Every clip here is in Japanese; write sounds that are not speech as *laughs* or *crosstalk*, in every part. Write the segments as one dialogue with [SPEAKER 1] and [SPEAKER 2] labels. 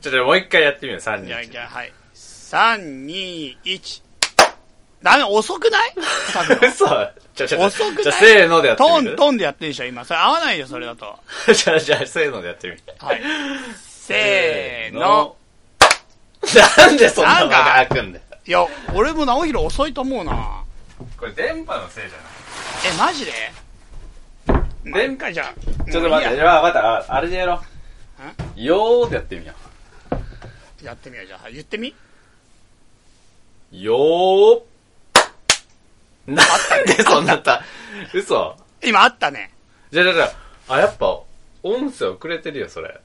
[SPEAKER 1] ちょっともう一回やってみよう、3、
[SPEAKER 2] じゃあ、じ
[SPEAKER 1] 2、
[SPEAKER 2] ゃあ、はい。3、2、1。ダメ、遅くない書く
[SPEAKER 1] 1。
[SPEAKER 2] の
[SPEAKER 1] 嘘 *laughs* じゃあ、じゃあ、
[SPEAKER 2] 遅くない
[SPEAKER 1] じゃあ、せーのでやって
[SPEAKER 2] ト
[SPEAKER 1] み
[SPEAKER 2] ン
[SPEAKER 1] る。
[SPEAKER 2] トンでやってるでしょ、今。それ合わないよ、それだと。
[SPEAKER 1] じゃあ、じゃあ、せーのでやってみる。
[SPEAKER 2] はい。せーの。。
[SPEAKER 1] なんでそんなのが開くんだよ。
[SPEAKER 2] いや、俺も直弘遅いと思うな。
[SPEAKER 1] これ電波のせいじゃない
[SPEAKER 2] え、マジで
[SPEAKER 1] 電
[SPEAKER 2] 前回じゃ
[SPEAKER 1] ちょっと待って、じゃあ、また、ああれでやろう。よーってやってみよ
[SPEAKER 2] て。やってみよう、じゃあ。はい言ってみ
[SPEAKER 1] う。よー。なんでそうなった嘘
[SPEAKER 2] 今あったね。
[SPEAKER 1] じゃあじゃあじゃあ、あ、やっぱ、音声遅れてるよ、それ。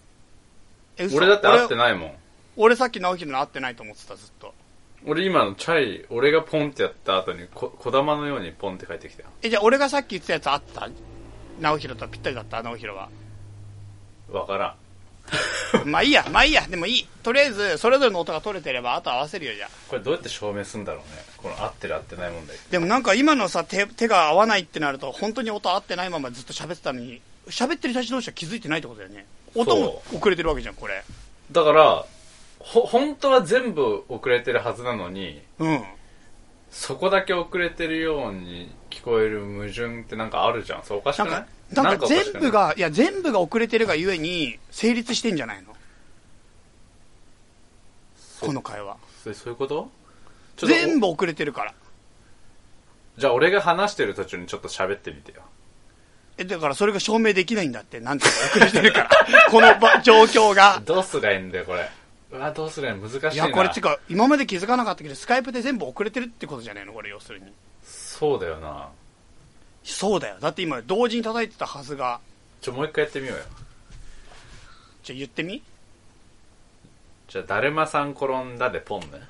[SPEAKER 2] え嘘
[SPEAKER 1] 俺だって会って
[SPEAKER 2] 俺
[SPEAKER 1] ないもん。
[SPEAKER 2] 俺さっき直弘の会ってないと思ってた、ずっと。
[SPEAKER 1] 俺今のチャイ、俺がポンってやった後に、こ、小玉のようにポンって帰ってきたよ。
[SPEAKER 2] え、じゃあ俺がさっき言ってたやつあった直弘とぴったりだった直弘は。
[SPEAKER 1] わからん。
[SPEAKER 2] まあいいや、まあいいや、でもいい。とりあえず、それぞれの音が取れてれば、あと合わせるよ、じゃあ。
[SPEAKER 1] これどうやって証明するんだろうね。この合ってる合ってない問題。
[SPEAKER 2] でもなんか今のさ、手、手が合わないってなると、本当に音合ってないままずっと喋ってたのに、喋ってる人たち同士は気づいてないってことだよね。音も遅れてるわけじゃん、これ。
[SPEAKER 1] だから、ほ、本当は全部遅れてるはずなのに、
[SPEAKER 2] うん。
[SPEAKER 1] そこだけ遅れてるように聞こえる矛盾ってなんかあるじゃん。それおかし
[SPEAKER 2] な
[SPEAKER 1] く
[SPEAKER 2] ん
[SPEAKER 1] ない
[SPEAKER 2] か、なんか
[SPEAKER 1] おし
[SPEAKER 2] 全
[SPEAKER 1] くない
[SPEAKER 2] 部が、いや、全部が遅れてるがゆえに、成立してんじゃないのこの会話。
[SPEAKER 1] それそういうことちょっと
[SPEAKER 2] 全部遅れてるから。
[SPEAKER 1] じゃあ俺が話してる途中にちょっと喋ってみてよ。
[SPEAKER 2] え、だからそれが証明できないんだって、なんていうか遅れて
[SPEAKER 1] *laughs*
[SPEAKER 2] るから。この場状況が。
[SPEAKER 1] どうすりゃいいんだよ、これ。うわ、どうすりゃいい難しいな。
[SPEAKER 2] いや、これ、てか、今まで気づかなかったけど、スカイプで全部遅れてるってことじゃないのこれ、要するに。
[SPEAKER 1] そうだよな。
[SPEAKER 2] そうだよ。だって今、同時に叩いてたはずが。
[SPEAKER 1] ちょ、もう一回やってみようよ。
[SPEAKER 2] じゃ、言ってみ
[SPEAKER 1] じゃあ、だるまさん転んだでポンね。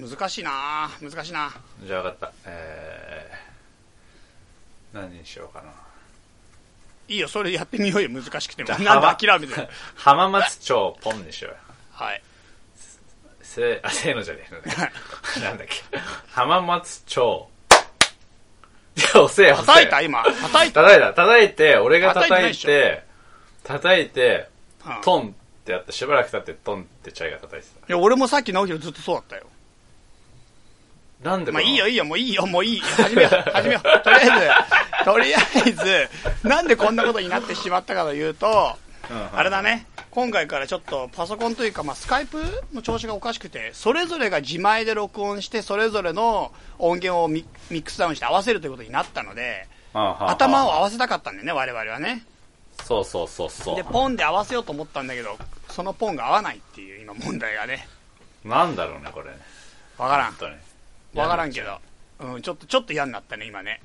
[SPEAKER 2] 難しいなぁ難しいなぁ
[SPEAKER 1] じゃあ、わかった。えー、何にしようかな。
[SPEAKER 2] いいよ、それやってみようよ、難しくても。
[SPEAKER 1] じゃあ
[SPEAKER 2] なんで諦めてる
[SPEAKER 1] 浜松町ポンにしようよ。
[SPEAKER 2] はい。
[SPEAKER 1] せ、あ、せーのじゃねえのね。なんだっけ。浜松町。いや、おせえ、おせえ。
[SPEAKER 2] 叩いた今。叩
[SPEAKER 1] *laughs*
[SPEAKER 2] いた。
[SPEAKER 1] 叩いた。叩いて、俺が叩い
[SPEAKER 2] 叩いてな
[SPEAKER 1] て、叩いて、
[SPEAKER 2] うん
[SPEAKER 1] トンってやって、しばらく経ってトンってチャイが叩いて
[SPEAKER 2] いや、俺もさっき直弘ずっとそうだったよ。
[SPEAKER 1] た。なんで
[SPEAKER 2] まあいいよ、
[SPEAKER 1] い
[SPEAKER 2] いいよ、もういいよ、もういい。始めよう、
[SPEAKER 1] *laughs*
[SPEAKER 2] 始めよう。とりあえず、とりあえず、なんでこんなことになってしまったかというと、あれだね、今回からちょっとパソコンというか、まあ、スカイプの調子がおかしくて、それぞれが自前で録音して、それぞれの音源をミミックスダウンして合わせるということになったので、頭を合わせたかったんだよね、我々はね。
[SPEAKER 1] そうそうそうそ
[SPEAKER 2] で、ポンで合わせようと思ったんだけど、そのポンが合わないっていう今問題がね、
[SPEAKER 1] う。なんだろうね、これね。
[SPEAKER 2] わからん
[SPEAKER 1] 本。当に。
[SPEAKER 2] わからんけど。うん、ちょっと、ちょっと嫌になったね、今ね。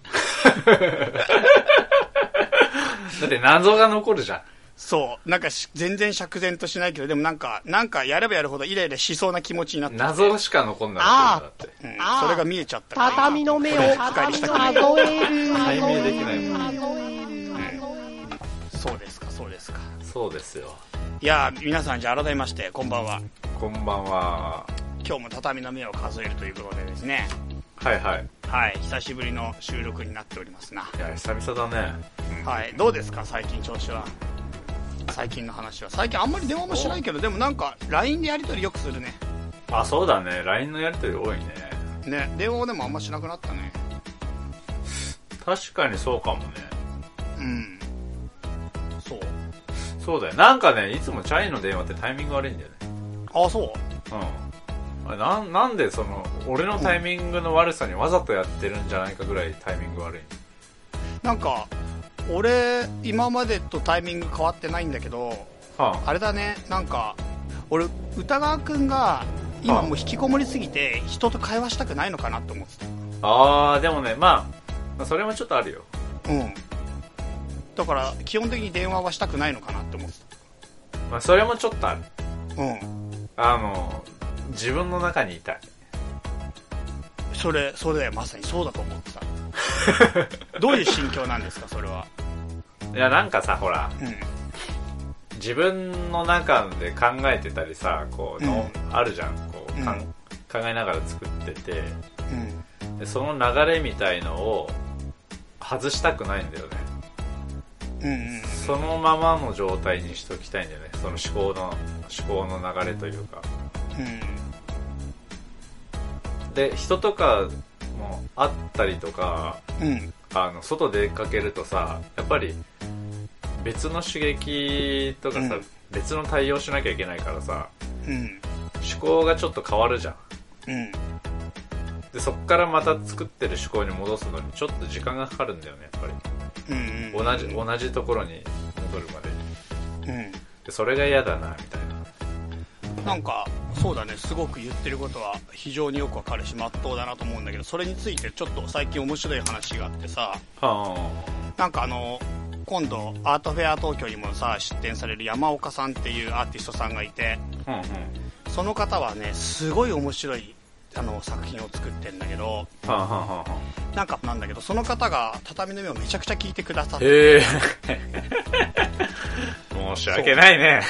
[SPEAKER 1] だって謎が残るじゃん。
[SPEAKER 2] そう。なんかし、全然釈然としないけど、でもなんか、なんかやればやるほどイライラしそうな気持ちになった。
[SPEAKER 1] 謎しか残んなかったんだって。
[SPEAKER 2] うん
[SPEAKER 3] あー
[SPEAKER 2] それが見えちゃったから。
[SPEAKER 3] 畳の目を数える
[SPEAKER 1] 解明できないもん。
[SPEAKER 2] そうですか、そうですか。
[SPEAKER 1] そうですよ。
[SPEAKER 2] いやー、皆さん、じゃあ改めまして、こんばんは。
[SPEAKER 1] こんばんは。
[SPEAKER 2] 今日も畳の目を数えるということでですね。
[SPEAKER 1] はいはい。
[SPEAKER 2] はい、久しぶりの収録になっておりますな。
[SPEAKER 1] いや、久々だね。
[SPEAKER 2] はい、どうですか、最近調子は。最近の話は。最近あんまり電話もしないけど、でもなんか、LINE でやりとりよくするね。
[SPEAKER 1] あ、そうだね。LINE のやりとり多いね。
[SPEAKER 2] ね、電話でもあんましなくなったね。
[SPEAKER 1] 確かにそうかもね。
[SPEAKER 2] うん。そう。
[SPEAKER 1] そうだよ。なんかね、いつもチャイの電話ってタイミング悪いんだよね。
[SPEAKER 2] あ、そう
[SPEAKER 1] うん。あれなん、なんでその、俺のタイミングの悪さにわざとやってるんじゃないかぐらいタイミング悪い。
[SPEAKER 2] なんか俺今までとタイミング変わってないんだけど
[SPEAKER 1] は
[SPEAKER 2] あれだねなんか俺歌川くんが今もう引きこもりすぎて人と会話したくないのかなって思って
[SPEAKER 1] あ、あー、でもね、まあ、まあ、それもちょっとあるよ。
[SPEAKER 2] たうんだから基本的に電話はしたくないのかなって思って
[SPEAKER 1] まあ、それもちょっとある。
[SPEAKER 2] たうん
[SPEAKER 1] あの、自分の中にいたい。
[SPEAKER 2] それそれだよまさにそうだと思ってたどういう心境なんですかそれはい
[SPEAKER 1] や、なんかさ、ほら、
[SPEAKER 2] うん
[SPEAKER 1] 自分の中で考えてたりさ、こう、の、あるじゃん。こう、かん
[SPEAKER 2] うん
[SPEAKER 1] 考えながら作ってて、
[SPEAKER 2] うん
[SPEAKER 1] でその流れみたいのを外したくないんだよね。
[SPEAKER 2] うんうん
[SPEAKER 1] そのままの状態にしときたいんだよね。その思考の思考の流れというか
[SPEAKER 2] うん
[SPEAKER 1] で人とかも会ったりとか
[SPEAKER 2] うん
[SPEAKER 1] あの外出かけるとさやっぱり別の刺激とかさ、
[SPEAKER 2] うん
[SPEAKER 1] 別の対応しなきゃいけないからさ
[SPEAKER 2] うん
[SPEAKER 1] 思考がちょっと変わるじゃん
[SPEAKER 2] うん
[SPEAKER 1] でそっからまた作ってる思考に戻すのにちょっと時間がかかるんだよねやっぱり
[SPEAKER 2] うん
[SPEAKER 1] 同じ同じところに戻るまでに
[SPEAKER 2] う
[SPEAKER 1] でそれが嫌だなみたいなん
[SPEAKER 2] なんかそうだねすごく言ってることは非常によくわかるしまっとうだなと思うんだけどそれについてちょっと最近面白い話があってさ
[SPEAKER 1] は
[SPEAKER 2] なんかあの今度アートフェア東京にもさ出展される山岡さんっていうアーティストさんがいて
[SPEAKER 1] あうんうん
[SPEAKER 2] その方はねすごい面白いあの作品を作ってんだけど
[SPEAKER 1] はあはあはあは
[SPEAKER 2] なんかなんだけどその方が畳の目をめちゃくちゃ聞いてくださ
[SPEAKER 1] あ
[SPEAKER 2] って
[SPEAKER 1] へえ *laughs* 申し訳ないね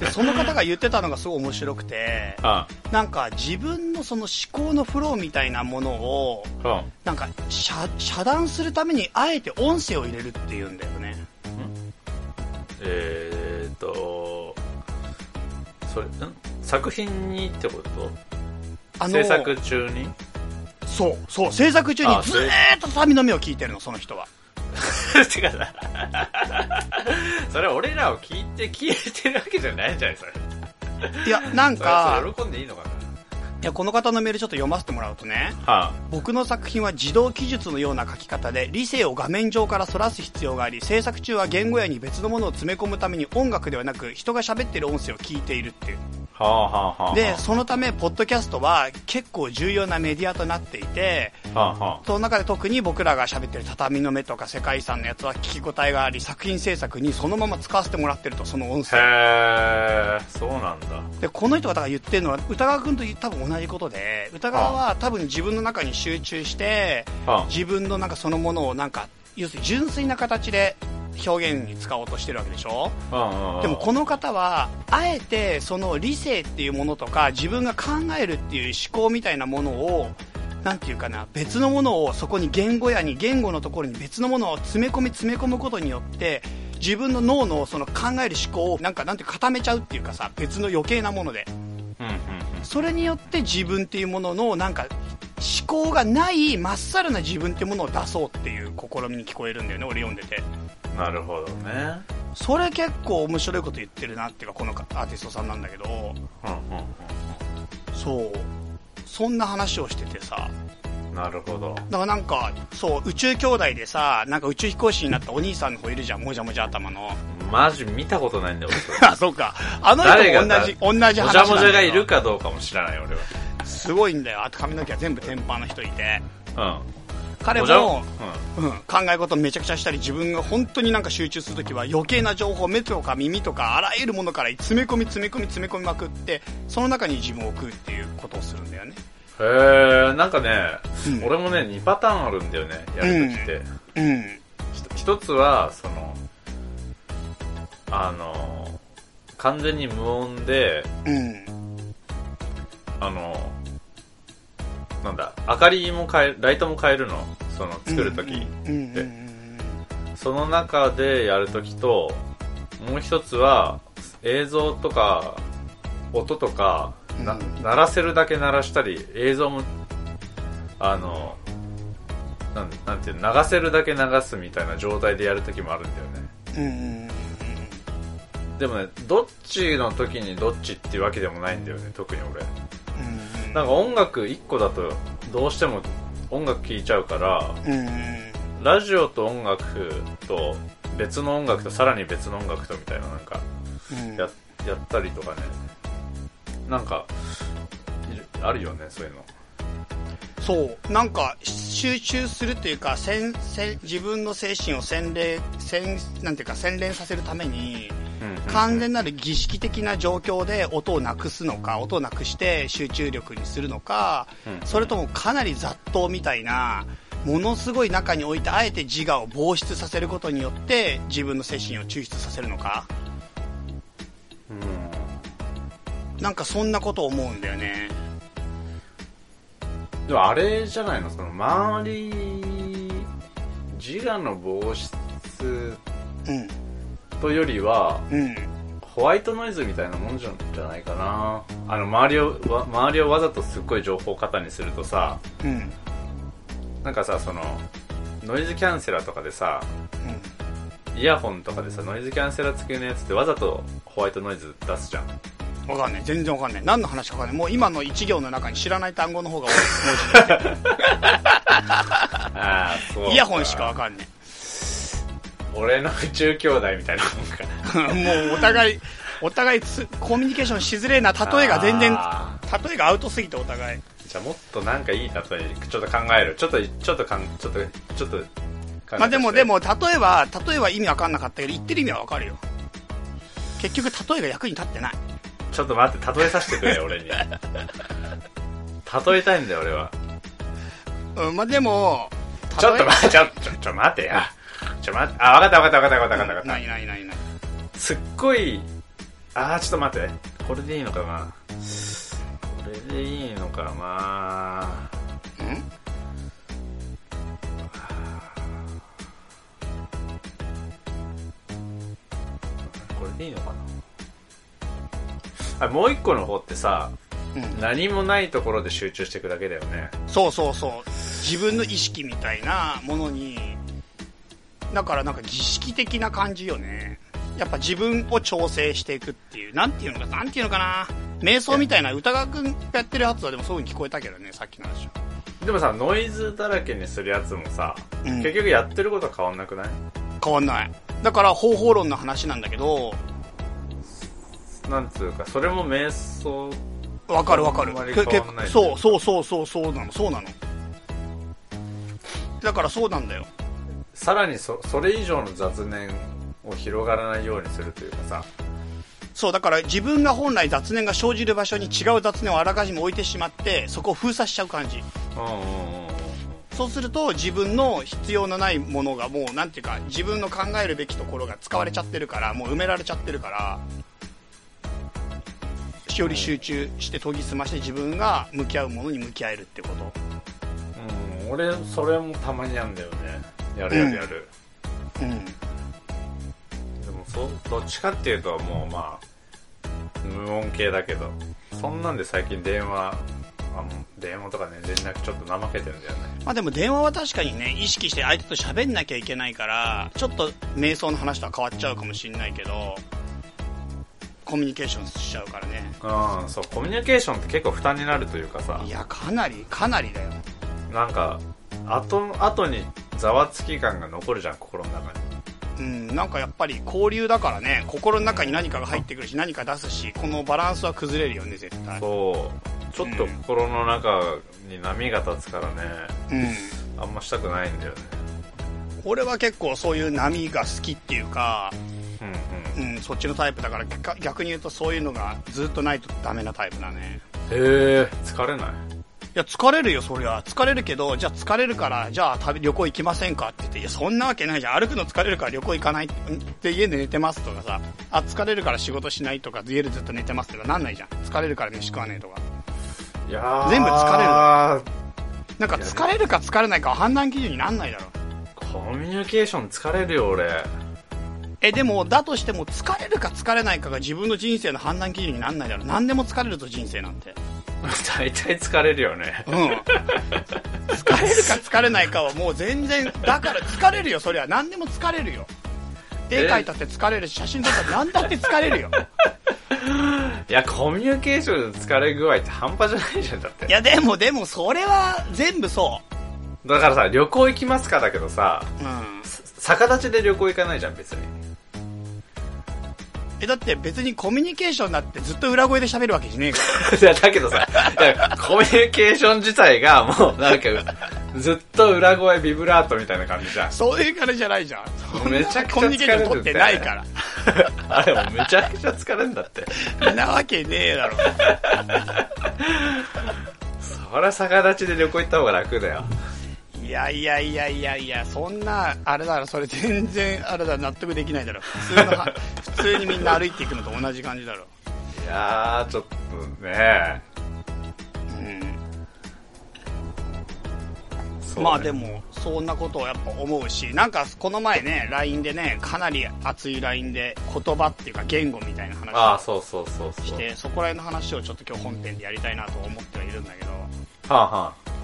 [SPEAKER 2] でその方が言ってたのがすごい面白くて
[SPEAKER 1] あ
[SPEAKER 2] なんか自分のその思考のフローみたいなものを
[SPEAKER 1] あは
[SPEAKER 2] なんか遮遮断するためにあえて音声を入れるっていうんだよね
[SPEAKER 1] えーっとそれん作品にってこと
[SPEAKER 2] あの
[SPEAKER 1] 制作中 *laughs* に
[SPEAKER 2] そうそう制作中
[SPEAKER 1] あ
[SPEAKER 2] にずーっと畳の目を聞いてるのその人は
[SPEAKER 1] てかさそれ俺らを聞いて聞いてるわけじゃないんじゃないそれ *laughs*
[SPEAKER 2] いやなん
[SPEAKER 1] それ
[SPEAKER 2] か
[SPEAKER 1] それ喜んでいいのかない
[SPEAKER 2] やこの方のメールちょっと読ませてもらうとね
[SPEAKER 1] は
[SPEAKER 2] 僕の作品は自動記述のような書き方で理性を画面上からそらす必要があり制作中は言語やに別のものを詰め込むために音楽ではなく人が喋ってる音声を聞いているっていう
[SPEAKER 1] あはあはあはあ
[SPEAKER 2] でそのためポッドキャストは結構重要なメディアとなっていて
[SPEAKER 1] はあは
[SPEAKER 2] その中で特に僕らが喋ってる「畳の目」とか「世界遺産」のやつは聞き応えがあり作品制作にそのまま使わせてもらってるとその音声
[SPEAKER 1] あへえそうなんだ
[SPEAKER 2] でこの人がだから言ってるのは歌川君と多分同じことで歌川は多分自分の中に集中して
[SPEAKER 1] は
[SPEAKER 2] 自分のなんかそのものをなんか要するに純粋な形で表現に使おうとしてるわけでしょ
[SPEAKER 1] あ
[SPEAKER 2] でもこ
[SPEAKER 1] の
[SPEAKER 2] の方はあえてその理性っていうものとか自分が考えるっていう思考みたいなものをなんていうかな別のものをそこに言語やに言語のところに別のものを詰め込み詰め込むことによって自分の脳のその考える思考をなんかなんていうか固めちゃうっていうかさ別の余計なもので
[SPEAKER 1] うんうん
[SPEAKER 2] それによって自分っていうもののなんか思考がないまっさらな自分ってものを出そうっていう試みに聞こえるんだよね俺読んでて
[SPEAKER 1] うんなるほどね
[SPEAKER 2] それ結構面白いこと言ってるなっていうかこのアーティストさんなんだけど
[SPEAKER 1] うんうん
[SPEAKER 2] そうそんな話をしててさ
[SPEAKER 1] うんなるほど
[SPEAKER 2] だからなんかそう宇宙兄弟でさなんか宇宙飛行士になったお兄さんの方いるじゃんもじゃもじゃ頭の *laughs*
[SPEAKER 1] マジ見たことないんだよ俺それ
[SPEAKER 2] あそうかあの人
[SPEAKER 1] 誰が
[SPEAKER 2] も同じ同
[SPEAKER 1] も
[SPEAKER 2] *laughs* じ話なん
[SPEAKER 1] じ
[SPEAKER 2] だ
[SPEAKER 1] ゃ
[SPEAKER 2] よ
[SPEAKER 1] もじゃがいるかどうかも知らない俺
[SPEAKER 2] すごいんだよあと髪の毛は全部天パの人いて
[SPEAKER 1] はうん
[SPEAKER 2] 彼
[SPEAKER 1] もじゃ
[SPEAKER 2] も
[SPEAKER 1] もう
[SPEAKER 2] うん、考え事めちゃくちゃしたり自分が本当になんか集中するときは余計な情報目とか耳とかあらゆるものから詰め込み詰め込み詰め込みまくってその中に自分を置くっていうことをするんだよね
[SPEAKER 1] んへえんかね、
[SPEAKER 2] うん
[SPEAKER 1] 俺もね2パターンあるんだよねやるときって、
[SPEAKER 2] うん
[SPEAKER 1] ひと一つはそのあの完全に無音で
[SPEAKER 2] うん
[SPEAKER 1] あのなんだ明かりも変えライトも変えるのその作るとき、
[SPEAKER 2] うん
[SPEAKER 1] で
[SPEAKER 2] うんうん
[SPEAKER 1] その中でやるときともう一つは映像とか音とか、な
[SPEAKER 2] うん
[SPEAKER 1] 鳴らせるだけ鳴らしたり映像もあのなんなんていうの流せるだけ流すみたいな状態でやるときもあるんだよね
[SPEAKER 2] うんうん
[SPEAKER 1] でもねどっちの時にどっちっていうわけでもないんだよね特に俺
[SPEAKER 2] うん
[SPEAKER 1] なんか音楽1個だとどうしても音楽聴いちゃうから
[SPEAKER 2] うんうん
[SPEAKER 1] ラジオと音楽と別の音楽とさらに別の音楽とみたいななんか
[SPEAKER 2] うん
[SPEAKER 1] ややったりとかねなんかいるあるよねそういうの
[SPEAKER 2] そうなんか集中するというか洗洗自分の精神を洗礼洗なんていうか洗練させるために完全なる儀式的な状況で音をなくすのか音をなくして集中力にするのか、
[SPEAKER 1] うん
[SPEAKER 2] それともかなり雑踏みたいなものすごい中に置いてあえて自我を防出させることによって自分の精神を抽出させるのか
[SPEAKER 1] うん
[SPEAKER 2] なんかそんなこと思うんだよね
[SPEAKER 1] でもあれじゃないのその周り自我の防止
[SPEAKER 2] うん
[SPEAKER 1] とよりは
[SPEAKER 2] うん
[SPEAKER 1] ホワイトノイズみたいなもんじゃじゃないかなあの周りをわ周りをわざとすっごい情報過多にするとさ
[SPEAKER 2] うんうん
[SPEAKER 1] なんかさそのノイズキャンセラーとかでさイヤホンとかでさノイズキャンセラー付きのやつってわざとホワイトノイズ出すじゃん
[SPEAKER 2] わかんない全然わかんない何の話かわかんないもう今の一行の中に知らない単語の *laughs* 方が
[SPEAKER 1] ああそう
[SPEAKER 2] 多
[SPEAKER 1] か
[SPEAKER 2] いイヤホンしかわかんない *laughs*
[SPEAKER 1] 俺の宇宙兄弟みたいなもんか
[SPEAKER 2] もうお互いお互いつコミュニケーションしづれえな例えが全然
[SPEAKER 1] あ
[SPEAKER 2] 例えがアウトすぎてお互い
[SPEAKER 1] じゃあもっとなんかいい例えちょっと考えるちょっとちょっとかんちょっとちょっと考えて
[SPEAKER 2] まあでもでも例えは例えは意味わかんなかったけど言ってる意味はわかるよ結局例えが役に立ってない
[SPEAKER 1] ちょっと待って例えさせてくれよ俺に例えたいんだよ俺は
[SPEAKER 2] うんまあでも
[SPEAKER 1] ちょっと
[SPEAKER 2] 待
[SPEAKER 1] 待ってちょちょちょ待てやちょ待ってあ分かった分かった分かった分かった分かった
[SPEAKER 2] ないないないない
[SPEAKER 1] すっごいあーちょっと待ってこれでいいのかなこれでいいのかなこれでいいのかなあもう一個の方ってさ
[SPEAKER 2] うん、うん、
[SPEAKER 1] 何もないところで集中していくだけだよね
[SPEAKER 2] そうそうそう自分の意識みたいなものにだからなんか儀式的な感じよねやっぱ自分を調整していくっていうなんていうのかなんていうのかな瞑想みたいな歌川くんやってるやつはでもそういう風に聞こえたけどねさっきの話は
[SPEAKER 1] でもさノイズだらけにするやつもさ、
[SPEAKER 2] うん
[SPEAKER 1] 結局やってることは変わんなくない
[SPEAKER 2] 変わんないだから方法論の話なんだけど
[SPEAKER 1] なんつうかそれも瞑想
[SPEAKER 2] わかるわか
[SPEAKER 1] あ
[SPEAKER 2] る
[SPEAKER 1] んまり
[SPEAKER 2] け
[SPEAKER 1] 変わんない
[SPEAKER 2] けそうそうそうそうそうなのそうなのだからそうなんだよ
[SPEAKER 1] さらにそそれ以上の雑念を広がらないようにするというかさ
[SPEAKER 2] そうだから自分が本来雑念が生じる場所に違う雑念をあらかじめ置いてしまってそこを封鎖しちゃう感じ
[SPEAKER 1] うんうんうん
[SPEAKER 2] そうすると自分の必要のないものがもうなんていうか自分の考えるべきところが使われちゃってるからもう埋められちゃってるからより集中して研ぎ澄まして自分が向き合うものに向き合えるってこと
[SPEAKER 1] うんうん俺それもたまにやんだよねやるやるやる、
[SPEAKER 2] うん
[SPEAKER 1] でもそどっちかっていうともうまあ無音系だけどそんなんで最近電話あもう電話とかね連絡ちょっと怠けてるんだよね
[SPEAKER 2] まあでも電話は確かにね意識して相手と喋んなきゃいけないからちょっと瞑想の話とは変わっちゃうかもしれないけどコミュニケーションしちゃうからね
[SPEAKER 1] うんそうコミュニケーションって結構負担になるというかさ
[SPEAKER 2] いやかなりかなりだよ
[SPEAKER 1] なんか後後にざわつき感が残るじゃん心の中に
[SPEAKER 2] うんなんかやっぱり交流だからね心の中に何かが入ってくるし何か出すしこのバランスは崩れるよね絶対
[SPEAKER 1] そうちょっと心の中に波が立つからね、
[SPEAKER 2] うん
[SPEAKER 1] あんましたくないんだよね
[SPEAKER 2] 俺は結構そういう波が好きっていうか、
[SPEAKER 1] うんうん
[SPEAKER 2] うん、そっちのタイプだから逆逆に言うとそういうのがずっとないとダメなタイプだね
[SPEAKER 1] へえ疲れない
[SPEAKER 2] いや、疲れるよ、そりゃ。疲れるけど、じゃあ疲れるから、じゃあ旅旅行行きませんかって言って、いや、そんなわけないじゃん。歩くの疲れるから旅行行かない。んで、家で寝てますとかさ、あ、疲れるから仕事しないとか、家でずっと寝てますとか、なんないじゃん。疲れるから飯食わねえとか。
[SPEAKER 1] いや
[SPEAKER 2] 全部疲
[SPEAKER 1] れる
[SPEAKER 2] なんか疲れるか疲れないかは判断基準になんないだろ。
[SPEAKER 1] コミュニケーション疲れるよ俺 *laughs*
[SPEAKER 2] え、でも、だとしても、疲れるか疲れないかが自分の人生の判断基準になんないだろ。何でも疲れると人生なんて。
[SPEAKER 1] 大体疲れるよね
[SPEAKER 2] *laughs* うん。疲れるか疲れないかはもう全然、だから疲れるよ、そりゃ。何でも疲れるよ。絵描いたって疲れるし、写真撮ったって何だって疲れるよ。
[SPEAKER 1] いやコミュニケーションの疲れ具合って半端じゃないじゃんだって
[SPEAKER 2] いや、でもでも、それは全部そ
[SPEAKER 1] だからさ旅行行きますかだけどさ
[SPEAKER 2] う。うん。
[SPEAKER 1] 逆立ちで旅行行かないじゃん別に *laughs*
[SPEAKER 2] え、だって別にコミュニケーションだってずっと裏声で喋るわけじゃねえか
[SPEAKER 1] いや、だけどさ、いやコミュニケーション自体がもうなんか、ずっと裏声ビブラートみたいな感じじゃん *laughs*
[SPEAKER 2] ら。。そういう彼じゃないじゃん。
[SPEAKER 1] めちゃくちゃ疲れる
[SPEAKER 2] コミュニケーション取ってないか
[SPEAKER 1] あれもうめちゃくちゃ疲れるんだって。
[SPEAKER 2] ら。なわけねえだろ。
[SPEAKER 1] そりゃ逆立ちで旅行行った方が楽だよ。
[SPEAKER 2] いやいやいやいやいや、そんな、あれだろ、それ全然、あれだ、納得できないだろ。普通
[SPEAKER 1] *laughs*
[SPEAKER 2] のは、普通にみんな歩いていくのと同じ感じだろ。
[SPEAKER 1] いやー、ちょっとね、
[SPEAKER 2] うん。
[SPEAKER 1] そうね
[SPEAKER 2] まあでもそんなことをやっぱ思うしなんかこの前ね LINE でねかなり熱い LINE で言葉っていうか言語みたいな
[SPEAKER 1] ああ
[SPEAKER 2] 話
[SPEAKER 1] そうそうそう
[SPEAKER 2] をし
[SPEAKER 1] そう
[SPEAKER 2] てそこら辺の話をちょっと今日本編でやりたいなと思ってはいるんだけど、う
[SPEAKER 1] は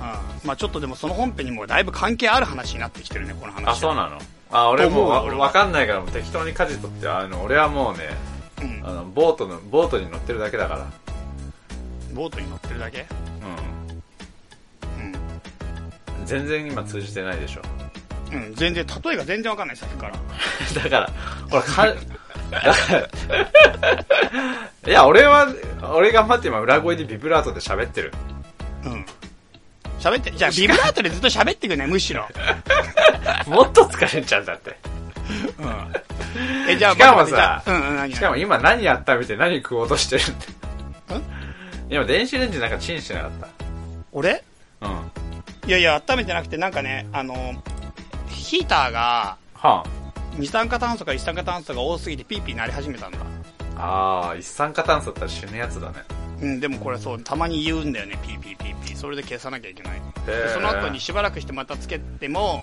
[SPEAKER 1] あは
[SPEAKER 2] ん、まあちょっとでもその本編にもだいぶ関係ある話になってきてるねこの話
[SPEAKER 1] ああそうなのあ俺もう
[SPEAKER 2] と思う
[SPEAKER 1] わ
[SPEAKER 2] よ
[SPEAKER 1] わかんないからもう適当に舵取ってあの俺はもうね
[SPEAKER 2] うん
[SPEAKER 1] あのボートのボートに乗ってるだけだから
[SPEAKER 2] ボートに乗ってるだけ
[SPEAKER 1] うん全然今通じてないでしょ
[SPEAKER 2] うん、うん、全然例えが全然わかんないさっきから
[SPEAKER 1] *laughs* だから俺かだから *laughs* いや俺は俺頑張って今裏声でビブラートで喋ってる
[SPEAKER 2] うん喋ってじゃあビブラートでずっと喋ってくねむしろ、
[SPEAKER 1] もっと疲れちゃうんだって
[SPEAKER 2] うん、えじゃあ
[SPEAKER 1] しかもさ
[SPEAKER 2] 待って待ってじゃあうんうん何
[SPEAKER 1] しかも今何やったみて何食おうとしてるって
[SPEAKER 2] ん
[SPEAKER 1] 今電子レンジなんかチンしてなかっ
[SPEAKER 2] 俺
[SPEAKER 1] たうんはい
[SPEAKER 2] やいや、温めてなくて、なんかね、あの、ヒーターが、
[SPEAKER 1] あ
[SPEAKER 2] 二酸化炭素か一酸化炭素が多すぎてピーピーなり始めたんだ。
[SPEAKER 1] あー一酸化炭素だったら死ぬやつだね
[SPEAKER 2] うん、でもこれそう、たまに言うんだよね、ピーピーピーピー。それで消さなきゃいけない。
[SPEAKER 1] へ
[SPEAKER 2] で
[SPEAKER 1] ー
[SPEAKER 2] その後にしばらくしてまたつけても、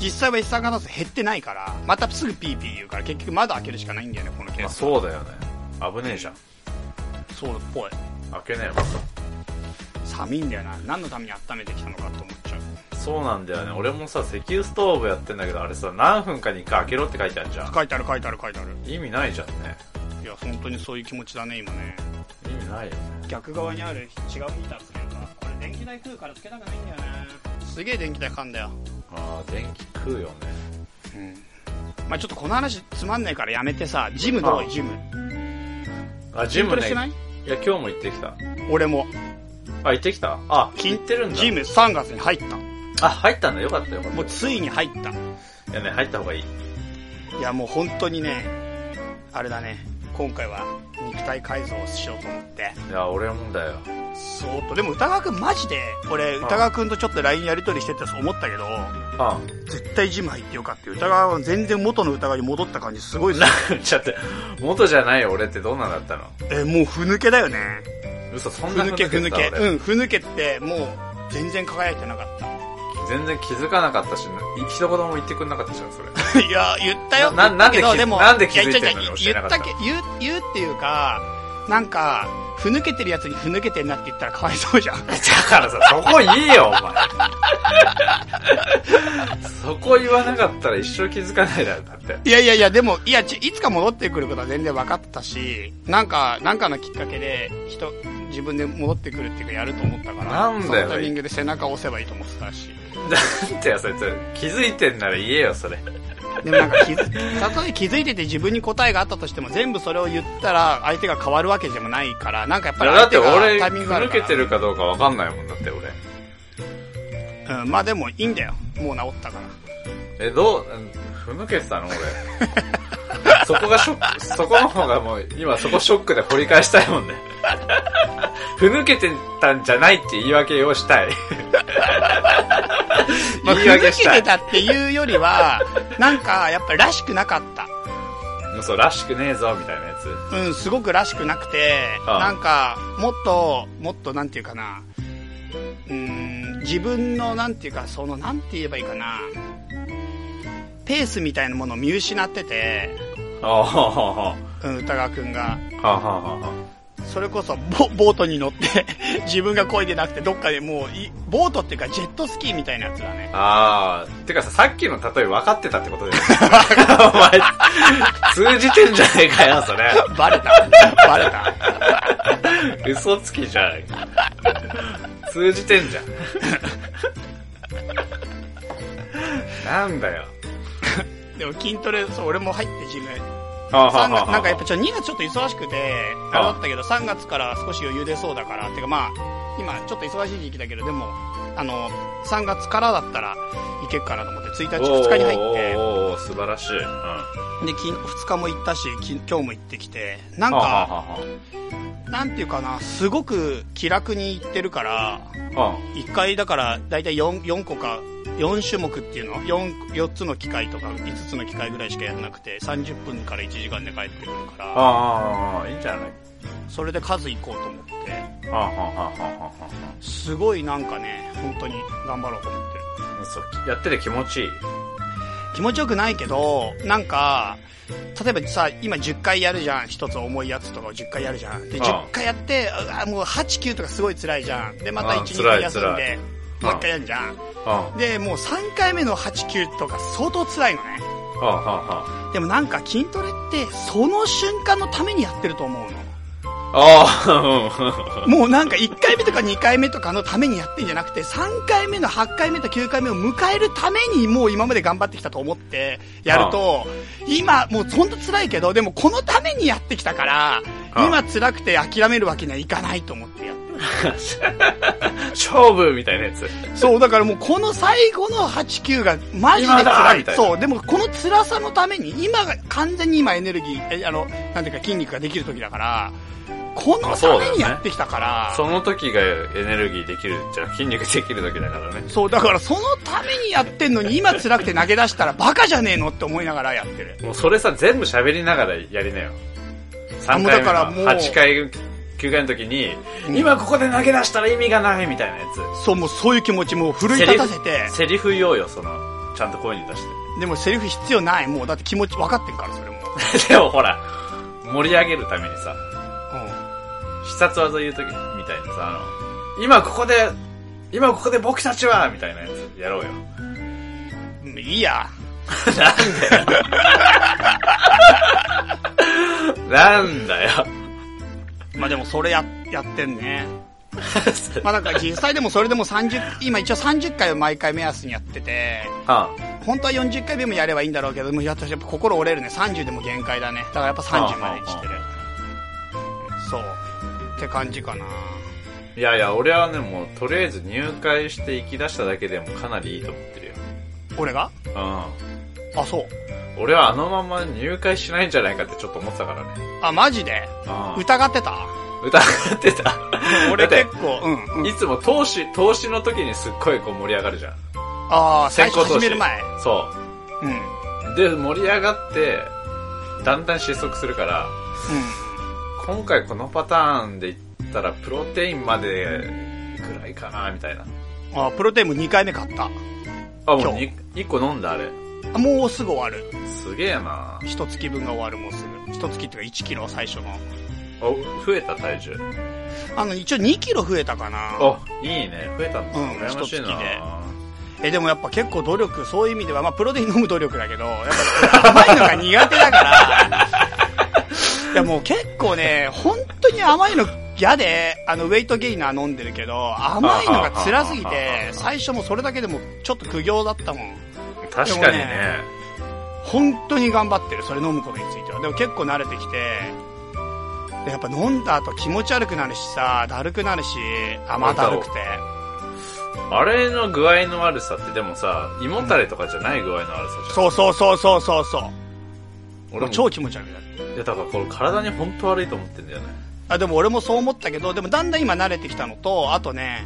[SPEAKER 2] 実際は一酸化炭素減ってないから、またすぐピーピー言うから、結局窓開けるしかないんだよね、このケ
[SPEAKER 1] ま
[SPEAKER 2] ー
[SPEAKER 1] あ
[SPEAKER 2] ス。
[SPEAKER 1] そうだよね危ねえじゃん
[SPEAKER 2] そうっぽい。
[SPEAKER 1] 開けねえよ
[SPEAKER 2] 寒いんだよな。何のために温めてきたのかと思っちゃう。
[SPEAKER 1] そうなんだよね俺もさ石油ストーブやってんだけどあれさ何分かに1回開けろって書いてあるじゃん
[SPEAKER 2] 書いてある書いてある書いてある。
[SPEAKER 1] 意味ないじゃんね
[SPEAKER 2] いや、本当にそういう気持ちだね、今ね。
[SPEAKER 1] 意味ないよね
[SPEAKER 2] 逆側にある違うヒーターつけるかこれ電気代食うからつけたくないんだよねすげえ電気代かかんだよ
[SPEAKER 1] ああ電気食うよね
[SPEAKER 2] うんまあちょっとこの話つまんないからやめてさジムど
[SPEAKER 1] あ
[SPEAKER 2] うジム
[SPEAKER 1] あジム
[SPEAKER 2] 筋トレ
[SPEAKER 1] ね
[SPEAKER 2] してない
[SPEAKER 1] いや今日も行ってきた
[SPEAKER 2] 俺も
[SPEAKER 1] あ行ってきたあ
[SPEAKER 2] 筋
[SPEAKER 1] 行ってるんだ
[SPEAKER 2] ジム3月に入った
[SPEAKER 1] あ入ったんだよかったよかっ
[SPEAKER 2] もうついに入っ
[SPEAKER 1] た
[SPEAKER 2] た
[SPEAKER 1] いやね入った方がいい
[SPEAKER 2] いやもう本当にねあれだね今回は肉体改造をしようと思って
[SPEAKER 1] いや俺もだよ
[SPEAKER 2] そーっとでも歌川くんマジで俺歌川くんとちょっと LINE やり取りしてて思ったけど
[SPEAKER 1] あ
[SPEAKER 2] 絶対ジム入ってよかったよ歌川は全然元の歌川に戻った感じすごいでする
[SPEAKER 1] あちょっと元じゃない俺ってどんなんだったの
[SPEAKER 2] *laughs* えーもうふぬけだよね
[SPEAKER 1] 嘘そん
[SPEAKER 2] ふ
[SPEAKER 1] な
[SPEAKER 2] ぬけふぬけ
[SPEAKER 1] た俺
[SPEAKER 2] うんふぬけってもう全然輝いてなかった
[SPEAKER 1] 全然気づかなかったしい一言も言ってくんなかったじゃんそれ
[SPEAKER 2] *laughs* いや言ったよ
[SPEAKER 1] なな
[SPEAKER 2] 言ったけど
[SPEAKER 1] なんで気づなんで気づいてんのに
[SPEAKER 2] ややや
[SPEAKER 1] 教えなかった
[SPEAKER 2] 言ったけ言う言うっていうかなんかふぬけてるやつにふぬけてんなって言ったらかわいそうじゃん
[SPEAKER 1] だからさ、そこ言えよ、お前。そこ言わなかったら一生気づかないだろ、だって。
[SPEAKER 2] いやいやいやでもいやちいつか戻ってくることは全然分かったしなんかなんかのきっかけで人自分で戻ってくるっていうかやると思ったから
[SPEAKER 1] なんだよ
[SPEAKER 2] そのタイミングで背中を押せばいいと思ってたし
[SPEAKER 1] なんてや、そいつ。気づいてんなら言えよ、それ。
[SPEAKER 2] でもなんか気づ、 *laughs* たとえ気づいてて自分に答えがあったとしても、全部それを言ったら、相手が変わるわけでもないから、なんかやっぱり
[SPEAKER 1] だ
[SPEAKER 2] 相
[SPEAKER 1] って
[SPEAKER 2] 手が
[SPEAKER 1] 俺、
[SPEAKER 2] タイミングがある
[SPEAKER 1] 抜
[SPEAKER 2] か
[SPEAKER 1] け
[SPEAKER 2] ら。
[SPEAKER 1] てるかどうかわかんないもんだって、俺。
[SPEAKER 2] うん、まあでもいいんだよ。もう治ったから。
[SPEAKER 1] え、どう、うんふぬけてたの、
[SPEAKER 2] *laughs*
[SPEAKER 1] 俺。そこがショック、そこの方がもう、今そこショックで掘り返したいもんね。ふぬけてたんじゃないって言い訳をしたい。
[SPEAKER 2] *laughs* まあ、
[SPEAKER 1] 言い訳し
[SPEAKER 2] ふざ
[SPEAKER 1] た
[SPEAKER 2] け *laughs*
[SPEAKER 1] い
[SPEAKER 2] て。たっていうよりは、なんかやっぱりらしくなかった。
[SPEAKER 1] そう、らしくねえぞ、みたいなやつ。
[SPEAKER 2] うん、すごくらしくなくて、
[SPEAKER 1] ああ
[SPEAKER 2] なんか、もっと、もっとなんていうかな、うん、自分のなんていうか、その、なんて言えばいいかな、ペースみたいなものを見失ってて、
[SPEAKER 1] ああ、
[SPEAKER 2] うん、歌川くんが。
[SPEAKER 1] はあはあはあ。
[SPEAKER 2] それこそボボートに乗って *laughs* 自分が漕いでなくてどっかでもういボートっていうかジェットスキーみたいなやつだね
[SPEAKER 1] ああ、てかさ、さっきの例え分かってたってことだよね。お
[SPEAKER 2] *laughs*
[SPEAKER 1] 前、通じてんじゃねえかよ、それ。
[SPEAKER 2] バレたバレた
[SPEAKER 1] 嘘つきじゃん。通じてんじゃん。なんだよ。
[SPEAKER 2] でも筋トレそう俺も入ってジム
[SPEAKER 1] あ
[SPEAKER 2] 三月なんかやっぱちょ2月ちょっと忙しくてあれだったけど3月から少し余裕出そうだからてかまあ今ちょっと忙しい時期だけどでもあの3月からだったらいけるかなと思って1日2日に入って
[SPEAKER 1] おーおーおー素晴らしい。うん。
[SPEAKER 2] でき2日も行ったしき今日も行ってきてなん
[SPEAKER 1] はあ
[SPEAKER 2] か
[SPEAKER 1] は
[SPEAKER 2] なんていうかなすごく気楽に行ってるから
[SPEAKER 1] あはあ
[SPEAKER 2] 1回だから大体 4, 4個か4種目っていうの 4, 4つの機械とか5つの機械ぐらいしかやらなくて30分から1時間で帰ってくるから
[SPEAKER 1] ああ、いいんじゃない
[SPEAKER 2] それで数行こうと思って
[SPEAKER 1] はあはあはあはあはあは
[SPEAKER 2] すごいなんかね本当に頑張ろうと思ってる
[SPEAKER 1] そうやってて気持ちいい
[SPEAKER 2] 気持ちよくないけどなんか例えばさ今10回やるじゃん一つ重いやつとかを10回やるじゃんで
[SPEAKER 1] うん
[SPEAKER 2] 10回やってうわもう89とかすごい辛いじゃんでまた
[SPEAKER 1] うん
[SPEAKER 2] 12回
[SPEAKER 1] 辛い
[SPEAKER 2] 休ん
[SPEAKER 1] 辛
[SPEAKER 2] で
[SPEAKER 1] い
[SPEAKER 2] もう1回やるじゃん
[SPEAKER 1] うんうんうん
[SPEAKER 2] でもう3回目の89とか相当辛いのね
[SPEAKER 1] うん
[SPEAKER 2] でもなんか筋トレってその瞬間のためにやってると思うの
[SPEAKER 1] ああ、
[SPEAKER 2] もうなんか1回目とか2回目とかのためにやってんじゃなくて、3回目の8回目と9回目を迎えるためにもう今まで頑張ってきたと思ってやると、今もうほんと辛いけど、でもこのためにやってきたから、
[SPEAKER 1] うん
[SPEAKER 2] 今辛くて諦めるわけにはいかないと思ってやってる。
[SPEAKER 1] 勝負みたいなやつ。
[SPEAKER 2] そう、だからもうこの最後の8、9がマジで
[SPEAKER 1] 今だ
[SPEAKER 2] 辛い。
[SPEAKER 1] みたいな
[SPEAKER 2] そう、でもこの辛さのために、今が完全に今エネルギー、えあの、なんていうか筋肉ができる時だから、このためにやってきたから、
[SPEAKER 1] その時がエネルギーできるじゃあ筋肉できる時だからね。
[SPEAKER 2] そう、だからそのためにやってんのに今辛くて投げ出したらバカじゃねえのって思いながらやってる。
[SPEAKER 1] もうそれさ、全部喋りながらやりなよ。
[SPEAKER 2] あ
[SPEAKER 1] 3
[SPEAKER 2] もう
[SPEAKER 1] 回
[SPEAKER 2] だ
[SPEAKER 1] 目
[SPEAKER 2] から
[SPEAKER 1] の
[SPEAKER 2] もう
[SPEAKER 1] 8回、9回の時に、
[SPEAKER 2] うん
[SPEAKER 1] 今ここで投げ出したら意味がないみたいなやつ。
[SPEAKER 2] そう、もうそういう気持ちもう奮い立たせて、
[SPEAKER 1] セリフ言おうよ、その、ちゃんと声に出し
[SPEAKER 2] でもセリフ必要ない。もうだって気持ち分かってるから、それも。
[SPEAKER 1] て。 *laughs* でもほら、盛り上げるためにさ、
[SPEAKER 2] うん
[SPEAKER 1] 必殺技言う時みたいにさ、あの、今ここで、今ここで僕たちはみたいなやつやろうよ。
[SPEAKER 2] うん。いいや。
[SPEAKER 1] なんだよ。
[SPEAKER 2] まあでもそれや、やってんね。まあなんか実際でもそれでも30、今一応30回を毎回目安にやってて、
[SPEAKER 1] は
[SPEAKER 2] 本当は40回目もやればいいんだろうけど、もうやっとやっぱ心折れるね。30でも限界だね。だからやっぱ30までにしてる。そう。って感じかな。
[SPEAKER 1] いやいや、俺はね、もう、とりあえず入会して行き出しただけでもかなりいいと思ってるよ。
[SPEAKER 2] 俺が
[SPEAKER 1] う
[SPEAKER 2] あ、そう。
[SPEAKER 1] ん。俺はあのまま入会しないんじゃないかってちょっと思ってたからね。
[SPEAKER 2] あ、マジで
[SPEAKER 1] うん。
[SPEAKER 2] 疑って
[SPEAKER 1] *laughs*
[SPEAKER 2] た
[SPEAKER 1] 疑ってた。
[SPEAKER 2] 俺
[SPEAKER 1] だって
[SPEAKER 2] 結構、うん、うん。
[SPEAKER 1] いつも投資、投資の時にすっごいこう盛り上がるじゃん。
[SPEAKER 2] ああ、最初
[SPEAKER 1] 投
[SPEAKER 2] 始
[SPEAKER 1] 資。
[SPEAKER 2] める前。
[SPEAKER 1] そ
[SPEAKER 2] うん。うん。
[SPEAKER 1] う。で、盛り上がって、だんだん失速するから、今回このパターンで言ったら、プロテインまでぐらいかな、みたいな。
[SPEAKER 2] あープロテインも2回目買った。
[SPEAKER 1] あ、もう
[SPEAKER 2] 今日
[SPEAKER 1] に一個飲んだ、あれ。
[SPEAKER 2] あもうすぐ終わる。
[SPEAKER 1] すげえな
[SPEAKER 2] 一月分が終わる、もうすぐ。一月っていうか1キロ最初の。
[SPEAKER 1] お、増えた体重。
[SPEAKER 2] あの、一応2キロ増えたかな。
[SPEAKER 1] あ、いいね。増えたの
[SPEAKER 2] うん
[SPEAKER 1] 羨ましいな
[SPEAKER 2] 一月でえ、でもやっぱ結構努力、そういう意味では、まあプロテイン飲む努力だけど、やっぱ甘いのが苦手だから。
[SPEAKER 1] *laughs*
[SPEAKER 2] いやもう結構ね、本当に甘いの嫌で、あの、ウェイトゲイナー飲んでるけど、甘いのが辛すぎて、最初もそれだけでもちょっと苦行だったもん。
[SPEAKER 1] 確かにね
[SPEAKER 2] でもね本当に頑張ってるそれ飲むことについてはでも結構慣れてきてでやっぱ飲んだ後気持ち悪くなるしさだるくなるし甘だるくて
[SPEAKER 1] あれの具合の悪さってでもさ、胃もたれとかじゃない具合の悪さじゃん。
[SPEAKER 2] そうそうそうそうそうそう
[SPEAKER 1] 俺も、
[SPEAKER 2] 超気持ち悪くなる
[SPEAKER 1] いやだからこれ体に本当悪いと思ってんだよね。
[SPEAKER 2] あでも俺もそう思ったけどでもだんだん今慣れてきたのとあとね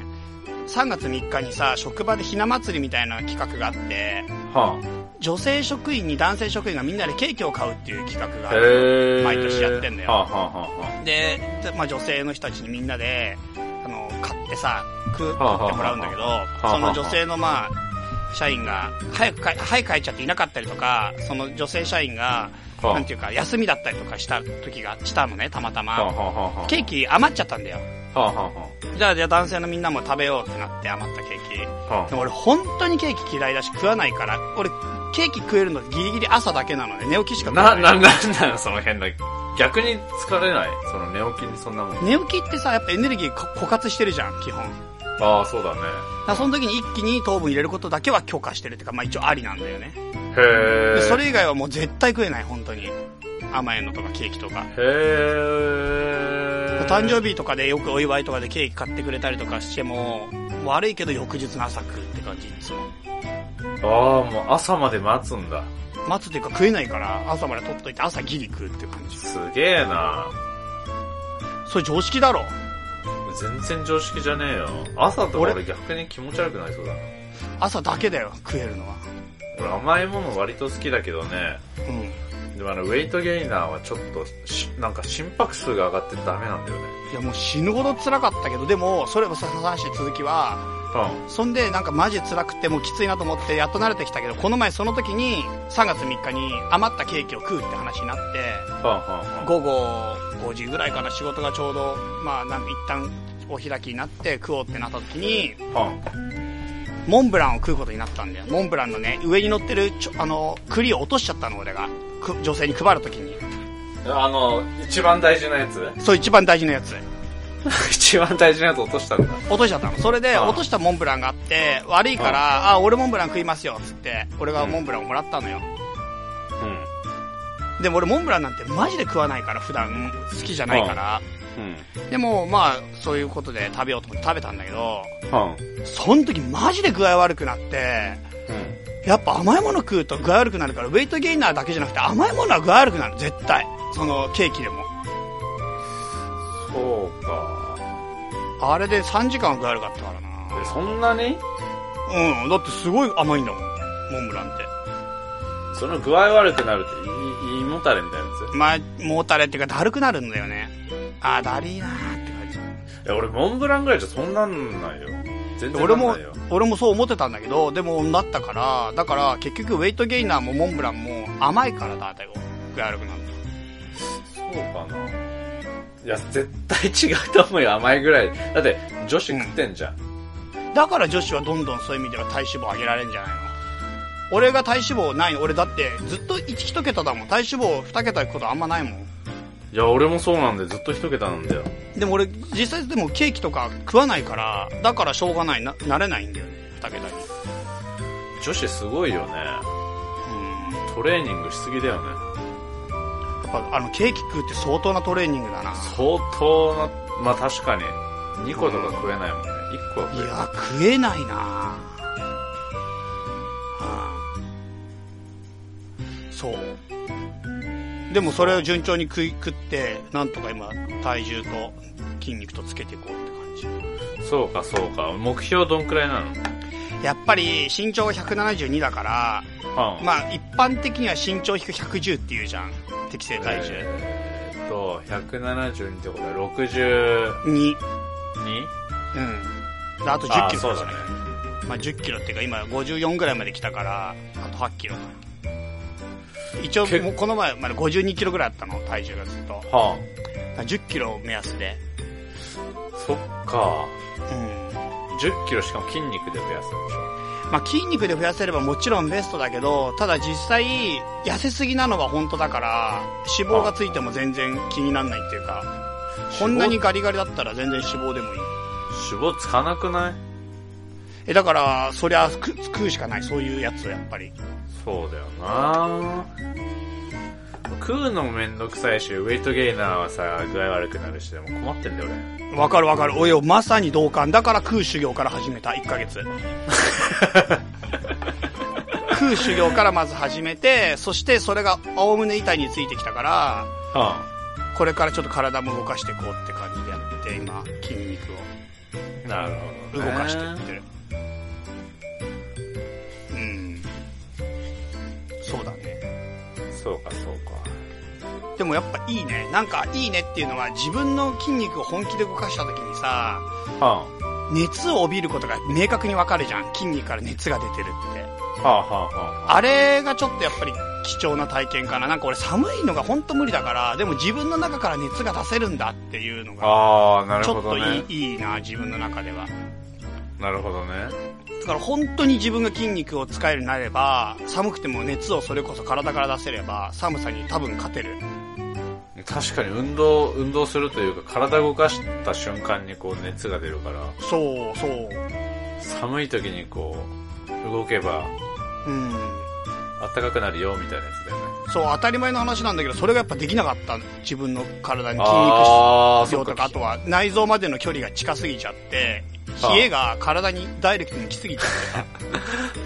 [SPEAKER 2] 3月3日にさ職場でひな祭りみたいな企画があって
[SPEAKER 1] は
[SPEAKER 2] 女性職員に男性職員がみんなでケーキを買うっていう企画が
[SPEAKER 1] あ、
[SPEAKER 2] あ
[SPEAKER 1] へ
[SPEAKER 2] る
[SPEAKER 1] ー
[SPEAKER 2] *laughs* 毎年やってんだよ
[SPEAKER 1] はあ、はあはあは
[SPEAKER 2] で、でまあ、女性の人たちにみんなであの買ってさく
[SPEAKER 1] はあはあ
[SPEAKER 2] 買ってもらうんだけど、
[SPEAKER 1] あ
[SPEAKER 2] その女性の、まあ、社員が早く帰早く帰っちゃっていなかったりとかその女性社員が、
[SPEAKER 1] はあ
[SPEAKER 2] なんていうか休みだったりとかした時がしたのねたまた
[SPEAKER 1] あ、はあ
[SPEAKER 2] ま、
[SPEAKER 1] はあはあ。
[SPEAKER 2] ケーキ余っちゃったんだよ
[SPEAKER 1] はあ、はあは
[SPEAKER 2] じゃあじゃあ男性のみんなも食べようってなって余ったケーキ
[SPEAKER 1] あ、は
[SPEAKER 2] でも俺本当にケーキ嫌いだし食わないから俺ケーキ食えるのギリギリ朝だけなので寝起きしか
[SPEAKER 1] あ。
[SPEAKER 2] 食
[SPEAKER 1] な、
[SPEAKER 2] わない
[SPEAKER 1] な、なんなのその変な。逆に疲れないその寝起きにそんなもん。
[SPEAKER 2] 寝起きってさやっぱエネルギーこ枯渇してるじゃん基本
[SPEAKER 1] ああ、そうだね。
[SPEAKER 2] だからその時に一気に糖分入れることだけは許可してるっていうか、まあ一応ありなんだよね。
[SPEAKER 1] へ
[SPEAKER 2] で
[SPEAKER 1] え。
[SPEAKER 2] それ以外はもう絶対食えない、本当に。甘いのとかケーキとか。
[SPEAKER 1] へえ。
[SPEAKER 2] 誕生日とかでよくお祝いとかでケーキ買ってくれたりとかしても、悪いけど翌日の朝食うって感じ、いつも。
[SPEAKER 1] ああ、もう朝まで待つんだ。
[SPEAKER 2] 待つというか食えないから、朝まで取っといて朝ギリ食うっていう感じ。
[SPEAKER 1] すげえな
[SPEAKER 2] それ常識だろ。
[SPEAKER 1] 全然常識じゃねえよ朝とか俺
[SPEAKER 2] 俺
[SPEAKER 1] 逆に気持ち悪くなりそうだな
[SPEAKER 2] 朝だけだよ、食えるのは。
[SPEAKER 1] 俺甘いもの割と好きだけどね
[SPEAKER 2] うん。
[SPEAKER 1] でもあのウェイトゲイナーはちょっとしなんか心拍数が上がってダメなんだよね
[SPEAKER 2] いやもう死ぬほど辛かったけどでもそれもさ話して続きはそんでなんかマジ辛くてもうきついなと思ってやっと慣れてきたけどこの前その時に3月3日に余ったケーキを食うって話になって
[SPEAKER 1] うん
[SPEAKER 2] 午後5時ぐらいかな仕事がちょうどまあなんか一旦お開きになって食おうってなった時に
[SPEAKER 1] うんうんうん
[SPEAKER 2] モンブランを食うことになったんだよモンブランのね上に乗ってるちょあの栗を落としちゃったの俺がく女性に配る時に
[SPEAKER 1] あの一番大事なやつ
[SPEAKER 2] そう一番大事なやつ
[SPEAKER 1] *laughs* 一番大事なやつ落としたんだ
[SPEAKER 2] 落としちゃったのそれで
[SPEAKER 1] ああ
[SPEAKER 2] 落としたモンブランがあって悪いからああ俺モンブラン食いますよっつって俺がモンブランをもらったのよ、でも俺モンブランなんてマジで食わないから普段好きじゃないから、
[SPEAKER 1] うんうん
[SPEAKER 2] でもまあそういうことで食べようと思って食べたんだけど
[SPEAKER 1] うん
[SPEAKER 2] その時マジで具合悪くなってやっぱ甘いもの食うと具合悪くなるからウェイトゲイナーだけじゃなくて甘いものは具合悪くなる絶対そのケーキでも
[SPEAKER 1] そうか
[SPEAKER 2] あれで3時間は具合悪かったから
[SPEAKER 1] えそんなに
[SPEAKER 2] なうんだってすごい甘いんだもんモンブランって
[SPEAKER 1] その具合悪くなるっていい胃もたれみたいなや
[SPEAKER 2] まあ、もたれっていうか、だるくなるんだよね。あー、だりーなーって感じ。
[SPEAKER 1] ついや俺モンブランぐらいじゃそんなんないよ全然
[SPEAKER 2] 俺
[SPEAKER 1] な
[SPEAKER 2] も
[SPEAKER 1] んないよ、
[SPEAKER 2] 俺もそう思ってたんだけど、でも、なったから、だから、結局、ウェイトゲイナーもモンブランも甘いからだ、だよ。具合悪くなる
[SPEAKER 1] そうかないや絶対違うと思うよ甘いぐらいだって女子食ってんじゃん、
[SPEAKER 2] だから女子はどんどんそういう意味では体脂肪上げられるんじゃないの俺が体脂肪ないの俺だって、ずっと1、一桁だもん。体脂肪2桁いくことあんまないもん。
[SPEAKER 1] いや俺もそうなんでずっと一桁なんだよ
[SPEAKER 2] でも俺、実際でもケーキとか食わないから、だからしょうがない、な、なれないんだよね。2桁に。
[SPEAKER 1] 女子すごいよね
[SPEAKER 2] うん。
[SPEAKER 1] トレーニングしすぎだよね
[SPEAKER 2] やっぱ、あの、ケーキ食うって相当なトレーニングだな。
[SPEAKER 1] 相当なまあ確かに2個とか食えないもんね1個はい食える
[SPEAKER 2] や、食えないなああそう。でもそれを順調に食い食って、なんとか今、体重と筋肉とつけていこうって感
[SPEAKER 1] そうかそうか目標どんくらいなの
[SPEAKER 2] じ。やっぱり身長が172だから、
[SPEAKER 1] うん
[SPEAKER 2] まあ一般的には身長引く110っていうじゃん。適正体重。
[SPEAKER 1] えーっと172ってことは62
[SPEAKER 2] に、うん。であと10
[SPEAKER 1] あ
[SPEAKER 2] キロ
[SPEAKER 1] そうだね
[SPEAKER 2] まあ、10キロっていうか今54ぐらいまで来たからあと8キロか一応
[SPEAKER 1] け
[SPEAKER 2] もうこの前まで52キロぐらいあったの体重がずっと
[SPEAKER 1] は
[SPEAKER 2] 10キロを目安で
[SPEAKER 1] あそっか
[SPEAKER 2] うん
[SPEAKER 1] 1 0キロしかも筋肉で増やすんでしょ
[SPEAKER 2] まあ、筋肉で増やせればもちろんベストだけどただ実際痩せすぎなのが本当だから脂肪がついても全然気にならないっていうかこんなにガリガリだったら全然脂肪でもいい
[SPEAKER 1] 脂肪つかなくない
[SPEAKER 2] えだからそりゃ食食うしかないそういうやつをやっぱり
[SPEAKER 1] そうだよな食うのもめんどくさいしウェイトゲイナーはさ具合悪くなるしでも困ってんだよ俺
[SPEAKER 2] わかるわかる。およ、まさに同感。だから食う修行から始めた、1ヶ月。食う修行からまず始めて、そしてそれが青胸板についてきたから、
[SPEAKER 1] は
[SPEAKER 2] これからちょっと体も動かしていこうって感じでやって、今、筋肉を
[SPEAKER 1] あなるほど、
[SPEAKER 2] 動
[SPEAKER 1] ね、
[SPEAKER 2] かしていってる。うん。そうだね。
[SPEAKER 1] そうかそうか
[SPEAKER 2] でもやっぱいいね。なんかいいねっていうのは自分の筋肉を本気で動かした時にさ、
[SPEAKER 1] はあは
[SPEAKER 2] 熱を帯びることが明確にわかるじゃん筋肉から熱が出てるって
[SPEAKER 1] あはあはあ
[SPEAKER 2] あれがちょっとやっぱり貴重な体験かななんか俺寒いのが本当無理だからでも自分の中から熱が出せるんだっていうのが
[SPEAKER 1] ああなる
[SPEAKER 2] ちょ
[SPEAKER 1] ほ
[SPEAKER 2] っと
[SPEAKER 1] ど
[SPEAKER 2] いい,、
[SPEAKER 1] ね
[SPEAKER 2] いいな自分の中では
[SPEAKER 1] なるほどね
[SPEAKER 2] だから本当に自分が筋肉を使えるようになれば寒くても熱をそれこそ体から出せれば寒さに多分勝てる
[SPEAKER 1] 確かに運動運動するというか体動かした瞬間にこう熱が出るから
[SPEAKER 2] そうそう
[SPEAKER 1] 寒い時にこう動けば
[SPEAKER 2] うん
[SPEAKER 1] 暖かくなるよみたいなやつだよね
[SPEAKER 2] そう当たり前の話なんだけどそれがやっぱできなかった自分の体に筋肉質
[SPEAKER 1] ああそ
[SPEAKER 2] 量
[SPEAKER 1] う
[SPEAKER 2] と
[SPEAKER 1] か
[SPEAKER 2] かあとは内臓までの距離が近すぎちゃって冷えが体にダイレクトに来すぎちゃ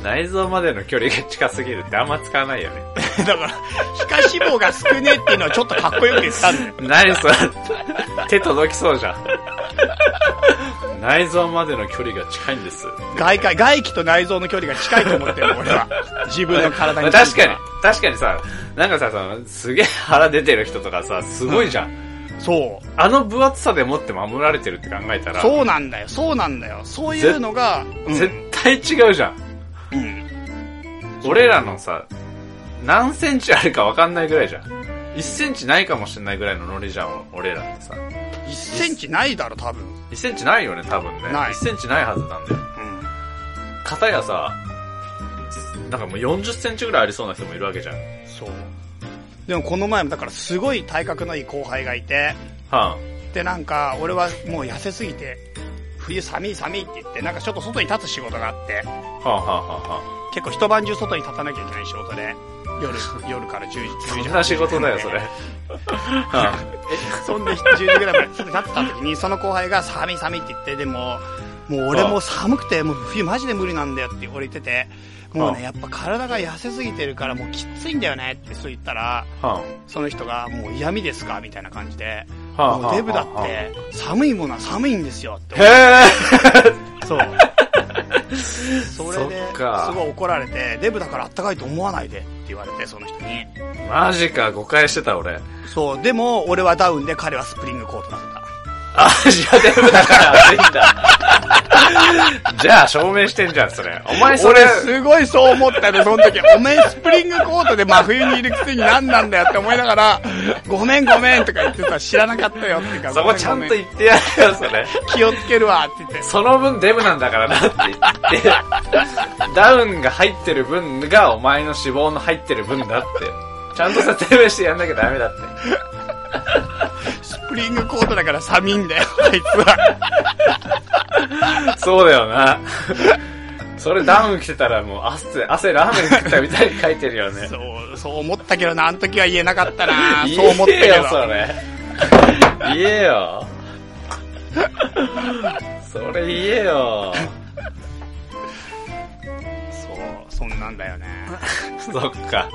[SPEAKER 1] 内臓までの距離が近すぎるってあんま使わないよね
[SPEAKER 2] って *laughs* だから皮下脂肪が少ねえっていうのはちょっとかっこよく言ったんだよ
[SPEAKER 1] 何それ手届きそうじゃん内臓までの距離が近いんです
[SPEAKER 2] 外界外気と内臓の距離が近いと思ってる俺は自分の体
[SPEAKER 1] ま
[SPEAKER 2] に
[SPEAKER 1] あ確かに、確かにさ、なんかさ、そのすげえ腹出てる人とかさ、すごいじゃん。
[SPEAKER 2] そう
[SPEAKER 1] あの分厚さでもって守られてるって考えたら、
[SPEAKER 2] そうなんだよそうなんだよそういうのが、うん
[SPEAKER 1] 絶対違うじゃん。
[SPEAKER 2] うん
[SPEAKER 1] 俺らのさ、何センチあるかわかんないぐらいじゃん。1センチないかもしれないぐらいのノリじゃん、俺らってさ。
[SPEAKER 2] 1センチないだろ多分、うん、
[SPEAKER 1] 1センチないよね、多分ね。
[SPEAKER 2] ない
[SPEAKER 1] 1センチないはずなんだよ。片やさ、なんかもう40センチぐらいありそうな人もいるわけじゃん。は
[SPEAKER 2] そうでもこの前もだからすごい体格のいい後輩がいて
[SPEAKER 1] あ、
[SPEAKER 2] でなんか俺はもう痩せすぎて冬寒い寒いって言ってなんかちょっと外に立つ仕事があっ
[SPEAKER 1] は
[SPEAKER 2] て
[SPEAKER 1] あ、はあはあはあ、
[SPEAKER 2] 結構一晩中外に立たなきゃいけない仕事で夜夜から10時
[SPEAKER 1] そ
[SPEAKER 2] 10時
[SPEAKER 1] んな仕事だよ、
[SPEAKER 2] *laughs*
[SPEAKER 1] それ。はあ
[SPEAKER 2] そんで10時ぐらいまで立ってた時にその後輩が寒い寒いって言ってでももう俺もう寒くてもう冬マジで無理なんだよって俺言っててもう
[SPEAKER 1] あ
[SPEAKER 2] ねやっぱ体が痩せすぎてるからもうきついんだよねってそう言ったら
[SPEAKER 1] は
[SPEAKER 2] その人がもう嫌味ですかみたいな感じで
[SPEAKER 1] あ、はあ、
[SPEAKER 2] も
[SPEAKER 1] は
[SPEAKER 2] う
[SPEAKER 1] あ
[SPEAKER 2] デブだって寒いものは寒いんですよって
[SPEAKER 1] へえ。
[SPEAKER 2] そう
[SPEAKER 1] *laughs*
[SPEAKER 2] それで
[SPEAKER 1] そっ
[SPEAKER 2] す
[SPEAKER 1] か
[SPEAKER 2] ごい怒られてデブだからあったかいと思わないでって言われてその人に
[SPEAKER 1] マジか、誤解してた、俺。
[SPEAKER 2] そうでも俺はダウンで彼はスプリングコートなんだ
[SPEAKER 1] アジアデブだから暑いん
[SPEAKER 2] *laughs*
[SPEAKER 1] だ。じゃあ、証明してんじゃん、それ。お前それ
[SPEAKER 2] 俺、すごいそう思ったのその時おめえスプリングコートで真冬にいるくせに何なんだよって思いながらごめんごめんとか言ってた知らなかったよっていうか
[SPEAKER 1] そこちゃんと
[SPEAKER 2] ごめ
[SPEAKER 1] 言ってやるよ、それ。
[SPEAKER 2] ごめん気をつけるわって言って
[SPEAKER 1] その分デブなんだからなって言って、ダウンが入ってる分がお前の脂肪の入ってる分だって。ちゃんと説明してやんなきゃダメだって。
[SPEAKER 2] スプリングコートだから寒いんだよ *laughs* あいつは
[SPEAKER 1] そうだよな。それダウン着てたらもう汗、汗ラーメン食ったみたいに書いてるよね。
[SPEAKER 2] *laughs* そうそう思ったけどなあの時は言えなかったなそう思った
[SPEAKER 1] *laughs* 言
[SPEAKER 2] け
[SPEAKER 1] え
[SPEAKER 2] ど
[SPEAKER 1] よ、それ。言えよ。それ言えよ。
[SPEAKER 2] そうそんなんだよね
[SPEAKER 1] そっか。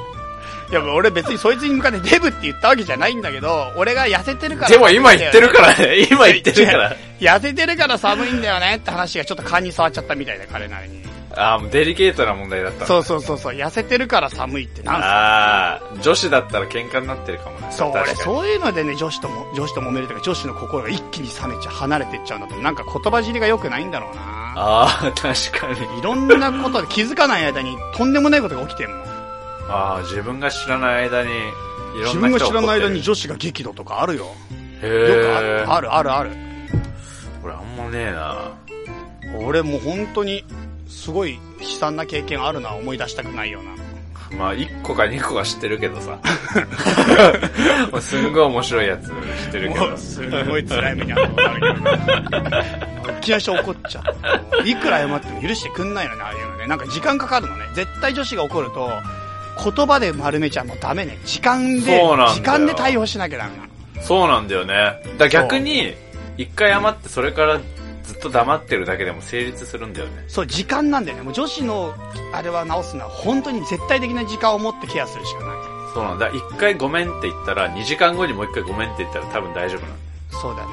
[SPEAKER 2] いや俺別にそいつに向かってデブって言ったわけじゃないんだけど俺が痩せてるから
[SPEAKER 1] でも今言ってるから
[SPEAKER 2] *laughs*
[SPEAKER 1] ね。今言ってるから。
[SPEAKER 2] 痩せてるから寒いんだよねって話がちょっと勘に触っちゃったみたいで彼なりに
[SPEAKER 1] ああ、もうデリケートな問題だった。
[SPEAKER 2] そうそうそうそう痩せてるから寒いってなんすか
[SPEAKER 1] ああ、女子だったら喧嘩になってるかもね。
[SPEAKER 2] そう俺
[SPEAKER 1] 確かに。
[SPEAKER 2] そういうのでね女子とも女子と揉めるとか女子の心が一気に冷めちゃ離れてっちゃうんだとなんか言葉尻が良くないんだろうな
[SPEAKER 1] ああ、確かに。
[SPEAKER 2] いろんなことで気づかない間にとんでもないことが起きてんもん
[SPEAKER 1] ああ、自分が知らない間に、いろ
[SPEAKER 2] 自
[SPEAKER 1] んな人
[SPEAKER 2] 分が知らない間に
[SPEAKER 1] 怒
[SPEAKER 2] 女子が激怒とかあるよ
[SPEAKER 1] って
[SPEAKER 2] よ
[SPEAKER 1] る。
[SPEAKER 2] くあ
[SPEAKER 1] へえ
[SPEAKER 2] る。あるあるある
[SPEAKER 1] 俺あんまねえな。
[SPEAKER 2] 俺もう本当にすごい悲惨な経験あるな思い出したくないような
[SPEAKER 1] まあ、1個か2個は知ってるけど
[SPEAKER 2] *laughs*
[SPEAKER 1] さ。もうすんごい面白いやつ知ってるけ
[SPEAKER 2] も
[SPEAKER 1] ど
[SPEAKER 2] う。すごい辛い目に遭ったことあるけど気合し怒っちゃういくら謝っても許してくんないのねああいうのねなんか時間かかるのね絶対女子が怒ると言葉で丸めちゃもうダメね時間で
[SPEAKER 1] そうなんだよ
[SPEAKER 2] 時間で対応しなきゃダメなの
[SPEAKER 1] そうなんだよね。だから逆に、一回余ってそれからずっと黙ってるだけでも成立するんだよね。
[SPEAKER 2] そう時間なんだよねもう女子のあれは直すのは本当に絶対的な時間を持ってケアするしかない
[SPEAKER 1] そうなんだ。一回ごめんって言ったら、2時間後にもう一回ごめんって言ったら多分大丈夫なんだよ
[SPEAKER 2] そうだね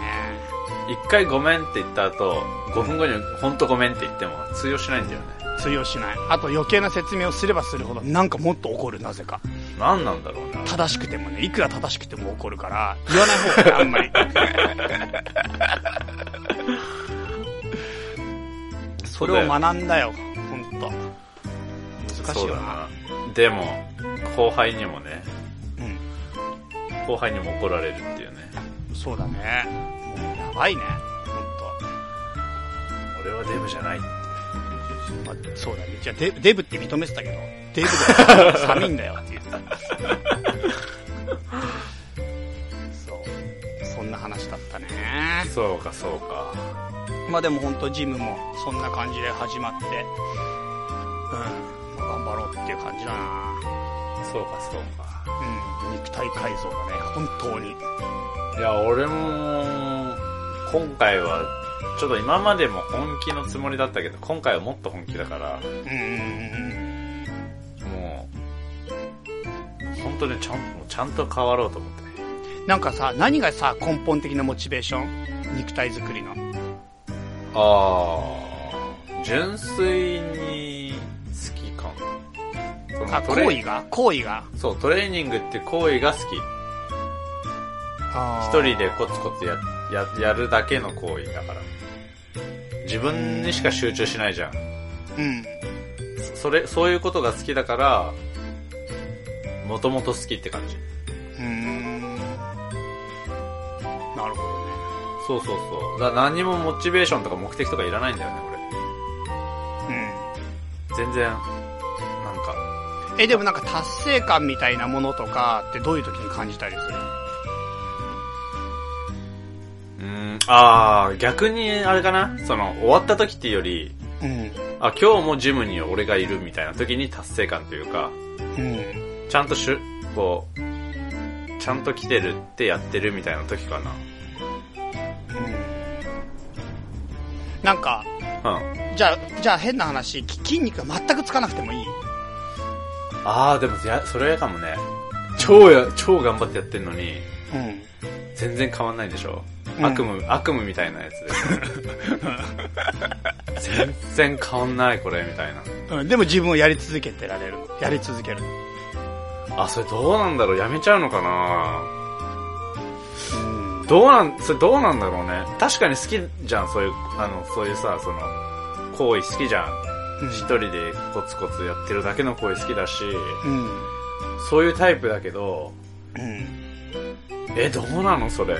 [SPEAKER 1] 一回ごめんって言った後、5分後に本当ごめんって言っても通用しないんだよね。
[SPEAKER 2] 通用しないあと余計な説明をすればするほどなんかもっと怒るなぜか
[SPEAKER 1] 何なんだろうな。
[SPEAKER 2] 正しくてもねいくら正しくても怒るから言わない方がいいあんまり *laughs* それを学んだよ本当難しい
[SPEAKER 1] そう
[SPEAKER 2] よ
[SPEAKER 1] だ
[SPEAKER 2] な
[SPEAKER 1] な。でも、後輩にもね、
[SPEAKER 2] う
[SPEAKER 1] 後輩にも怒られるっていうね。
[SPEAKER 2] んそうだねもうやばいね本
[SPEAKER 1] 俺はデブじゃない。
[SPEAKER 2] 当、まあ、そうだねじゃあデデブって認めてたけどデブだよ寒いんだよっていう *laughs* そうそんな話だったね
[SPEAKER 1] そうか、そうか。
[SPEAKER 2] まあでも本当ジムもそんな感じで始まって、うん、まあ頑張ろうっていう感じだな
[SPEAKER 1] そうか、そう
[SPEAKER 2] うん、肉体改造だね、本当に。
[SPEAKER 1] か。いや、俺も、今回は、ちょっと今までも本気のつもりだったけど、今回はもっと本気だから、
[SPEAKER 2] うん、うん、
[SPEAKER 1] もう、本当にちゃんもうちゃんと変わろうと思って。
[SPEAKER 2] うん。なんかさ、何がさ、根本的なモチベーション肉体作りの。
[SPEAKER 1] ああ純粋に好きかその
[SPEAKER 2] あ、
[SPEAKER 1] ト
[SPEAKER 2] 行
[SPEAKER 1] レ
[SPEAKER 2] 為が行為が。
[SPEAKER 1] そうトレーニングっていう行為が好き
[SPEAKER 2] 一
[SPEAKER 1] 一人でコツコツやややるだけの行為だから自分にしか集中しないじゃん
[SPEAKER 2] うん。
[SPEAKER 1] それそういうことが好きだからもともと好きって感じ
[SPEAKER 2] うーん。なるほどね。
[SPEAKER 1] そうそうそうだから何もモチベーションとか目的とかいらないんだよね
[SPEAKER 2] う
[SPEAKER 1] 俺全然なんか
[SPEAKER 2] ん。え、でもなんか達成感みたいなものとかってどういう時に感じたりする
[SPEAKER 1] うーんああ逆にあれかなその終わった時っていうより
[SPEAKER 2] うん。
[SPEAKER 1] あ今日もジムに俺がいるみたいな時に達成感というか
[SPEAKER 2] うん。
[SPEAKER 1] ちゃんとしゅこうちゃんと来てるってやってるみたいな時か
[SPEAKER 2] なんか、
[SPEAKER 1] なうん
[SPEAKER 2] じゃあ、じゃあ変な話、き筋肉が全くつかなくてもいい
[SPEAKER 1] ああでもやそれかもね超や超頑張ってやってんのに
[SPEAKER 2] うん。
[SPEAKER 1] 全然変わんないでしょ、
[SPEAKER 2] うん
[SPEAKER 1] 悪夢悪夢みたいなやつ
[SPEAKER 2] *laughs*
[SPEAKER 1] で全然変わんないこれみたいな
[SPEAKER 2] うん、でも自分をやり続けてられる。やり続ける。
[SPEAKER 1] あそれどうなんだろうやめちゃうのかな
[SPEAKER 2] うん。
[SPEAKER 1] どうなんそれどうなんだろうね確かに好きじゃんそういうあのそういうさその行為好きじゃん一人でコツコツやってるだけの行為好きだし
[SPEAKER 2] うん。
[SPEAKER 1] そういうタイプだけど
[SPEAKER 2] うん。
[SPEAKER 1] えどうなのそれ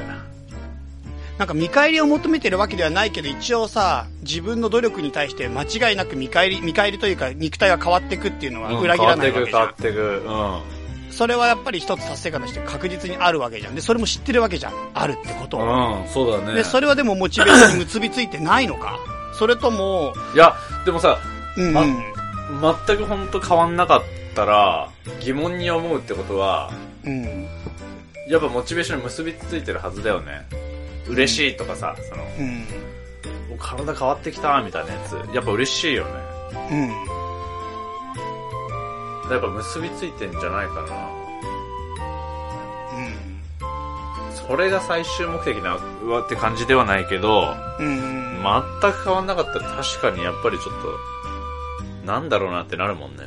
[SPEAKER 2] なんか見返りを求めてるわけではないけど、一応さ、自分の努力に対して間違いなく見返り、見返りというか肉体が変わっていくっていうのは
[SPEAKER 1] うん
[SPEAKER 2] 裏切らないわけじ
[SPEAKER 1] 変
[SPEAKER 2] ゃん
[SPEAKER 1] わっ。てく変わって
[SPEAKER 2] それはやっぱり一つ達成感として確実にあるわけじゃん。で、それも知ってるわけじゃん。あるってこと
[SPEAKER 1] くう
[SPEAKER 2] を。
[SPEAKER 1] ん、うん、そうだね
[SPEAKER 2] で、それはでもモチベーションに結びついてないのか。それとも、
[SPEAKER 1] いやでもさ
[SPEAKER 2] うん、
[SPEAKER 1] あ
[SPEAKER 2] うん。
[SPEAKER 1] 全く本当変わんなかったら疑問に思うってことは
[SPEAKER 2] うん。
[SPEAKER 1] やっぱモチベーションに結びついてるはずだよね嬉しいとかさその
[SPEAKER 2] うん。
[SPEAKER 1] お体変わってきたみたいなやつやっぱ嬉しいよね
[SPEAKER 2] うん。
[SPEAKER 1] やっぱ結びついてんじゃないかなそれが最終目的なうわって感じではないけど
[SPEAKER 2] うん。
[SPEAKER 1] 全く変わんなかったら確かにやっぱりちょっとなんだろうなってなるもんね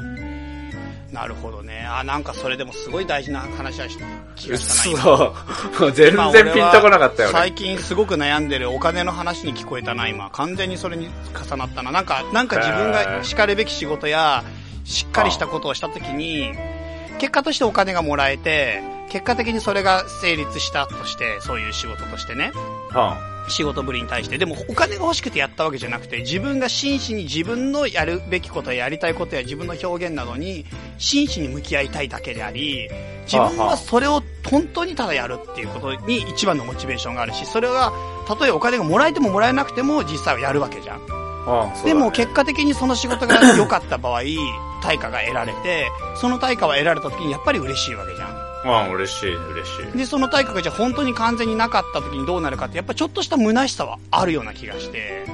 [SPEAKER 2] うん。なるほどね。あ、なんかそれでもすごい大事な話はし気がしたな。今
[SPEAKER 1] *laughs* そう全
[SPEAKER 2] まあ
[SPEAKER 1] 然ピンとこなかったよね
[SPEAKER 2] 俺は最近すごく悩んでるお金の話に聞こえたな、今。完全にそれに重なったな。なんか、なんか自分が叱るべき仕事や、しっかりしたことをしたときに、結果としてお金がもらえて、結果的にそれが成立したとして、そういう仕事としてね。
[SPEAKER 1] は
[SPEAKER 2] 仕事ぶりに対して。でもお金が欲しくてやったわけじゃなくて、自分が真摯に自分のやるべきことややりたいことや自分の表現などに真摯に向き合いたいだけであり、自分はそれを本当にただやるっていうことに一番のモチベーションがあるし、それはたとえお金がもらえてももらえなくても実際はやるわけじゃん。
[SPEAKER 1] んうんそうだね
[SPEAKER 2] でも結果的にその仕事が良かった場合、対価が得られて、その対価は得られた時にやっぱり嬉しいわけじゃん。
[SPEAKER 1] うん嬉しい嬉しい
[SPEAKER 2] で、その対価がじゃあ本当に完全になかった時にどうなるかって、やっぱちょっとした虚しさはあるような気がして、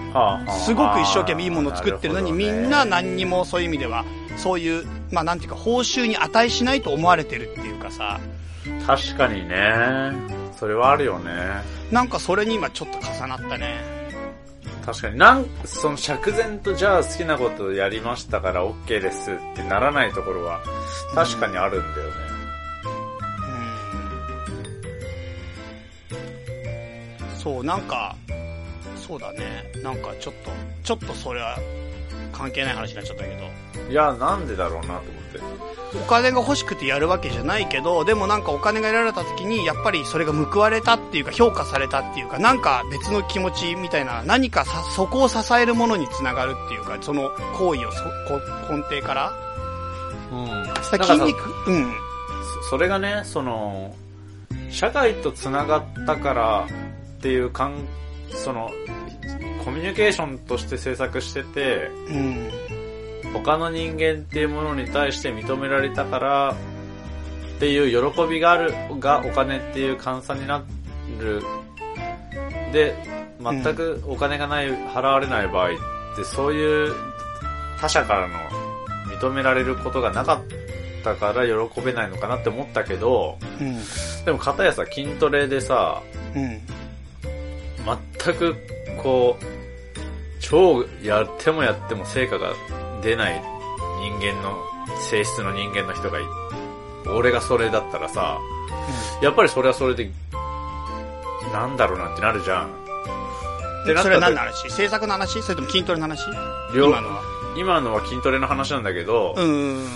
[SPEAKER 2] すごく一生懸命いいものを作ってるのに、みんな何にもそういう意味では、そういう、まあなんていうか、報酬に値しないと思われてるっていうかさ、
[SPEAKER 1] 確かにねそれはあるよね
[SPEAKER 2] なんかそれに今ちょっと重なったね。
[SPEAKER 1] 確かになんその釈然とじゃあ好きなことをやりましたから OK ですってならないところは確かにあるんだよね、
[SPEAKER 2] うん。そう、なんか、そうだね。なんかちょっと、ちょっとそれは関係ない話になっちゃったけど、
[SPEAKER 1] いやなんでだろうなと思って
[SPEAKER 2] お金が欲しくてやるわけじゃないけど、でもなんかお金が得られた時に、やっぱりそれが報われたっていうか、評価されたっていうか、なんか別の気持ちみたいな、何かさ、そこを支えるものにつながるっていうか、その行為をそこ根底から。
[SPEAKER 1] うん
[SPEAKER 2] さ筋肉、うん。
[SPEAKER 1] そそれがねその社会とつながったからっていうかんそのコミュニケーションとして制作してて
[SPEAKER 2] うん。
[SPEAKER 1] 他の人間っていうものに対して認められたからっていう喜びがあるがお金っていう換算になるで全くお金がない、払われない場合ってそういう他者からの認められることがなかったから喜べないのかなって思ったけど
[SPEAKER 2] うん。
[SPEAKER 1] でも片やさ筋トレでさ
[SPEAKER 2] うん。
[SPEAKER 1] 全くこう超やってもやっても成果が出ない人間の、性質の人間の人がい俺がそれだったらさ、やっぱりそれはそれで、なんだろうなってなるじゃん。ってなっ
[SPEAKER 2] それは
[SPEAKER 1] た
[SPEAKER 2] 何の
[SPEAKER 1] 時
[SPEAKER 2] 話制作の話それとも筋トレの話
[SPEAKER 1] 両
[SPEAKER 2] 今のは
[SPEAKER 1] 今のは筋トレの話なんだけど、
[SPEAKER 2] うんうん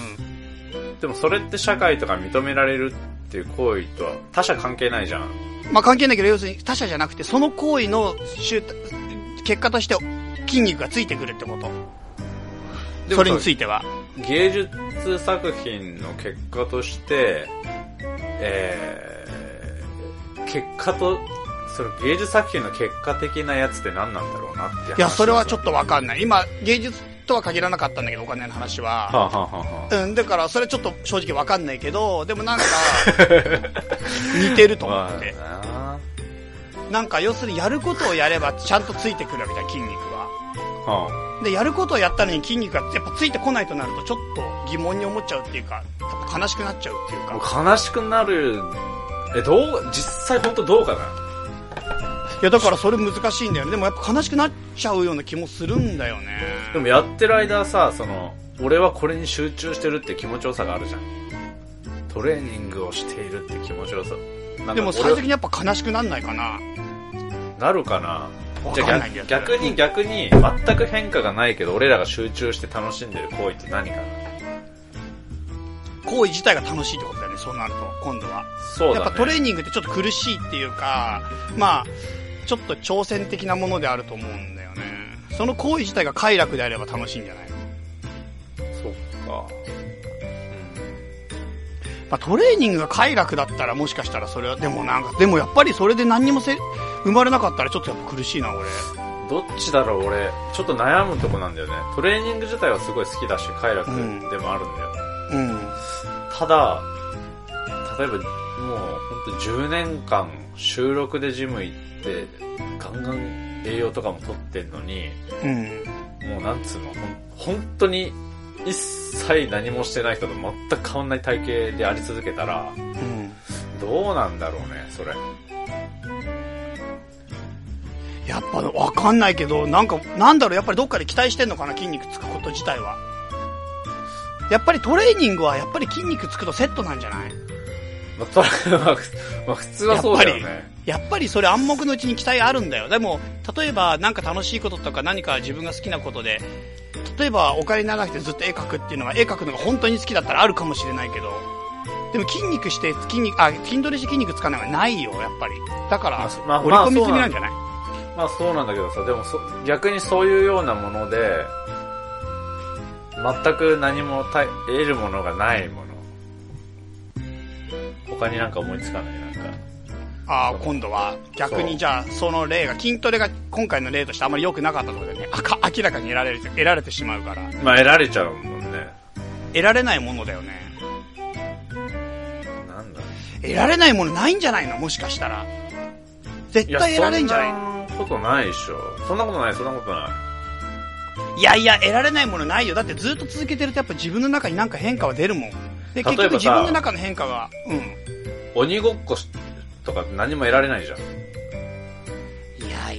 [SPEAKER 1] でもそれって社会とか認められるっていう行為とは他者関係ないじゃん。
[SPEAKER 2] うんまあ関係ないけど要するに他者じゃなくてその行為の集結果として筋肉がついてくるってこと
[SPEAKER 1] でも
[SPEAKER 2] それについては
[SPEAKER 1] 芸術作品の結果として、えー、結果と、その芸術作品の結果的なやつって何なんだろうなって話
[SPEAKER 2] いやそれはちょ
[SPEAKER 1] っ
[SPEAKER 2] っとわかんない今芸術とは限らなかったんだけどお金の話は
[SPEAKER 1] はあ、はあはあは
[SPEAKER 2] うん、だからそれちょっと正直わかんないけど、で
[SPEAKER 1] *laughs*
[SPEAKER 2] もなんか、似てると思
[SPEAKER 1] あ
[SPEAKER 2] って。
[SPEAKER 1] まあな
[SPEAKER 2] なんか要するにやることをやればちゃんとついてくるみたいな筋肉は。
[SPEAKER 1] は
[SPEAKER 2] で、やることをやったのに筋肉がやっぱついてこないとなるとちょっと疑問に思っちゃうっていうか、やっぱ悲しくなっちゃうっていう
[SPEAKER 1] あも
[SPEAKER 2] か。
[SPEAKER 1] う悲しくなる、え、どう、実際本当どうかない
[SPEAKER 2] やだからそれ難しいんだよね。でもやっぱ悲しくなっちゃうような気もするんだよね。
[SPEAKER 1] でもやってる間さ、その、俺はこれに集中してるって気持ちよさがあるじゃん。トレーニングをしているって気持ちよさ。なんか
[SPEAKER 2] でも最
[SPEAKER 1] 俺
[SPEAKER 2] 終的にやっぱ悲しくなんないかな。
[SPEAKER 1] なるかな
[SPEAKER 2] わ
[SPEAKER 1] じ
[SPEAKER 2] かん
[SPEAKER 1] ゃ
[SPEAKER 2] な
[SPEAKER 1] あ
[SPEAKER 2] いけど
[SPEAKER 1] 逆逆に逆に全く変化がないけど俺らが集中して楽しんでる行為って何かな
[SPEAKER 2] 行為自体が楽しいってことだよね、そうなると、今度は。
[SPEAKER 1] そうだ、
[SPEAKER 2] や
[SPEAKER 1] ね、
[SPEAKER 2] っぱトレーニングってちょっと苦しいっていうか、まあ、ちょっと挑戦的なものであると思うんだよね。その行為自体が快楽であれば楽しいんじゃない
[SPEAKER 1] そっか
[SPEAKER 2] まあ、トレーニングが快楽だったらもしかしたらそれは、でもなんか、でもやっぱりそれで何にもせ、生まれなかったらちょっとやっぱ苦しいな、俺。
[SPEAKER 1] どっちだろう俺ちょっと悩むとこなんだよねトレーニング自体はすごい好きだし快楽
[SPEAKER 2] うん
[SPEAKER 1] でもあるんだよ、
[SPEAKER 2] うん。
[SPEAKER 1] ただ例えばもうほんと10年間収録でジム行ってガンガン栄養とかも取ってんのに
[SPEAKER 2] うん。
[SPEAKER 1] もうなんつうの、ほん本当に一切何もしてない人と全く変わんない体型であり続けたら、
[SPEAKER 2] うん。
[SPEAKER 1] どうなんだろうね、それ。
[SPEAKER 2] やっぱわかんないけど、なんか、なんだろう、やっぱりどっかで期待してんのかな、筋肉つくこと自体は。やっぱりトレーニングはやっぱり筋肉つくとセットなんじゃない
[SPEAKER 1] まあ、と *laughs* まあまあ普通はそうだよ
[SPEAKER 2] や
[SPEAKER 1] ね。
[SPEAKER 2] やっぱりそれ暗黙のうちに期待あるんだよ。でも、例えば何か楽しいこととか何か自分が好きなことで、例えばお金なくてずっと絵描くっていうのは、絵描くのが本当に好きだったらあるかもしれないけど、でも筋肉して、筋肉、あ、筋トレして筋肉つかないのはないよ、やっぱり。だから、
[SPEAKER 1] まあまあ
[SPEAKER 2] 折り込み済みなんじゃない、
[SPEAKER 1] まあそうなんだけどさ、でもそ逆にそういうようなもので、全く何もた得るものがないもの。他になんか思いつかない、なんか。
[SPEAKER 2] ああ、今度は逆
[SPEAKER 1] そう
[SPEAKER 2] にじゃあ、その例が、筋トレが今回の例としてあまり良くなかったところでね、あか明らかに得られる、得られてしまうから、
[SPEAKER 1] まあ得られちゃうもんね。
[SPEAKER 2] 得られないものだよね。
[SPEAKER 1] なんだろう
[SPEAKER 2] 得られないものないんじゃないのもしかしたら。絶
[SPEAKER 1] いや
[SPEAKER 2] 対得られんじゃない
[SPEAKER 1] そんなことないでしょ。そんなことない、そんなことない。
[SPEAKER 2] いやいや、得られないものないよ。だってずっと続けてるとやっぱ自分の中になんか変化は出るもん。で、結
[SPEAKER 1] 例えば
[SPEAKER 2] 局
[SPEAKER 1] さ
[SPEAKER 2] 自分の中の変化が、うん。
[SPEAKER 1] 鬼ごっことか何も得られないじゃん。
[SPEAKER 2] い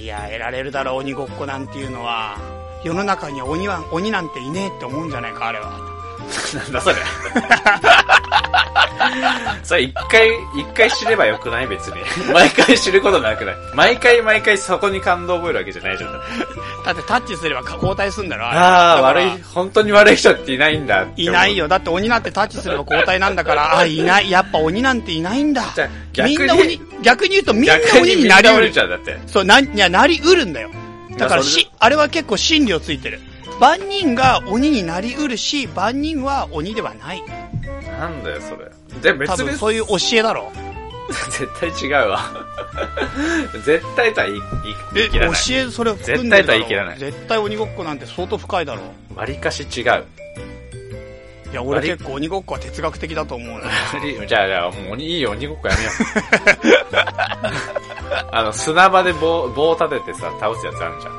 [SPEAKER 2] やいや、得られるだろう、鬼ごっこなんていうのは。世の中には鬼は、鬼なんていねえって思うんじゃないか、あれは。
[SPEAKER 1] なんだそれ。 *laughs* それ一回、一回知ればよくない別に。 *laughs* 毎回知ることなくない。毎回毎回そこに感動を覚えるわけじゃないじゃん。
[SPEAKER 2] だってタッチすれば交代すんだろ、あれ
[SPEAKER 1] ああ、
[SPEAKER 2] だから
[SPEAKER 1] 悪い、本当に悪い人っていないんだって思う
[SPEAKER 2] いない。よ。だって鬼なんてタッチすれば交代なんだから、あ、いない。やっぱ鬼なんていないんだ
[SPEAKER 1] じゃあ。逆
[SPEAKER 2] み
[SPEAKER 1] に
[SPEAKER 2] んな鬼、逆に言うとみんな
[SPEAKER 1] 逆
[SPEAKER 2] 鬼
[SPEAKER 1] にみ
[SPEAKER 2] に
[SPEAKER 1] ん
[SPEAKER 2] な
[SPEAKER 1] な
[SPEAKER 2] りう
[SPEAKER 1] 折
[SPEAKER 2] る
[SPEAKER 1] れち。ゃうだって。
[SPEAKER 2] そう、なん、いや、なりうるんだよ。だから
[SPEAKER 1] いやそれ
[SPEAKER 2] し、あれは結構心理をついてる。万人が鬼になりうるし、万人は鬼ではない。
[SPEAKER 1] なんだよそれ。で、別
[SPEAKER 2] 多
[SPEAKER 1] に
[SPEAKER 2] 分そういう教えだろう。
[SPEAKER 1] *laughs* 絶対違うわ。 *laughs* 絶対とは言い言い
[SPEAKER 2] え、
[SPEAKER 1] 切
[SPEAKER 2] 教
[SPEAKER 1] らない。
[SPEAKER 2] えそれ含んでるだろ
[SPEAKER 1] 絶
[SPEAKER 2] う。
[SPEAKER 1] 対とは言い切らない
[SPEAKER 2] 絶対鬼ごっこなんて相当深いだろ
[SPEAKER 1] 割りかし違う。
[SPEAKER 2] う。いや、俺結構鬼ごっこは哲学的だと思うな。
[SPEAKER 1] じゃあ、じゃあ、もう鬼、いいよ、鬼ごっこやめよ
[SPEAKER 2] *laughs*
[SPEAKER 1] う。あの、砂場で棒、棒立ててさ、倒すやつあるじゃん。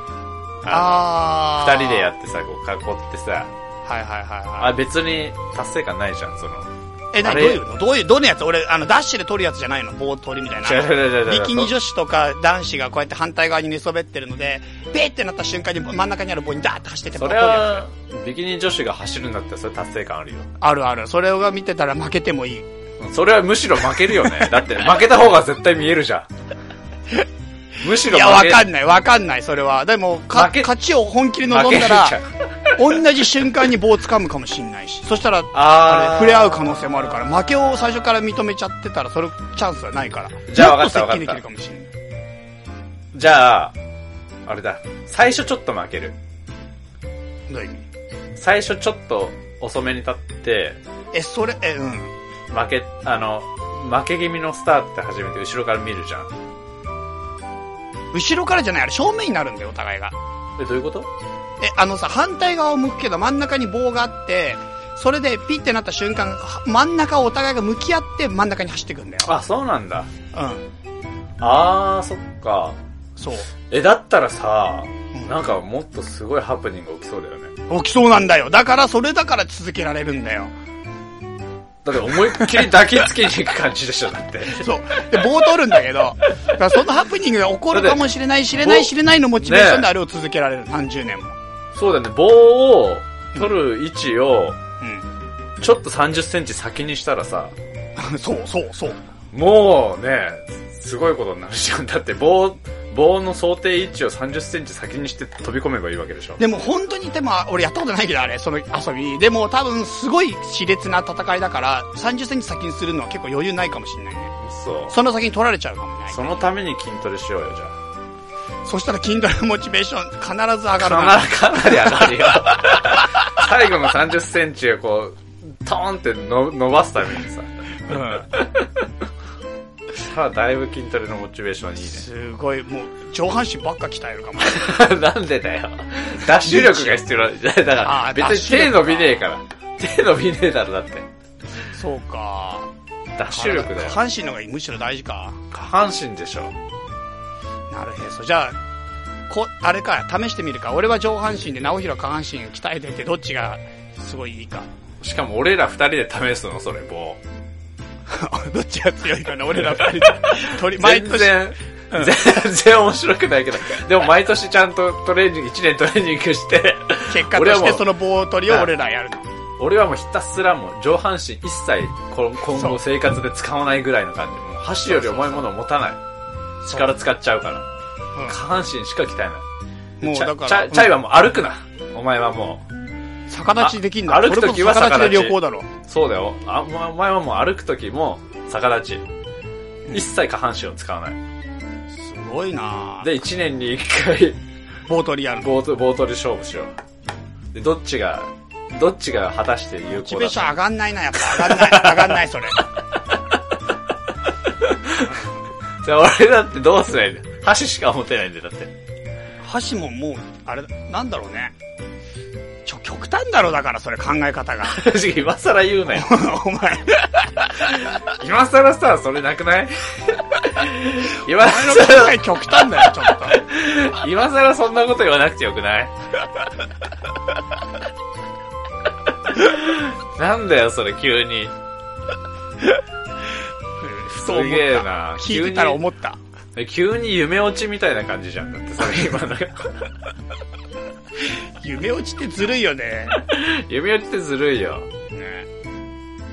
[SPEAKER 1] あ
[SPEAKER 2] あ
[SPEAKER 1] の
[SPEAKER 2] ー。
[SPEAKER 1] 二人でやってさ、こう囲ってさ、
[SPEAKER 2] はいはいはい
[SPEAKER 1] あ、
[SPEAKER 2] は
[SPEAKER 1] 別に達成感ないじゃん、その。
[SPEAKER 2] い。え、な
[SPEAKER 1] あ
[SPEAKER 2] どう
[SPEAKER 1] れ
[SPEAKER 2] いうのどういう、どのやつ俺、あの、ダッシュで取るやつじゃないの棒取りみたい
[SPEAKER 1] 違う
[SPEAKER 2] な。
[SPEAKER 1] 違う違う違う
[SPEAKER 2] ビキニ女子とか男子がこうやって反対側に寝そべってるので、ベーってなった瞬間に真ん中にある棒にダーって走ってって
[SPEAKER 1] そ
[SPEAKER 2] こう
[SPEAKER 1] れ
[SPEAKER 2] 取るやつ
[SPEAKER 1] は、ビキニ女子が走るんだったらそれ達成感あるよ。
[SPEAKER 2] あるある。それが見てたら負けてもいい。
[SPEAKER 1] それはむしろ負けるよ
[SPEAKER 2] *laughs*
[SPEAKER 1] ね。だって負けた方が絶対見えるじゃん。むし
[SPEAKER 2] い
[SPEAKER 1] ろ負
[SPEAKER 2] や、
[SPEAKER 1] け
[SPEAKER 2] わかんない、わかんない、それは。でも、か
[SPEAKER 1] 負け
[SPEAKER 2] 勝ちを本気で臨ん
[SPEAKER 1] 負け
[SPEAKER 2] だ
[SPEAKER 1] る、
[SPEAKER 2] ら同じ瞬間に棒を掴むかもしんないし。そしたら、
[SPEAKER 1] あー
[SPEAKER 2] あれ、触れ合う可能性もあるから、負けを最初から認めちゃってたら、それ、チャンスはないから。
[SPEAKER 1] じゃあ
[SPEAKER 2] もっと
[SPEAKER 1] わか
[SPEAKER 2] 接
[SPEAKER 1] った
[SPEAKER 2] 近できるかもしんない。
[SPEAKER 1] じゃあ、あれだ。最初ちょっと負ける。
[SPEAKER 2] どういう意味
[SPEAKER 1] 最初ちょっと遅めに立って、
[SPEAKER 2] え、それ、え、うん。
[SPEAKER 1] 負け、あの、負け気味のスターって初めて後ろから見るじゃん。
[SPEAKER 2] 後ろからじゃない、あれ、正面になるんだよ、お互いが。
[SPEAKER 1] え、どういうこと
[SPEAKER 2] え、あのさ、反対側を向くけど、真ん中に棒があって、それでピッてなった瞬間、は真ん中をお互いが向き合って真ん中に走ってくんだよ。
[SPEAKER 1] あ、そうなんだ。
[SPEAKER 2] うん。
[SPEAKER 1] あー、そっか。
[SPEAKER 2] そう。
[SPEAKER 1] え、だったらさ
[SPEAKER 2] うん、
[SPEAKER 1] なんかもっとすごいハプニング起きそうだよね。
[SPEAKER 2] 起きそうなんだよ。だから、それだから続けられるん
[SPEAKER 1] *laughs*
[SPEAKER 2] だよ。
[SPEAKER 1] だって思いっきり抱きつきに行く感じでしょ、だって。
[SPEAKER 2] そう。で、棒取るんだけど、だからそのハプニングが起こるかもしれない、知れない、
[SPEAKER 1] 棒
[SPEAKER 2] 知れないのモチベーション
[SPEAKER 1] ね
[SPEAKER 2] であれを続けられる。何十年も。
[SPEAKER 1] そうだね、棒を取る位置を、ちょっと30センチ先にしたらさ、
[SPEAKER 2] うん。 *laughs* そうそうそう。
[SPEAKER 1] もうね、すごいことになるじゃん。だって棒、棒の想定位置を30センチ先にして飛び込めばいいわけでしょ。
[SPEAKER 2] でも本当に、でも俺やったことないけど、あれ、その遊び。でも多分すごい熾烈な戦いだから、30センチ先にするのは結構余裕ないかもしれないね。
[SPEAKER 1] そう。
[SPEAKER 2] その先に取られちゃうかもね。
[SPEAKER 1] そのために筋トレしようよ、じゃあ。
[SPEAKER 2] そしたら筋トレのモチベーション必ず上が
[SPEAKER 1] か
[SPEAKER 2] るな
[SPEAKER 1] な。かなり上がるよ。 *laughs* 最後の30センチをこう、トーンっての伸ばすためにさ。さあ、だいぶ筋トレのモチベーションい
[SPEAKER 2] *laughs* すごい、もう上半身ばっか鍛える
[SPEAKER 1] *laughs*
[SPEAKER 2] かも。
[SPEAKER 1] いね。 *laughs* なんでだよ。ダッシュ力が必要なん *laughs* だよ。だか
[SPEAKER 2] あ
[SPEAKER 1] ら、
[SPEAKER 2] ー
[SPEAKER 1] 別
[SPEAKER 2] ダッシ
[SPEAKER 1] に
[SPEAKER 2] ュ
[SPEAKER 1] 手
[SPEAKER 2] 力か
[SPEAKER 1] 伸びねえから。手伸びねえだろ、だって。
[SPEAKER 2] そうか。
[SPEAKER 1] ダッシュ力だよ
[SPEAKER 2] 下。半身の方がむしろ大事か。
[SPEAKER 1] 下半身でしょ。
[SPEAKER 2] なるへそ。じゃあ、こ、あれか、試してみるか。俺は上半身で、直弘下半身鍛えてて、どっちがすごいいいか。 *laughs*
[SPEAKER 1] しかも俺ら二人で試すの、それ、棒。
[SPEAKER 2] どっちが強いかな、俺ら二人で。取り、毎
[SPEAKER 1] 全
[SPEAKER 2] 年。
[SPEAKER 1] 然、全然面白くないけど。でも毎年ちゃんとトレーニング、一年トレーニングして、
[SPEAKER 2] 結果と
[SPEAKER 1] 俺は
[SPEAKER 2] し
[SPEAKER 1] もう
[SPEAKER 2] てその棒取りを俺らやるの。
[SPEAKER 1] 俺はもうひたすらもう上半身一切こ今後生活で使わないぐらいの感じ。もう箸より重いものを持たない。力使っちゃうから。下半身しか鍛えない。
[SPEAKER 2] うんもう
[SPEAKER 1] チャ
[SPEAKER 2] だか
[SPEAKER 1] チ
[SPEAKER 2] ら、
[SPEAKER 1] ャチャイはもう歩くな。お前はもう。
[SPEAKER 2] うん逆立ちできんだ。
[SPEAKER 1] あ歩くときは
[SPEAKER 2] それこそ逆立
[SPEAKER 1] 逆立ち
[SPEAKER 2] ちで旅行だろ。
[SPEAKER 1] そうだよ。あお前お前はもう歩くときも逆立ち。一切下半身を使わない。
[SPEAKER 2] すごいなぁ。
[SPEAKER 1] で、一年に一回 *laughs*
[SPEAKER 2] 棒取りやるの。
[SPEAKER 1] ボート、ボートで勝負しよう。で、どっちが、どっちが果たして有
[SPEAKER 2] モチ
[SPEAKER 1] 効
[SPEAKER 2] ベ
[SPEAKER 1] だ
[SPEAKER 2] ーション上がんないな、やっぱ。上がんない、上 *laughs* がんない、それ。
[SPEAKER 1] じゃあ俺だってどうすりゃいいんだよ箸しか持てないんだよ、だって。 *laughs*
[SPEAKER 2] 箸ももう、あれ、なんだろうね。ちょ、極端だろ、だから、それ考え方が。
[SPEAKER 1] 今更言うなよ。
[SPEAKER 2] *laughs* お前。
[SPEAKER 1] 今更さ、それなく
[SPEAKER 2] *laughs*
[SPEAKER 1] ない今
[SPEAKER 2] お前の考え極端だよ、ちょっと。
[SPEAKER 1] 更、今更そんなこと言わなくてよくないなんだよ、それ急に。
[SPEAKER 2] ふ
[SPEAKER 1] すげえな
[SPEAKER 2] 聞いてたら思った。
[SPEAKER 1] 急に夢落ちみたいな感じじゃん。だってそれ今の。
[SPEAKER 2] 夢落ちってずるいよね。
[SPEAKER 1] 夢落ちってずるいよ。
[SPEAKER 2] ね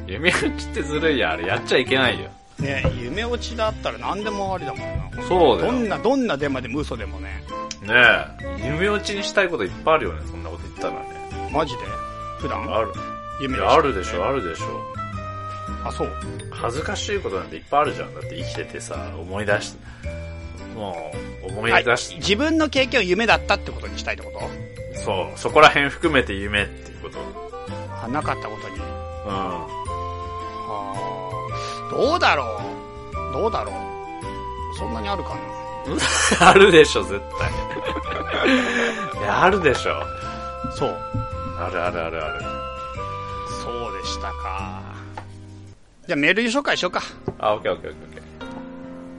[SPEAKER 1] 夢落ちってずるいよ。あれやっちゃいけないよ。
[SPEAKER 2] ね夢落ちだったら何でもありだもんな。
[SPEAKER 1] そうだよ。
[SPEAKER 2] どん
[SPEAKER 1] ね
[SPEAKER 2] な、どんなデマでも嘘でもね。
[SPEAKER 1] え。夢落ちにしたいこといっぱいあるよね、そんなこと言ったらね。
[SPEAKER 2] マジで普段
[SPEAKER 1] ある。い
[SPEAKER 2] 夢落
[SPEAKER 1] や、
[SPEAKER 2] ち。
[SPEAKER 1] あるでしょ、あるでしょ。
[SPEAKER 2] あ、そう。
[SPEAKER 1] 恥ずかしいことなんていっぱいあるじゃんだって生きててさ思い出しもう思
[SPEAKER 2] はい
[SPEAKER 1] い出し、
[SPEAKER 2] 自分の経験を夢だったってことにしたいってこと
[SPEAKER 1] そうそこら辺含めて夢っていうこと
[SPEAKER 2] あなかったことに。
[SPEAKER 1] う
[SPEAKER 2] あーどうだろうどうだろうそんなにあるかな
[SPEAKER 1] *laughs*
[SPEAKER 2] ん
[SPEAKER 1] あるでしょ絶対 *laughs* いやあるでしょ
[SPEAKER 2] そう。
[SPEAKER 1] あるあるあるある
[SPEAKER 2] そうでしたか。じゃあメール紹介しようか。
[SPEAKER 1] あオッケーオッケーオッケ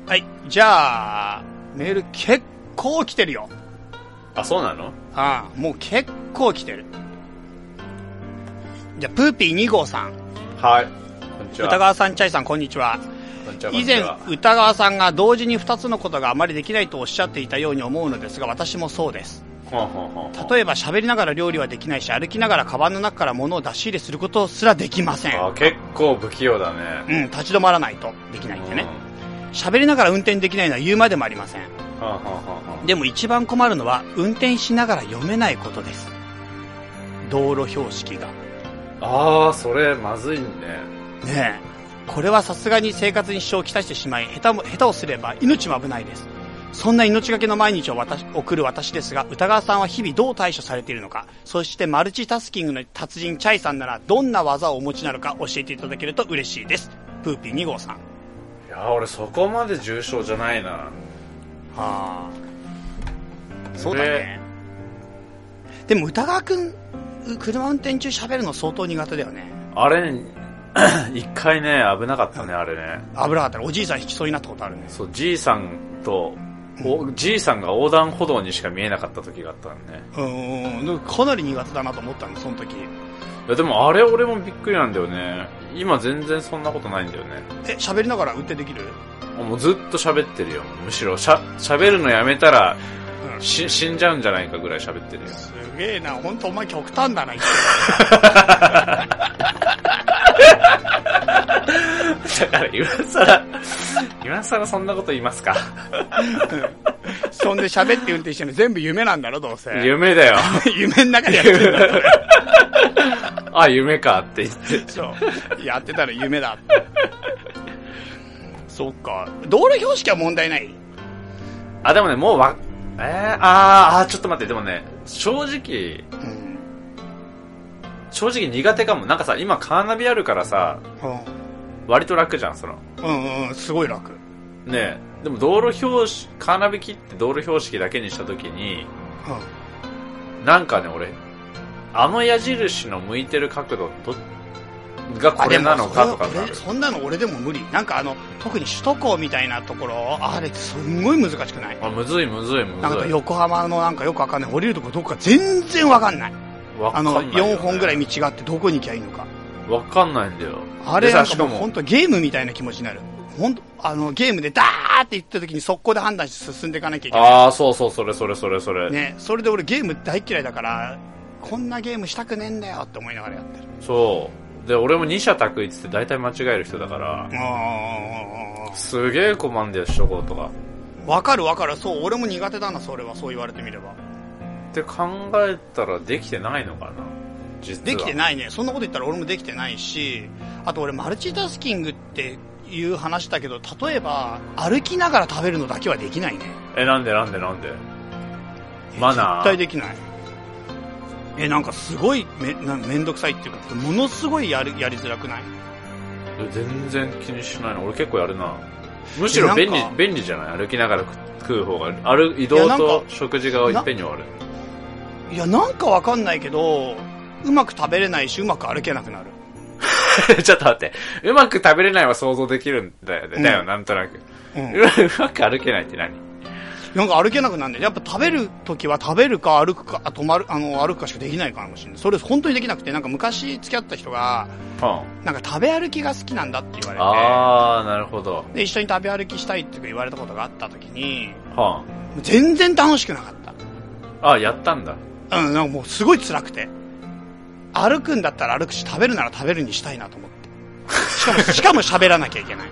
[SPEAKER 1] ー
[SPEAKER 2] はい。じゃあ、メール結構来てるよ。
[SPEAKER 1] あそうなの
[SPEAKER 2] ああ、もう結構来てる。じゃあ、プーピー2号さん。
[SPEAKER 1] はいこんにちは
[SPEAKER 2] 歌川さん、チャイさん、こんにちは。
[SPEAKER 1] こんにちは
[SPEAKER 2] 以前
[SPEAKER 1] こんにちは
[SPEAKER 2] 歌川さんが同時に2つのことがあまりできないとおっしゃっていたように思うのですが私もそうです
[SPEAKER 1] ほんほんほんほん
[SPEAKER 2] 例えば喋りながら料理はできないし歩きながらカバンの中から物を出し入れすることすらできません
[SPEAKER 1] あ結構不器用だね
[SPEAKER 2] うん立ち止まらないとできないってね
[SPEAKER 1] うん
[SPEAKER 2] 喋りながら運転できないのは言うまでもありません
[SPEAKER 1] ほんほんほんほん
[SPEAKER 2] でも一番困るのは運転しながら読めないことです道路標識が
[SPEAKER 1] ああそれまずいね
[SPEAKER 2] ねえこれはさすがに生活に支障をきたしてしまい下手も下手をすれば命も危ないですそんな命がけの毎日を私送る私ですが歌川さんは日々どう対処されているのかそしてマルチタスキングの達人チャイさんならどんな技をお持ちなのか教えていただけると嬉しいですプーピー2号さん
[SPEAKER 1] いや俺そこまで重症じゃないな
[SPEAKER 2] あそうだねでも歌川くんう車運転中喋るの相当苦手だよね
[SPEAKER 1] あれ *coughs* 一回ね危なかったねあれね
[SPEAKER 2] 危なかったらおじいさん引きそうになったことあるね
[SPEAKER 1] そうじいさんとおじいさんが横断歩道にしか見えなかった時があったのね
[SPEAKER 2] うんうんうんかなり苦手だなと思ったのその時
[SPEAKER 1] いやでもあれ俺もびっくりなんだよね今全然そんなことないんだよね
[SPEAKER 2] え喋りながら運転できる
[SPEAKER 1] もうずっと喋ってるよむしろしゃ喋るのやめたら
[SPEAKER 2] うん
[SPEAKER 1] し死んじゃうんじゃないかぐらい喋ってるよ
[SPEAKER 2] すげえな本当お前極端だな
[SPEAKER 1] だから今さら今さらそんなこと言いますか
[SPEAKER 2] *laughs* そんで喋って運転してるの全部夢なんだろどうせ
[SPEAKER 1] 夢 *laughs* だよ
[SPEAKER 2] *laughs* 夢の中でやってるんだろ
[SPEAKER 1] *laughs* あ夢かって言って
[SPEAKER 2] *laughs* そうやってたら夢だってそっか道路標識は問題ない
[SPEAKER 1] あでもねもうわえー、あーあーちょっと待ってでもね正直
[SPEAKER 2] うん、
[SPEAKER 1] 正直苦手かもなんかさ今カーナビあるからさ割と楽じゃんその
[SPEAKER 2] うん、うんうんすごい楽うん
[SPEAKER 1] ねえでも道路標識カーナビ切って道路標識だけにした時になんかね俺あの矢印の向いてる角度どがこれなのかとか
[SPEAKER 2] あで
[SPEAKER 1] な
[SPEAKER 2] も
[SPEAKER 1] る
[SPEAKER 2] それそんなの俺でも無理なんかあの特に首都高みたいなところあれすんごい難しくない
[SPEAKER 1] あむずいむずいむ
[SPEAKER 2] なんか
[SPEAKER 1] ずい
[SPEAKER 2] 横浜のなんかよくわかんない降りるとこどこか全然わかんない
[SPEAKER 1] わか
[SPEAKER 2] あ
[SPEAKER 1] んないよ
[SPEAKER 2] の
[SPEAKER 1] ね
[SPEAKER 2] 4本ぐらい道があってどこに行きゃいいのか
[SPEAKER 1] わかんないんだよ
[SPEAKER 2] あれ
[SPEAKER 1] で
[SPEAKER 2] な
[SPEAKER 1] さ
[SPEAKER 2] ん
[SPEAKER 1] し
[SPEAKER 2] か
[SPEAKER 1] か
[SPEAKER 2] もう
[SPEAKER 1] も
[SPEAKER 2] 本当ゲームみたいな気持ちになる本当あのゲームでダーって行った時に速攻で判断して進んでいかなきゃいけな
[SPEAKER 1] ああそうそうそれそれそれそれ、
[SPEAKER 2] い、ね、それで俺ゲーム大嫌いだからこんなゲームしたくねえんだよって思いながらやってる
[SPEAKER 1] そうで俺も二者択一って大体間違える人だから
[SPEAKER 2] あ
[SPEAKER 1] すげえ困んだよ首都高とか
[SPEAKER 2] わかるわかるそう俺も苦手だなそれはそう言われてみれば
[SPEAKER 1] って考えたらできてないのかな実は
[SPEAKER 2] できて
[SPEAKER 1] い
[SPEAKER 2] ないねそんなこと言ったら俺もできてないしあと俺マルチタスキングっていう話だけど例えば歩きながら食べるのだけはできないね
[SPEAKER 1] えなんでなんでなんでマナー
[SPEAKER 2] 絶対できないえなんかすごいめなめんどくさいっていうかものすごいやるやりづらくない
[SPEAKER 1] 全然気にしないの俺結構やるなむしろ
[SPEAKER 2] え
[SPEAKER 1] 便
[SPEAKER 2] なん
[SPEAKER 1] 利
[SPEAKER 2] か
[SPEAKER 1] 便利じゃない歩きながら食う方がある移動
[SPEAKER 2] いやなん
[SPEAKER 1] と
[SPEAKER 2] か
[SPEAKER 1] 食事がいっぺんに終わる
[SPEAKER 2] いやなんかわかんないけどうまく食べれないしうまく歩けなくな
[SPEAKER 1] *laughs*
[SPEAKER 2] る
[SPEAKER 1] ちょっと待ってうまく食べれないは想像できるんだよね、
[SPEAKER 2] うん
[SPEAKER 1] だよなんとなく *laughs*
[SPEAKER 2] う、
[SPEAKER 1] うんまく歩けないって何
[SPEAKER 2] なんか歩けなくなるんだよやっぱ食べるときは食べるか歩くかあ止まるあの歩くかしかできないかもしれないそれ本当にできなくてなんか昔付き合った人が
[SPEAKER 1] うん
[SPEAKER 2] なんか食べ歩きが好きなんだって言わ
[SPEAKER 1] ああなるほど
[SPEAKER 2] れてで一緒に食べ歩きしたいって言われたことがあった時に
[SPEAKER 1] は
[SPEAKER 2] もう全然楽しくなかった
[SPEAKER 1] ああやったんだ
[SPEAKER 2] うん、なんかもうすごい辛くて。歩くんだったら歩くし、食べるなら食べるにしたいなと思って。しかも、しかも喋らなきゃいけない。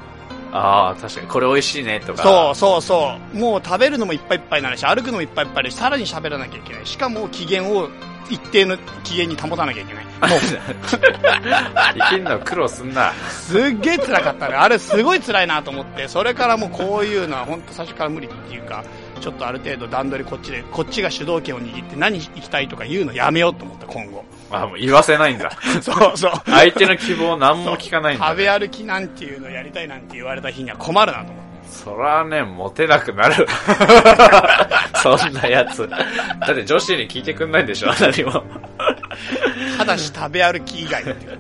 [SPEAKER 1] ああ確かにこれ美味しいねとか
[SPEAKER 2] そうそうそう。もう食べるのもいっぱいいっぱいになるし、歩くのもいっぱいいっぱいで、さらに喋らなきゃいけない。しかも機嫌を一定の機嫌に保たなきゃいけない。もう、
[SPEAKER 1] 生きんの苦労すんな
[SPEAKER 2] すっげえ辛かったね。あれすごい辛いなと思って、それからもうこういうのは本当最初から無理っていうか、ちょっとある程度段取りこっちで、こっちが主導権を握って何行きたいとか言うのやめようと思った、今後。
[SPEAKER 1] あもう言わせないんだ
[SPEAKER 2] そうそう。
[SPEAKER 1] 相手の希望何も聞かないんだ
[SPEAKER 2] 食べ歩きなんていうのやりたいなんて言われた日には困るなと思って
[SPEAKER 1] そらね、モテなくなる。 *laughs* そんなやつ。だって女子に聞いてくんないんでしょ何も。
[SPEAKER 2] ただし食べ歩き以外っていう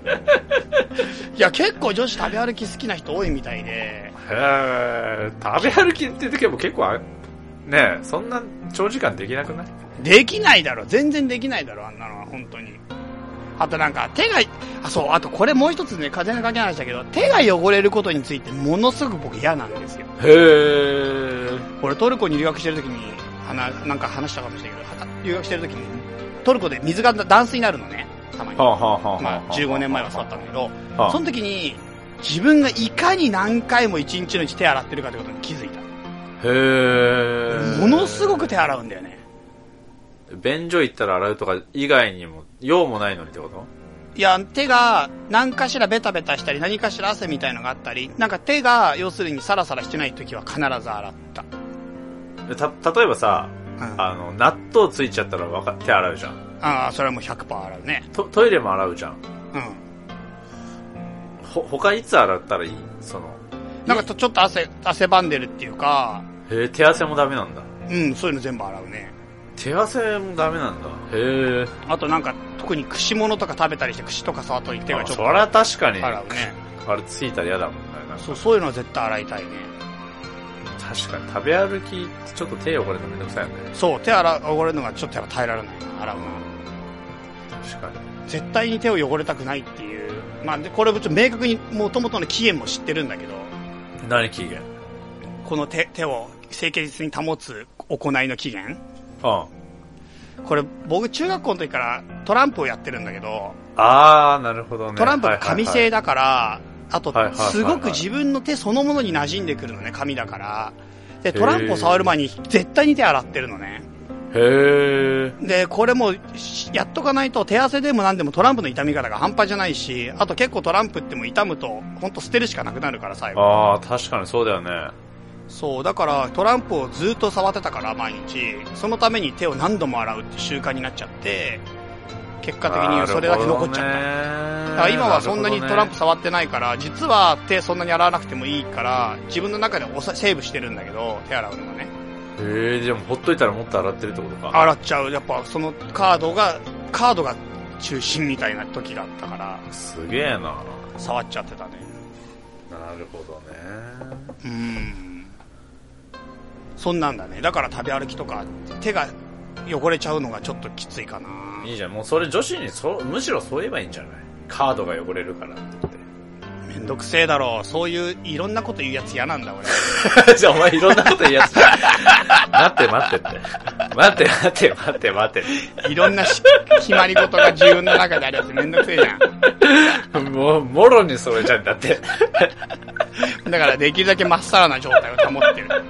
[SPEAKER 2] いや結構女子食べ歩き好きな人多いみたいで
[SPEAKER 1] へー食べ歩きって言ってけば結構あ、ねえ、そんな長時間できなくない
[SPEAKER 2] できないだろ全然できないだろあんなのは本当にあとなんか手が、あ、そう、あとこれもう一つね、風のかけ話だけど、手が汚れることについてものすごく僕嫌なんですよ。
[SPEAKER 1] へー。
[SPEAKER 2] 俺トルコに留学してる時に、はななんか話したかもしれないけど、は留学してる時に、トルコで水が断水になるのね、たまに。
[SPEAKER 1] はあ、はあはあ、
[SPEAKER 2] まあ、15年前はそうだったんだけど、
[SPEAKER 1] はあ
[SPEAKER 2] その時に、自分がいかに何回も一日のうち手洗ってるかということに気づい
[SPEAKER 1] へー。
[SPEAKER 2] た。ものすごく手洗うんだよね。
[SPEAKER 1] 便所行ったら洗うとか以外にも、用もないのにってこと
[SPEAKER 2] いや、手が何かしらベタベタしたり、何かしら汗みたいのがあったり、なんか手が要するにサラサラしてない時は必ず洗った。
[SPEAKER 1] た、例えばさ、
[SPEAKER 2] うん、あ
[SPEAKER 1] あの、納豆ついちゃったらわか手洗うじゃん。
[SPEAKER 2] あ、それはもう100%洗うね。
[SPEAKER 1] トトイレも洗うじゃん。
[SPEAKER 2] うん。
[SPEAKER 1] ほ、他いつ洗ったらいいその、
[SPEAKER 2] なんかとちょっと汗、汗ばんでるっていうか、
[SPEAKER 1] へー、手汗もダメなんだ。
[SPEAKER 2] うん、そういうの全部洗うね。
[SPEAKER 1] 手汗もダメなんだ。へー。
[SPEAKER 2] あとなんか特に串物とか食べたりして串とか触ったり手が
[SPEAKER 1] あ
[SPEAKER 2] ちょっ
[SPEAKER 1] そ
[SPEAKER 2] と
[SPEAKER 1] りゃ確かに、
[SPEAKER 2] 洗うね。
[SPEAKER 1] あれついたら嫌だもんね。なんか
[SPEAKER 2] そう、そういうのは絶対洗いたいね。
[SPEAKER 1] 確かに食べ歩きってちょっと手汚れるのめんどくさいよね
[SPEAKER 2] そう、手洗う、汚れるのがちょっとやっぱ耐えられないな、洗うの。
[SPEAKER 1] 確かに
[SPEAKER 2] 絶対に手を汚れたくないっていう。まあ、で、これちょっと明確にもともとの期限も知ってるんだけど、
[SPEAKER 1] 何期限
[SPEAKER 2] この手手を清潔に保つ行いの起源
[SPEAKER 1] うん
[SPEAKER 2] これ僕中学校の時からトランプをやってるんだけど
[SPEAKER 1] ああなるほどね
[SPEAKER 2] トランプ
[SPEAKER 1] は
[SPEAKER 2] が
[SPEAKER 1] いはいはい
[SPEAKER 2] 紙製だから、あ
[SPEAKER 1] はいはい
[SPEAKER 2] と
[SPEAKER 1] はい
[SPEAKER 2] すごく自分の手そのものに馴染んでくるのね紙だからでトランプを触る前に絶対に手洗ってるのね
[SPEAKER 1] へえ
[SPEAKER 2] でこれもしやっとかないと手汗でも何でもトランプの痛み方が半端じゃないしあと結構トランプってもう痛むと本当捨てるしかなくなるから最後
[SPEAKER 1] ああ確かにそうだよね
[SPEAKER 2] そうだからトランプをずっと触ってたから毎日そのために手を何度も洗うって習慣になっちゃって結果的にそれだけ残っちゃった、
[SPEAKER 1] った
[SPEAKER 2] だから今はそんなにトランプ触ってないから実は手そんなに洗わなくてもいいから自分の中でおさセーブしてるんだけど手洗うのがね
[SPEAKER 1] へえでもほっといたらもっと洗ってるってことか
[SPEAKER 2] 洗っちゃうやっぱそのカードがカードが中心みたいな時があったから
[SPEAKER 1] すげえなな
[SPEAKER 2] 触っちゃってたね
[SPEAKER 1] るほどね
[SPEAKER 2] うんそんなんだねだから食べ歩きとか手が汚れちゃうのがちょっときついかない
[SPEAKER 1] いじゃんもうそれ女子にそむしろそう言えばいいんじゃないカードが汚れるから *laughs* って
[SPEAKER 2] めんどくせえだろう。そういう、いろんなこと言うやつ嫌なんだ、俺。
[SPEAKER 1] 言ってじゃあお前いろんなこと言うやつ待って待ってって待って待って待って待って
[SPEAKER 2] いろんなし *laughs* 決まり事が自分の中であるやつめんどくせえじゃん。
[SPEAKER 1] もう、もろにそれじゃんだって。
[SPEAKER 2] だからできるだけまっさらな状態を保ってる。
[SPEAKER 1] だっ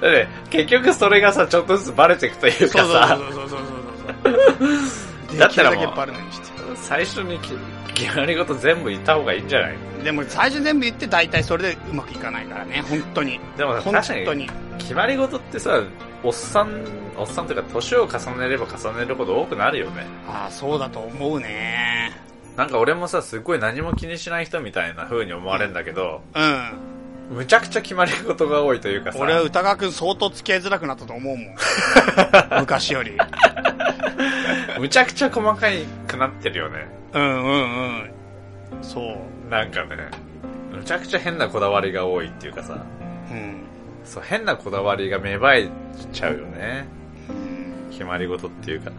[SPEAKER 1] て結局それがさ、ちょっとずつバレていくという
[SPEAKER 2] そう
[SPEAKER 1] か
[SPEAKER 2] そう
[SPEAKER 1] さ、
[SPEAKER 2] そうそうそうそうそう。
[SPEAKER 1] だ
[SPEAKER 2] で
[SPEAKER 1] っ
[SPEAKER 2] き
[SPEAKER 1] たら
[SPEAKER 2] るだ
[SPEAKER 1] もう
[SPEAKER 2] けバレないようにして
[SPEAKER 1] 最初にき *laughs* 決まり事全部言った方がいいんじゃない
[SPEAKER 2] る。でも最初全部言って大体それでうまくいかないからね、本当に。
[SPEAKER 1] でもさ
[SPEAKER 2] 本
[SPEAKER 1] 確か
[SPEAKER 2] 当
[SPEAKER 1] に、
[SPEAKER 2] に。
[SPEAKER 1] 決まり事ってさ、おっさん、おっさんというか、年を重ねれば重ねるほど多くなるよね。
[SPEAKER 2] ああ、そうだと思うね。
[SPEAKER 1] なんか俺もさ、すごい何も気にしない人みたいな風に思われるんだけど、
[SPEAKER 2] うん。
[SPEAKER 1] むちゃくちゃ決まり事が多いというかさ、
[SPEAKER 2] 俺は歌川くん相当付き合いづらくなったと思う *laughs* もん。昔より。
[SPEAKER 1] むちゃくちゃ細かいくなってるよね。
[SPEAKER 2] うんうんうん。そう。
[SPEAKER 1] なんかね、むちゃくちゃ変なこだわりが多いっていうかさ、
[SPEAKER 2] うん。
[SPEAKER 1] そう、変なこだわりが芽生えちゃうよね。決まり事っていうか。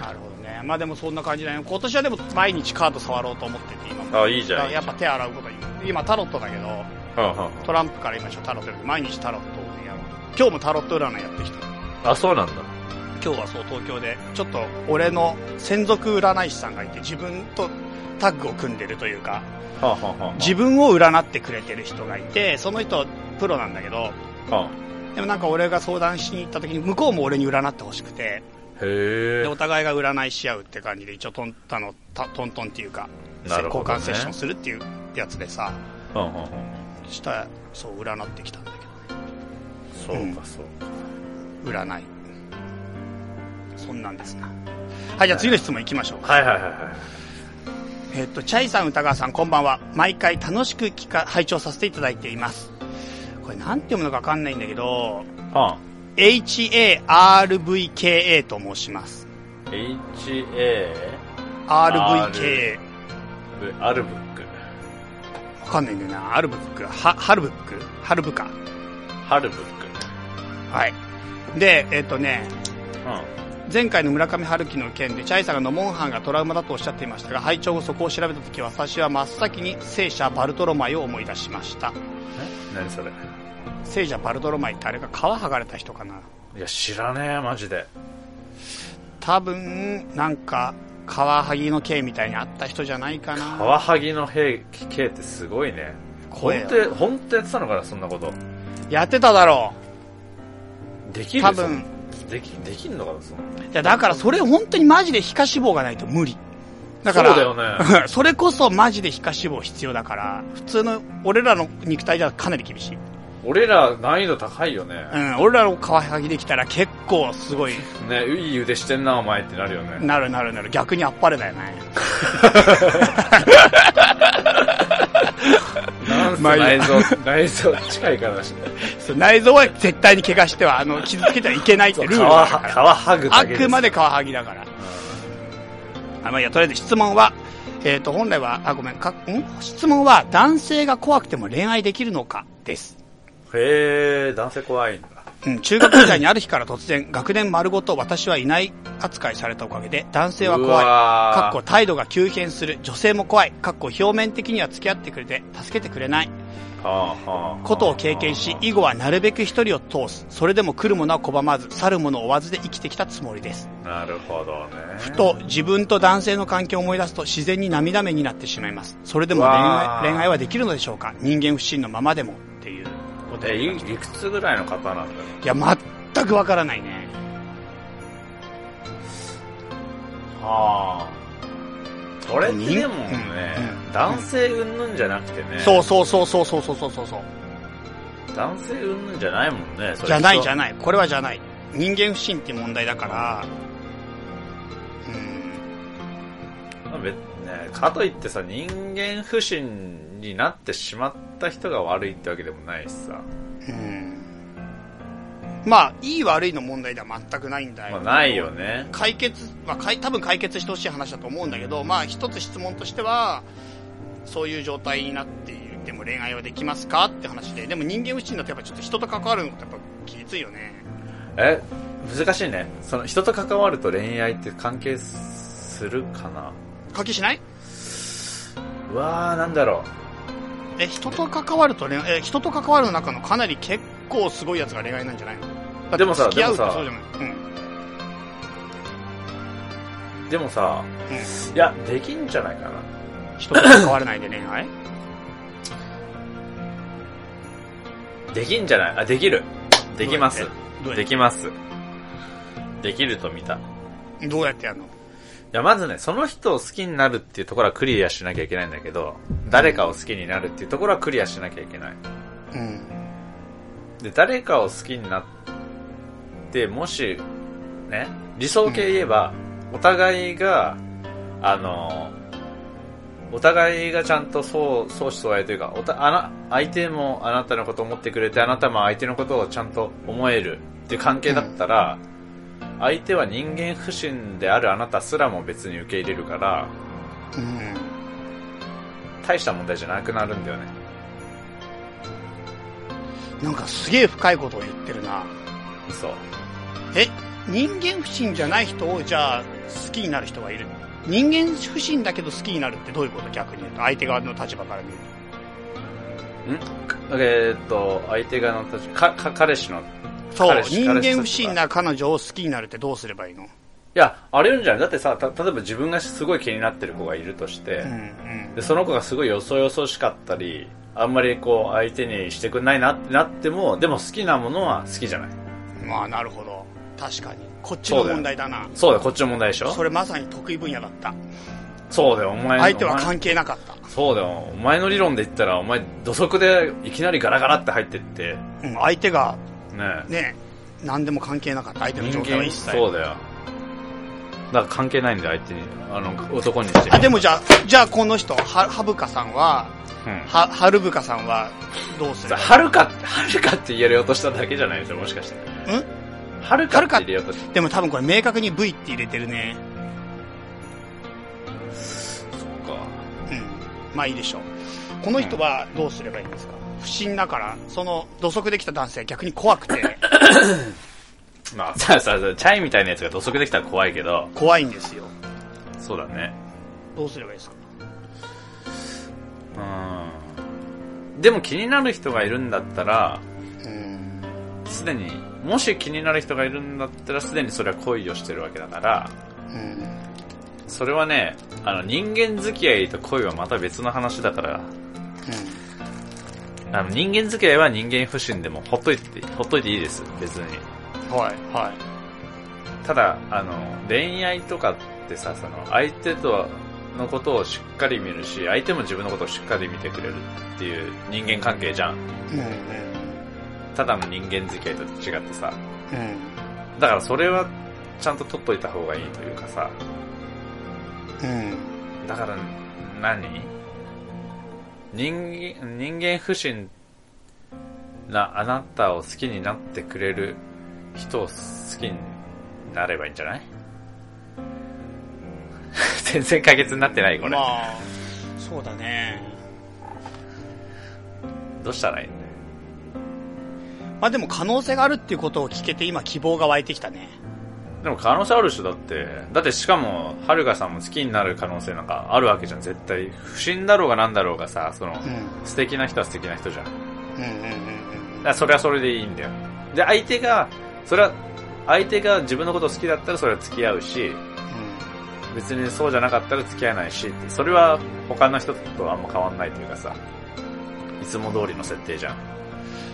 [SPEAKER 2] なるほどね。まあでもそんな感じだよ。今年はでも毎日カード触ろうと思ってて、今も。
[SPEAKER 1] あ、いいじ
[SPEAKER 2] だか
[SPEAKER 1] ゃん。
[SPEAKER 2] らやっぱ手洗うことに。今タロットだけど、
[SPEAKER 1] うんうん
[SPEAKER 2] トランプから今ちょっとタロットやる毎日タロットをねやろう。今日もタロット占いやってきた。
[SPEAKER 1] あ、そうなんだ。
[SPEAKER 2] 今日はそう東京で、ちょっと俺の専属占い師さんがいて、自分とタッグを組んでるというか、
[SPEAKER 1] はあ、はあはあ、
[SPEAKER 2] 自分を占ってくれてる人がいて、その人プロなんだけど、
[SPEAKER 1] はあ
[SPEAKER 2] でもなんか俺が相談しに行った時に向こうも俺に占ってほしくて、
[SPEAKER 1] へ
[SPEAKER 2] で
[SPEAKER 1] え
[SPEAKER 2] お。互いが占いし合うって感じで一応トンあのたトントンっていうか、
[SPEAKER 1] なる
[SPEAKER 2] 交
[SPEAKER 1] ほどね
[SPEAKER 2] 換セッションするっていうやつでさ
[SPEAKER 1] うんうんうん
[SPEAKER 2] したらそう占ってきたんだ
[SPEAKER 1] そ
[SPEAKER 2] け
[SPEAKER 1] うか、そうか。
[SPEAKER 2] ど占いそんなんですなはいじゃあ次の質問いきましょう
[SPEAKER 1] はいはいはいはい。
[SPEAKER 2] えっとチャイさん歌川さんこんばんは毎回楽しく聞か拝聴させていただいていますこれなんて読むのかわかんないんだけど
[SPEAKER 1] は
[SPEAKER 2] HARVKA と申します
[SPEAKER 1] あ、HA、
[SPEAKER 2] RVKA
[SPEAKER 1] アルブック。
[SPEAKER 2] わかんないんだよなアルブックはハルブックハルブか
[SPEAKER 1] ハルブック。
[SPEAKER 2] はいでえっとね
[SPEAKER 1] うん。
[SPEAKER 2] 前回の村上春樹の件でチャイさんがノモンハンがトラウマだとおっしゃっていましたが拝聴後そこを調べた時私は真っ先に聖者バルトロマイを思い出しました
[SPEAKER 1] 何それ
[SPEAKER 2] 聖者バルトロマイってあれが皮剥がれた人かない
[SPEAKER 1] や知らねえマジで
[SPEAKER 2] 多分なんかカワハギの刑みたいにあった人じゃないか
[SPEAKER 1] カ
[SPEAKER 2] な
[SPEAKER 1] ワハギの兵器ってすごいね本
[SPEAKER 2] 声を
[SPEAKER 1] 当本当やってたのかなそんなこと
[SPEAKER 2] やってただろ
[SPEAKER 1] できる
[SPEAKER 2] 多分
[SPEAKER 1] そんできできんのかなその
[SPEAKER 2] ういやだからそれ本当にマジで皮下脂肪がないと無理だから
[SPEAKER 1] そうだよね
[SPEAKER 2] *laughs* それこそマジで皮下脂肪必要だから普通の俺らの肉体じゃかなり厳しい、
[SPEAKER 1] 俺ら難易度高いよね
[SPEAKER 2] う、ん、俺らのカワハギできたら結構すごい
[SPEAKER 1] ねいい腕してんなお前ってなるよね
[SPEAKER 2] なるなるなる逆にあっぱれだよね
[SPEAKER 1] なんせ
[SPEAKER 2] まあいいや
[SPEAKER 1] 内臓 *laughs* 内臓近いからだし
[SPEAKER 2] そう内臓は絶対に怪我してはあの傷つけてはいけないってルール
[SPEAKER 1] 皮
[SPEAKER 2] があるから
[SPEAKER 1] ははぐだ
[SPEAKER 2] あ
[SPEAKER 1] け
[SPEAKER 2] くまでカワハギだから。あまあ、いいや、とりあえず質問は、えっ、と、本来は、あ、ごめん、か、ん質問は、男性が怖くても恋愛できるのかです。
[SPEAKER 1] へえ男性怖いんだ
[SPEAKER 2] うん、中学時代にある日から突然、学年丸ごと私はいない扱いされたおかげで、男性は
[SPEAKER 1] う
[SPEAKER 2] 怖い。
[SPEAKER 1] わー
[SPEAKER 2] かっこ態度が急変する。女性も怖い。かっこ表面的には付き合ってくれて、助けてくれない。
[SPEAKER 1] はあはあ
[SPEAKER 2] ことを経験し、以後はなるべく一人を通す。それでも来るものは拒まず、去るものを追わずで生きてきたつもりです。
[SPEAKER 1] なるほどね
[SPEAKER 2] ふと自分と男性の関係を思い出すと自然に涙目になってしまいます。それでも恋
[SPEAKER 1] わ
[SPEAKER 2] 愛
[SPEAKER 1] あ
[SPEAKER 2] 恋愛はできるのでしょうか人間不信のままでもっていうこと
[SPEAKER 1] え
[SPEAKER 2] で。い
[SPEAKER 1] いいくつぐらいの方なんだろ
[SPEAKER 2] や、全くわからないね。
[SPEAKER 1] うはあこれってでも
[SPEAKER 2] うん
[SPEAKER 1] ね、
[SPEAKER 2] うん
[SPEAKER 1] 男性うんぬんじゃなくてね、
[SPEAKER 2] そうそうそうそうそうそうそうそうそう。
[SPEAKER 1] 男性うんぬんじゃないもんねそれ
[SPEAKER 2] じゃないじゃ
[SPEAKER 1] い
[SPEAKER 2] ない。これはじゃない。人間不信って問題だから、うん。
[SPEAKER 1] 別にねかといってさ人間不信になってしまった人が悪いってわけでもないしさ、
[SPEAKER 2] うん。まあ、いい悪いの問題では全くないんだ
[SPEAKER 1] まあ、
[SPEAKER 2] よ。
[SPEAKER 1] ないよね
[SPEAKER 2] 解決、まあ、かい多分解決してほしい話だと思うんだけど、まあ、一つ質問としてはそういう状態になっているでも恋愛はできますかって話ででも人間不信だとやっぱちょっと人と関わるのってやっぱきついよね
[SPEAKER 1] え難しいねその人と関わると恋愛って関係するかな
[SPEAKER 2] 関係しないう
[SPEAKER 1] わーなんだろう
[SPEAKER 2] え人と関わると恋愛え人と関わるの中のかなり結構すごいやつが恋愛なんじゃないのだって
[SPEAKER 1] でもさ
[SPEAKER 2] 付き合うっ
[SPEAKER 1] でも
[SPEAKER 2] て
[SPEAKER 1] さ
[SPEAKER 2] そうじゃないうん
[SPEAKER 1] でもさ、
[SPEAKER 2] う
[SPEAKER 1] いや、できんじゃないかな。
[SPEAKER 2] 人と関わらないで恋愛
[SPEAKER 1] できんじゃないあ、できる。できます
[SPEAKER 2] どう。どうや
[SPEAKER 1] で
[SPEAKER 2] っ
[SPEAKER 1] きます。できると見た。い
[SPEAKER 2] てどうやってやるの
[SPEAKER 1] や、まずね、その人を好きになるっていうところはクリアしなきゃいけないんだけど、誰かを好きになるっていうところはクリアしなきゃいけない。
[SPEAKER 2] うん
[SPEAKER 1] で、誰かを好きになって、もし、ね、理想系言えば、お互いが、あの、お互いがちゃんとそう、相思相愛というか、おたあな相手もあなたのことを思ってくれて、あなたも相手のことをちゃんと思えるっていう関係だったら、相手は人間不信であるあなたすらも別に受け入れるから、
[SPEAKER 2] うん
[SPEAKER 1] 大した問題じゃなくなるんだよね。
[SPEAKER 2] なんかすげえ深いことを言ってるな
[SPEAKER 1] そう。
[SPEAKER 2] え人間不信じゃない人をじゃあ好きになる人がいる人間不信だけど好きになるってどういうこと逆に言うと相手側の立場から見る
[SPEAKER 1] んえーっと、相手側の立場か、か、彼氏の
[SPEAKER 2] とそう
[SPEAKER 1] 彼氏
[SPEAKER 2] 人
[SPEAKER 1] 彼氏
[SPEAKER 2] 間不信な彼女を好きになるってどうすればいいの
[SPEAKER 1] いや、あれるんじゃないだってさ、た例えば自分がすごい気になってる子がいるとして、
[SPEAKER 2] うん
[SPEAKER 1] でその子がすごいよそよそしかったり、あんまりこう相手にしてくんないなってなっても、でも好きなものは好きじゃない。
[SPEAKER 2] うんまあなるほど確かにこっちの問題だな
[SPEAKER 1] そうだよ、こっちの問題でし
[SPEAKER 2] そ
[SPEAKER 1] ょ
[SPEAKER 2] れまさに得意分野だった
[SPEAKER 1] そうだよ、お前
[SPEAKER 2] 相手は
[SPEAKER 1] お前
[SPEAKER 2] 関係なかった
[SPEAKER 1] そうだよ、お前の理論で言ったら、お前土足でいきなりガラガラって入ってって、
[SPEAKER 2] うん相手が
[SPEAKER 1] ね
[SPEAKER 2] ね何でも関係なかった相手の
[SPEAKER 1] 人
[SPEAKER 2] 状態は
[SPEAKER 1] 間、
[SPEAKER 2] 一切
[SPEAKER 1] そうだよ。だから関係ないんだよ、相手に。あの、男にして
[SPEAKER 2] あでもじゃあじゃあこの人ははぶかさんは
[SPEAKER 1] うん
[SPEAKER 2] ははるぶかさんはどうすればいい
[SPEAKER 1] はるか、はるかって言えようとしただけじゃないですよ、もしかして。
[SPEAKER 2] ん
[SPEAKER 1] はるかって入れようとし
[SPEAKER 2] でも多分これ明確に V って入れてるね。
[SPEAKER 1] たのか。
[SPEAKER 2] うん。まあいいでしょう。この人はどうすればいいん *laughs* ですか不審だから、その土足できた男性は逆に怖くて、
[SPEAKER 1] まあ、さあさあさあ、チャイみたいなやつが土足できたら怖いけど、
[SPEAKER 2] 怖いんですよ
[SPEAKER 1] そうだね。
[SPEAKER 2] どうすればいいですか
[SPEAKER 1] うん。でも気になる人がいるんだったら、
[SPEAKER 2] うん
[SPEAKER 1] すでに、もし気になる人がいるんだったら、すでにそれは恋をしてるわけだから、
[SPEAKER 2] うん
[SPEAKER 1] それはね、あの、人間付き合いと恋はまた別の話だから、あの、人間付き合いは人間不信でも、ほっといて、ほっといていいです、別に。
[SPEAKER 2] うんはいはい
[SPEAKER 1] ただ、あの、恋愛とかってさ、その、相手とのことをしっかり見るし、相手も自分のことをしっかり見てくれるっていう人間関係じゃん。
[SPEAKER 2] うんうん
[SPEAKER 1] ただの人間付き合いと違ってさ。
[SPEAKER 2] うん
[SPEAKER 1] だからそれは、ちゃんと取っといた方がいいというかさ。
[SPEAKER 2] うん
[SPEAKER 1] だから何、人間、人間不信なあなたを好きになってくれる人を好きになればいいんじゃない *laughs* 全然解決になってない、これ。
[SPEAKER 2] まあそうだね
[SPEAKER 1] どうしたらいいの
[SPEAKER 2] まあでも可能性があるっていうことを聞けて今希望が湧いてきたね
[SPEAKER 1] でも可能性ある人だって、だってしかも、はるかさんも好きになる可能性なんかあるわけじゃん、絶対。不信だろうがなんだろうがさ、その、
[SPEAKER 2] うん
[SPEAKER 1] 素敵な人は素敵な人じゃん。だか
[SPEAKER 2] うんうんうん
[SPEAKER 1] らそれはそれでいいんだよ。で、相手が、それは、相手が自分のことを好きだったらそれは付き合うし、別にそうじゃなかったら付き合えないしって、それは他の人とあんま変わんないというかさ、いつも通りの設定じゃん。
[SPEAKER 2] うん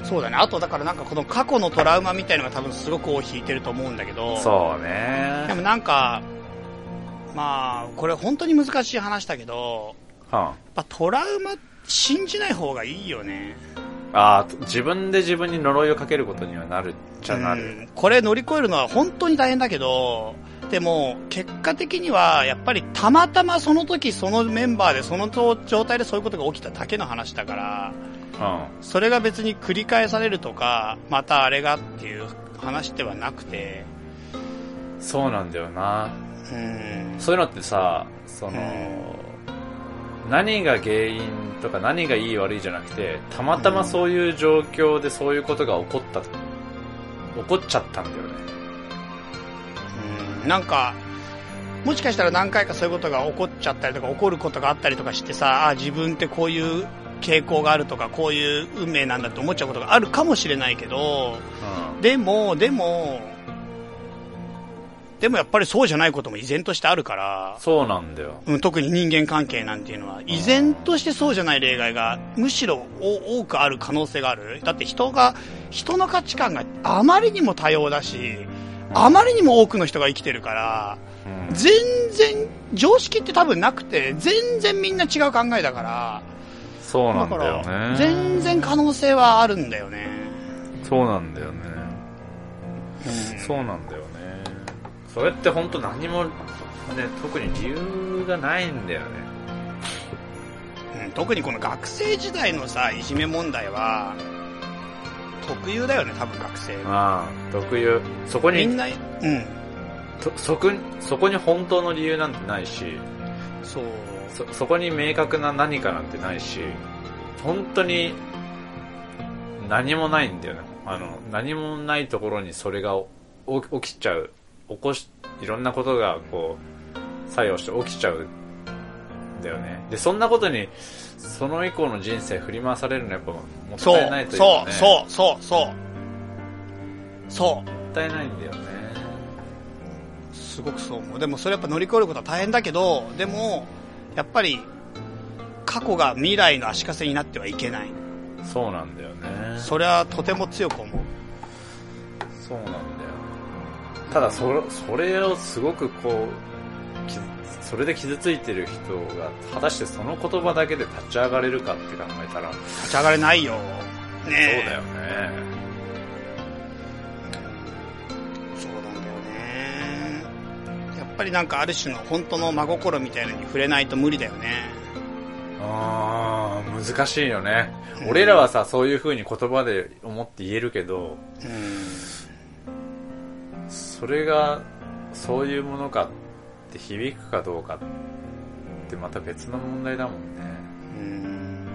[SPEAKER 2] そうだねあとだからなんかこの過去のトラウマみたいのが多分すごく尾を引いてると思うんだけど
[SPEAKER 1] そう
[SPEAKER 2] で
[SPEAKER 1] ね
[SPEAKER 2] もなんかまあこれ本当に難しい話だけど
[SPEAKER 1] は
[SPEAKER 2] やっぱトラウマ信じない方がいいよね
[SPEAKER 1] ああー自分で自分に呪いをかけることにはなるっちゃな
[SPEAKER 2] う
[SPEAKER 1] る。
[SPEAKER 2] んこれ乗り越えるのは本当に大変だけどでも結果的にはやっぱりたまたまその時そのメンバーでその状態でそういうことが起きただけの話だから
[SPEAKER 1] うん
[SPEAKER 2] それが別に繰り返されるとかまたあれがっていう話ではなくて
[SPEAKER 1] そうなんだよな
[SPEAKER 2] うん
[SPEAKER 1] そういうのってさその、何が原因とか何がいい悪いじゃなくてたまたまそういう状況でそういうことが起こった起こっちゃったんだよね
[SPEAKER 2] うんなんかもしかしたら何回かそういうことが起こっちゃったりとか起こることがあったりとかしてさあ自分ってこういう傾向があるとかこういう運命なんだって思っちゃうことがあるかもしれないけどでも、でも、でもやっぱりそうじゃないことも依然としてあるから、
[SPEAKER 1] そうなんだよ
[SPEAKER 2] うん、特に人間関係なんていうのは、依然としてそうじゃない例外が、むしろお多くある可能性がある。だって人が、人の価値観があまりにも多様だし、あまりにも多くの人が生きてるから、
[SPEAKER 1] うん
[SPEAKER 2] 全然、常識って多分なくて、全然みんな違う考えだから、
[SPEAKER 1] そうな
[SPEAKER 2] だ
[SPEAKER 1] ん
[SPEAKER 2] か
[SPEAKER 1] だよ
[SPEAKER 2] ら、
[SPEAKER 1] ね
[SPEAKER 2] 全然可能性はあるんだよね。
[SPEAKER 1] そうなんだよね
[SPEAKER 2] うん
[SPEAKER 1] そうなんだよねそれって本当何もね特に理由がないんだよね
[SPEAKER 2] うん特にこの学生時代のさいじめ問題は特有だよね多分学生は
[SPEAKER 1] ああ特有そこ
[SPEAKER 2] み
[SPEAKER 1] に
[SPEAKER 2] んなうん
[SPEAKER 1] とそこそこに本当の理由なんてないし
[SPEAKER 2] そう
[SPEAKER 1] そそこに明確な何かなんてないし本当に何もないんだよねあの何もないところにそれがお起きちゃう起こしいろんなことがこう作用して起きちゃうんだよねでそんなことにその以降の人生振り回されるのはやっぱもったいないというか、
[SPEAKER 2] そ
[SPEAKER 1] ね、
[SPEAKER 2] うそうそうそうそう
[SPEAKER 1] もったいないんだよね
[SPEAKER 2] すごくそう思うでもそれやっぱ乗り越えることは大変だけどでもやっぱり過去が未来の足かせになってはいけない
[SPEAKER 1] そうなんだよね
[SPEAKER 2] それはとても強く思う
[SPEAKER 1] そうなんだよ。ただそれ、それをすごくこう、きそれで傷ついてる人が、果たしてその言葉だけで立ち上がれるかって考えたら、そう
[SPEAKER 2] 立ち上がれないよねえ
[SPEAKER 1] だよね。
[SPEAKER 2] そうなんだよねやっぱりなんかある種の本当の真心みたいなのに触れないと無理だよね
[SPEAKER 1] あー、難しいよね
[SPEAKER 2] う。ん
[SPEAKER 1] 俺らはさ、そういう風に言葉で思って言えるけど、
[SPEAKER 2] うん
[SPEAKER 1] それが、そういうものかって響くかどうかってまた別の問題だもんね。
[SPEAKER 2] うん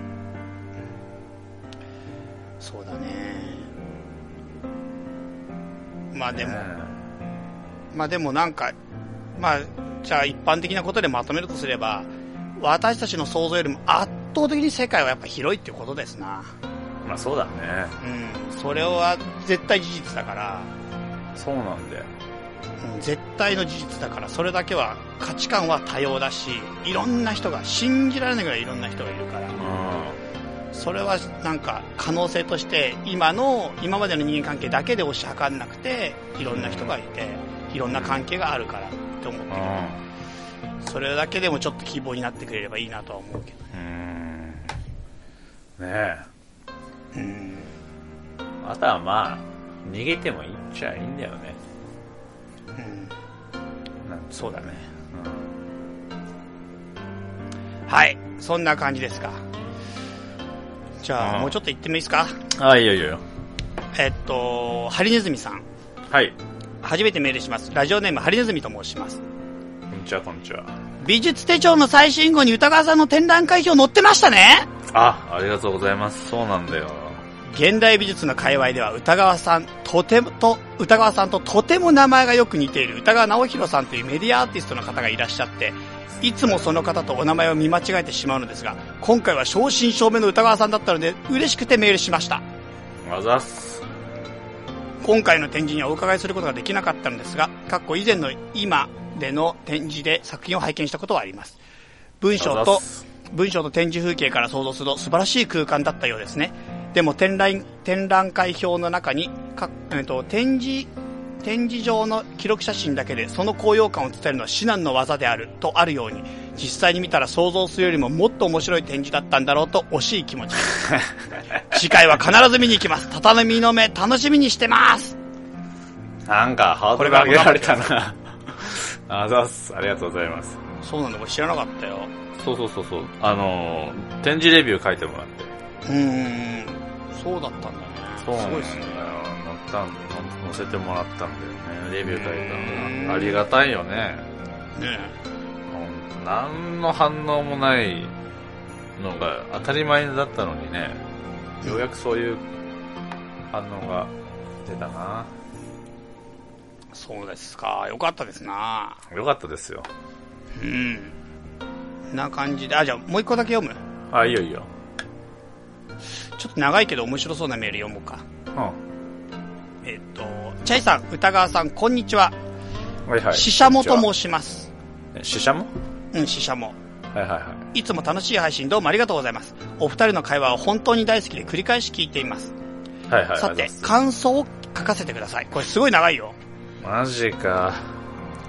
[SPEAKER 2] そうだねうまあでも、まあでもなんか、まあ、じゃあ一般的なことでまとめるとすれば、私たちの想像よりも圧倒的に世界はやっぱ広いっていうことですな。
[SPEAKER 1] まあそうだね。
[SPEAKER 2] うん。それは絶対事実だから、
[SPEAKER 1] そうなんだよ。
[SPEAKER 2] うん絶対の事実だから、それだけは価値観は多様だし、いろんな人が、信じられないぐらいいろんな人がいるから、
[SPEAKER 1] う
[SPEAKER 2] それはなんか可能性として、今の、今までの人間関係だけで推し量んなくて、いろんな人がいて、いろんな関係があるからって思ってる。
[SPEAKER 1] ん。
[SPEAKER 2] それだけでもちょっと希望になってくれればいいなとは思うけど。
[SPEAKER 1] うん。ねえ。
[SPEAKER 2] うん。
[SPEAKER 1] あとはまあ、逃げてもいいっちゃいいんだよね。
[SPEAKER 2] うん。
[SPEAKER 1] なんつ
[SPEAKER 2] そうだね。
[SPEAKER 1] うん
[SPEAKER 2] はい。そんな感じですか。じゃあ、
[SPEAKER 1] うん
[SPEAKER 2] もうちょっと行ってもいいですか
[SPEAKER 1] ああ、いいよいいよ。
[SPEAKER 2] えっと、ハリネズミさん。
[SPEAKER 1] はい。
[SPEAKER 2] 初めてメールします。ラジオネーム、ハリネズミと申します。
[SPEAKER 1] こんにちは、こんにちは。
[SPEAKER 2] 美術手帳の最新号に歌川さんの展覧会表載ってましたね
[SPEAKER 1] あ、ありがとうございます。そうなんだよ。
[SPEAKER 2] 現代美術の界隈では歌川さん、とても、と、歌川さんととても名前がよく似ている歌川直弘さんというメディアアーティストの方がいらっしゃって、いつもその方とお名前を見間違えてしまうのですが、今回は正真正銘の歌川さんだったので嬉しくてメールしました。
[SPEAKER 1] あざっす。
[SPEAKER 2] 今回の展示にはお伺いすることができなかったのですが、かっこ以前の今での展示で作品を拝見したことはあります。文章
[SPEAKER 1] あざっ
[SPEAKER 2] と
[SPEAKER 1] す、
[SPEAKER 2] 文章と展示風景から想像すると素晴らしい空間だったようですね。でも展覧、展覧会表の中に、かえっと、展示、展示上の記録写真だけでその高揚感を伝えるのは至難の技であるとあるように、実際に見たら想像するよりももっと面白い展示だったんだろうと惜しい気 *laughs* 持ちです。次回は必ず見に行きます。畳の目楽しみにしてます
[SPEAKER 1] なんか、ハードルが上げられたな。 *laughs* あざっす。ありがとうございます。
[SPEAKER 2] そうなんだ、これ知らなかったよ。
[SPEAKER 1] そうそうそうそう。あのー、展示レビュー書いてもらって。
[SPEAKER 2] うーん、そうだったんだね。すごいですね。
[SPEAKER 1] 乗ったん、乗せてもらったんだよね。レビュー書いたの
[SPEAKER 2] うん
[SPEAKER 1] が。ありがたいよね。
[SPEAKER 2] ね
[SPEAKER 1] ほんと何の反応もないのが当たり前だったのにね。ようやくそういう反応が出たな。
[SPEAKER 2] そうですか、よかったですな。
[SPEAKER 1] よかったですよ。
[SPEAKER 2] うん。な感じで、あ、じゃあもう一個だけ読む。
[SPEAKER 1] あ、いいよいいよ。
[SPEAKER 2] ちょっと長いけど面白そうなメール読もうか。
[SPEAKER 1] うん。は
[SPEAKER 2] えっ、と、チャイさん、歌川さん、こんにちは。
[SPEAKER 1] いはい。
[SPEAKER 2] ししゃもと申します。
[SPEAKER 1] え。ししゃも
[SPEAKER 2] うん、ししゃも。
[SPEAKER 1] はいはいはい。
[SPEAKER 2] いつも楽しい配信どうもありがとうございます。お二人の会話は本当に大好きで繰り返し聞いています。
[SPEAKER 1] はいはい。
[SPEAKER 2] さ
[SPEAKER 1] あり
[SPEAKER 2] て
[SPEAKER 1] がとう、ござい
[SPEAKER 2] 感想を書かせてください。これすごい長いよ。
[SPEAKER 1] ますマジか。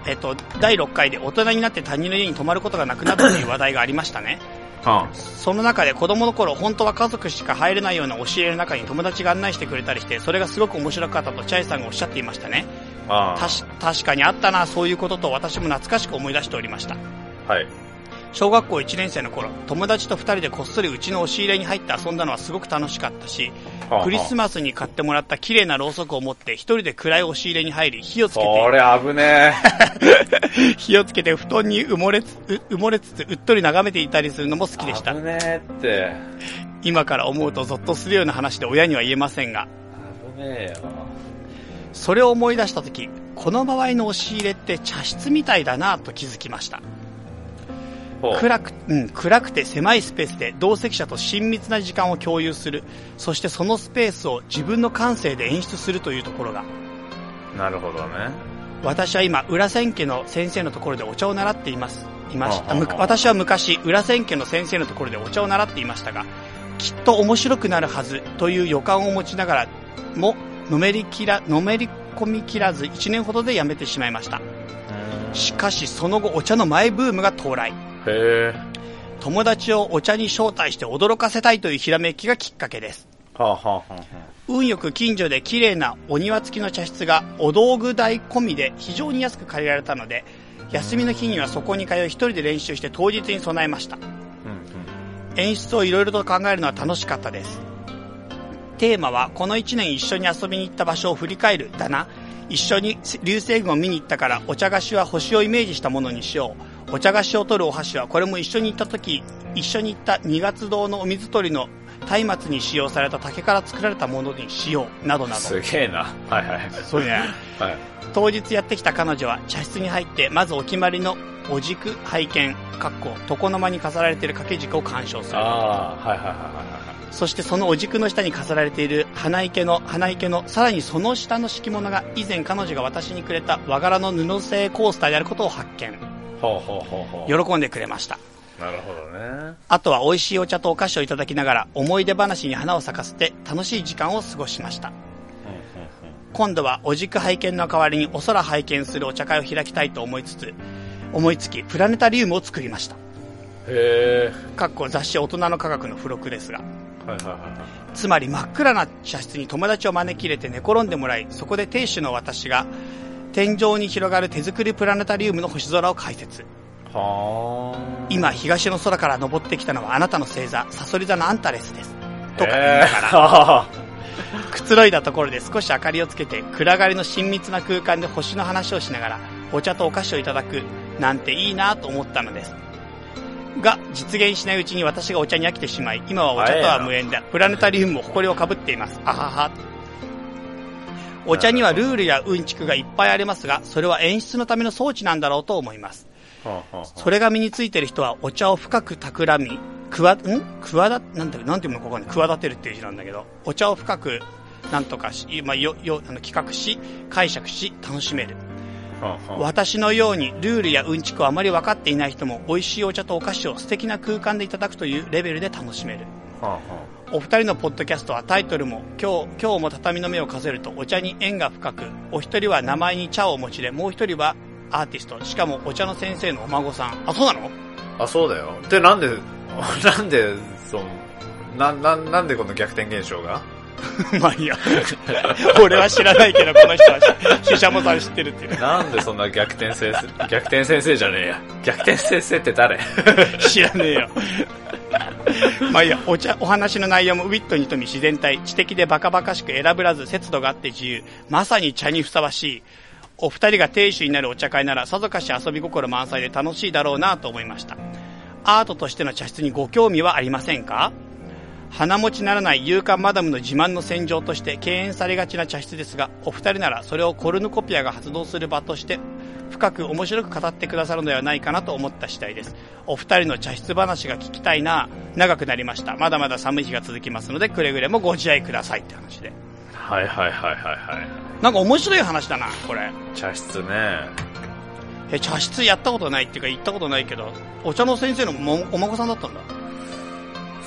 [SPEAKER 2] えっと、第6回で大人になって他人の家に泊まることがなくなったという話題がありましたね。
[SPEAKER 1] う
[SPEAKER 2] その中で子供の頃、本当は家族しか入れないような教えの中に友達が案内してくれたりして、それがすごく面白かったとチャイさんがおっしゃっていましたね。
[SPEAKER 1] ん。あ
[SPEAKER 2] たし、確かにあったな、そういうことと私も懐かしく思い出しておりました。
[SPEAKER 1] あ。はい。
[SPEAKER 2] 小学校1年生の頃、友達と2人でこっそりうちの押し入れに入って遊んだのはすごく楽しかったし、クリス
[SPEAKER 1] マ
[SPEAKER 2] マスに買ってもらった綺麗なろうそくを持って一人で暗い押し入れに入り、火をつけて
[SPEAKER 1] これ危ね
[SPEAKER 2] 火をつけて布団に埋もれつつ、埋もれつつ、うっとり眺めていたりするのも好
[SPEAKER 1] え。
[SPEAKER 2] き *laughs* でした
[SPEAKER 1] 危。ねえって。
[SPEAKER 2] 今から思うとゾッとするような話で親には言えませんが、
[SPEAKER 1] 危ねえよ。
[SPEAKER 2] それを思い出した時、この場合の押し入れって茶室みたいだなと気づきました。
[SPEAKER 1] ほう
[SPEAKER 2] 暗く、うん、暗くて狭いスペースで同席者と親密な時間を共有する、そしてそのスペースを自分の感性で演出するというところが、
[SPEAKER 1] なるほどね。
[SPEAKER 2] 私は今、裏千家の先生のところでお茶を習っています。いまし
[SPEAKER 1] あ
[SPEAKER 2] た。
[SPEAKER 1] あ
[SPEAKER 2] む
[SPEAKER 1] ああ
[SPEAKER 2] 私は昔、裏千家の先生のところでお茶を習っていましたが、きっと面白くなるはずという予感を持ちながらも、のめりきら、のめり込みきらず1年ほどでやめてしまいました。しかし、その後お茶のマイブームが到来。
[SPEAKER 1] へえ。
[SPEAKER 2] 友達をお茶に招待して驚かせたいというひらめきがきっかけです。
[SPEAKER 1] はあはあはあは
[SPEAKER 2] 運よく近所で綺麗なお庭付きの茶室がお道具代込みで非常に安く借りられたので休みの日にはそこに通い一人で練習して当日に備えました
[SPEAKER 1] あ。うん
[SPEAKER 2] 演出をいろいろと考えるのは楽しかったですテーマはこの1年一緒に遊びに行った場所を振り返るだな一緒に流星群を見に行ったからお茶菓子は星をイメージしたものにしようお茶菓子を取るお箸はこれも一緒に行った時一緒に行った二月堂のお水取りの松明に使用された竹から作られたものにしようなどなど
[SPEAKER 1] *laughs* すげえな。はいはい。
[SPEAKER 2] そうね
[SPEAKER 1] はい。
[SPEAKER 2] 当日やってきた彼女は茶室に入ってまずお決まりのお軸拝見かっこ床の間に飾られている掛け軸を鑑賞する
[SPEAKER 1] ああ、はいはいは
[SPEAKER 2] そしてそのお軸の下に飾られている花池の花池のさらにその下の敷物が以前彼女が私にくれた和柄の布製コースターであることを発見
[SPEAKER 1] いはい。ほうほうほうほう。
[SPEAKER 2] 喜んでくれました
[SPEAKER 1] なるほどね。
[SPEAKER 2] あとは美味しいお茶とお菓子をいただきながら思い出話に花を咲かせて楽しい時間を過ごしました今度はお軸拝見の代わりにお空拝見するお茶会を開きたいと思いつつ思いつきプラネタリウムを作りました
[SPEAKER 1] へえ。
[SPEAKER 2] かっこ雑誌「大人の科学」の付録ですが
[SPEAKER 1] はいはいはい。
[SPEAKER 2] つまり真っ暗な茶室に友達を招き入れて寝転んでもらいそこで亭主の私が天井に広がる手作りプラネタリウムの星空を解説
[SPEAKER 1] はあ。
[SPEAKER 2] 今東の空から登ってきたのはあなたの星座サソリ座のアンタレスですとか言い
[SPEAKER 1] え
[SPEAKER 2] ながら
[SPEAKER 1] ー、
[SPEAKER 2] くつろいだところで少し明かりをつけて暗がりの親密な空間で星の話をしながらお茶とお菓子をいただくなんていいなと思ったのですが実現しないうちに私がお茶に飽きてしまい今はお茶とは無縁だプラネタリウムも埃をかぶっていますあははお茶にはルールやうんちくがいっぱいありますがそれは演出のための装置なんだろうと思います
[SPEAKER 1] はあはあ
[SPEAKER 2] それが身についてる人はお茶を深く企み、くわ、んくわだ、なんて、なんていうのかわかんない。くわだてるっていう字なんだけど、お茶を深く、なんとかし、まあ、よ、よ、あの、企画し、解釈し、楽しめる。
[SPEAKER 1] はあはあ
[SPEAKER 2] 私のように、ルールやうんちくをあまり分かっていない人も、美味しいお茶とお菓子を素敵な空間でいただくというレベルで楽しめる。
[SPEAKER 1] はあは
[SPEAKER 2] お二人のポッドキャストはタイトルも今日、今日も畳の目を数えるとお茶に縁が深く、お一人は名前に茶をお持ちで、もう一人はアーティスト、しかもお茶の先生のお孫さん。あ、そうなの
[SPEAKER 1] あ。あ、そうだよ。で、なんで、 *laughs* なんで、その、な、な、なんでこの逆転現象が
[SPEAKER 2] *laughs* まあいいや。俺は知らないけど、この人はし、ししゃもさん知ってるっていう。
[SPEAKER 1] なんでそんな逆転先生、逆転先生じゃねえや。逆転先生って誰
[SPEAKER 2] 知らねえよ。まあいいや、お茶、お話の内容もウィットに富み自然体、知的でバカバカしく選ぶらず、節度があって自由、まさに茶にふさわしい。お二人が亭主になるお茶会なら、さぞかし遊び心満載で楽しいだろうなと思いました。アートとしての茶室にご興味はありませんか花持ちならない勇敢マダムの自慢の戦場として敬遠されがちな茶室ですがお二人ならそれをコルヌコピアが発動する場として深く面白く語ってくださるのではないかなと思った次第ですお二人の茶室話が聞きたいな長くなりましたまだまだ寒い日が続きますのでくれぐれもご自愛くださいって話で
[SPEAKER 1] はいはいはいはいはい。
[SPEAKER 2] なんか面白い話だなこれ
[SPEAKER 1] 茶室ね。
[SPEAKER 2] え茶室やったことないっていうか行ったことないけどお茶の先生のもお孫さんだったんだ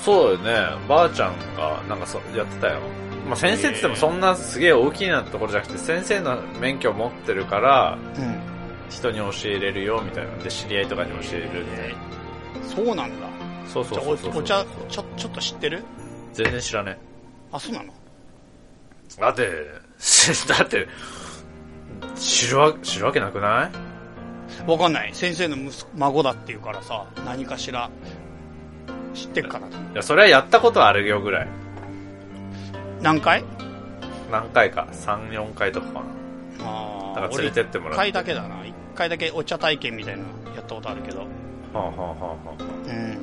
[SPEAKER 1] そうだよね。ばあちゃんが、なんかそ、やってたよ。まあ、先生って言ってもそんなすげえ大きなところじゃなくて、先生の免許持ってるから、
[SPEAKER 2] うん
[SPEAKER 1] 人に教えれるよ、みたいな。で、知り合いとかに教えるみたいな。
[SPEAKER 2] そうなんだ
[SPEAKER 1] そうそ
[SPEAKER 2] じ
[SPEAKER 1] うそ
[SPEAKER 2] ゃあ
[SPEAKER 1] うそう
[SPEAKER 2] おお茶ちょちょっと知ってる
[SPEAKER 1] 全然知らね
[SPEAKER 2] あそうな
[SPEAKER 1] え。
[SPEAKER 2] の
[SPEAKER 1] だって、 *laughs* だって、知るわ、知るわけなくない
[SPEAKER 2] わかんない先生の息子孫だっていうからさ何かしら知ってるかない
[SPEAKER 1] や、それはやったことはあるよぐらい。
[SPEAKER 2] 何回
[SPEAKER 1] 何回か。3、4回とかかな。
[SPEAKER 2] あ
[SPEAKER 1] だから連れてってもらっ
[SPEAKER 2] 1
[SPEAKER 1] て。
[SPEAKER 2] 回だけだな1回だけお茶体験みたいなのやったことあるけど
[SPEAKER 1] はあはあはあはあ
[SPEAKER 2] うん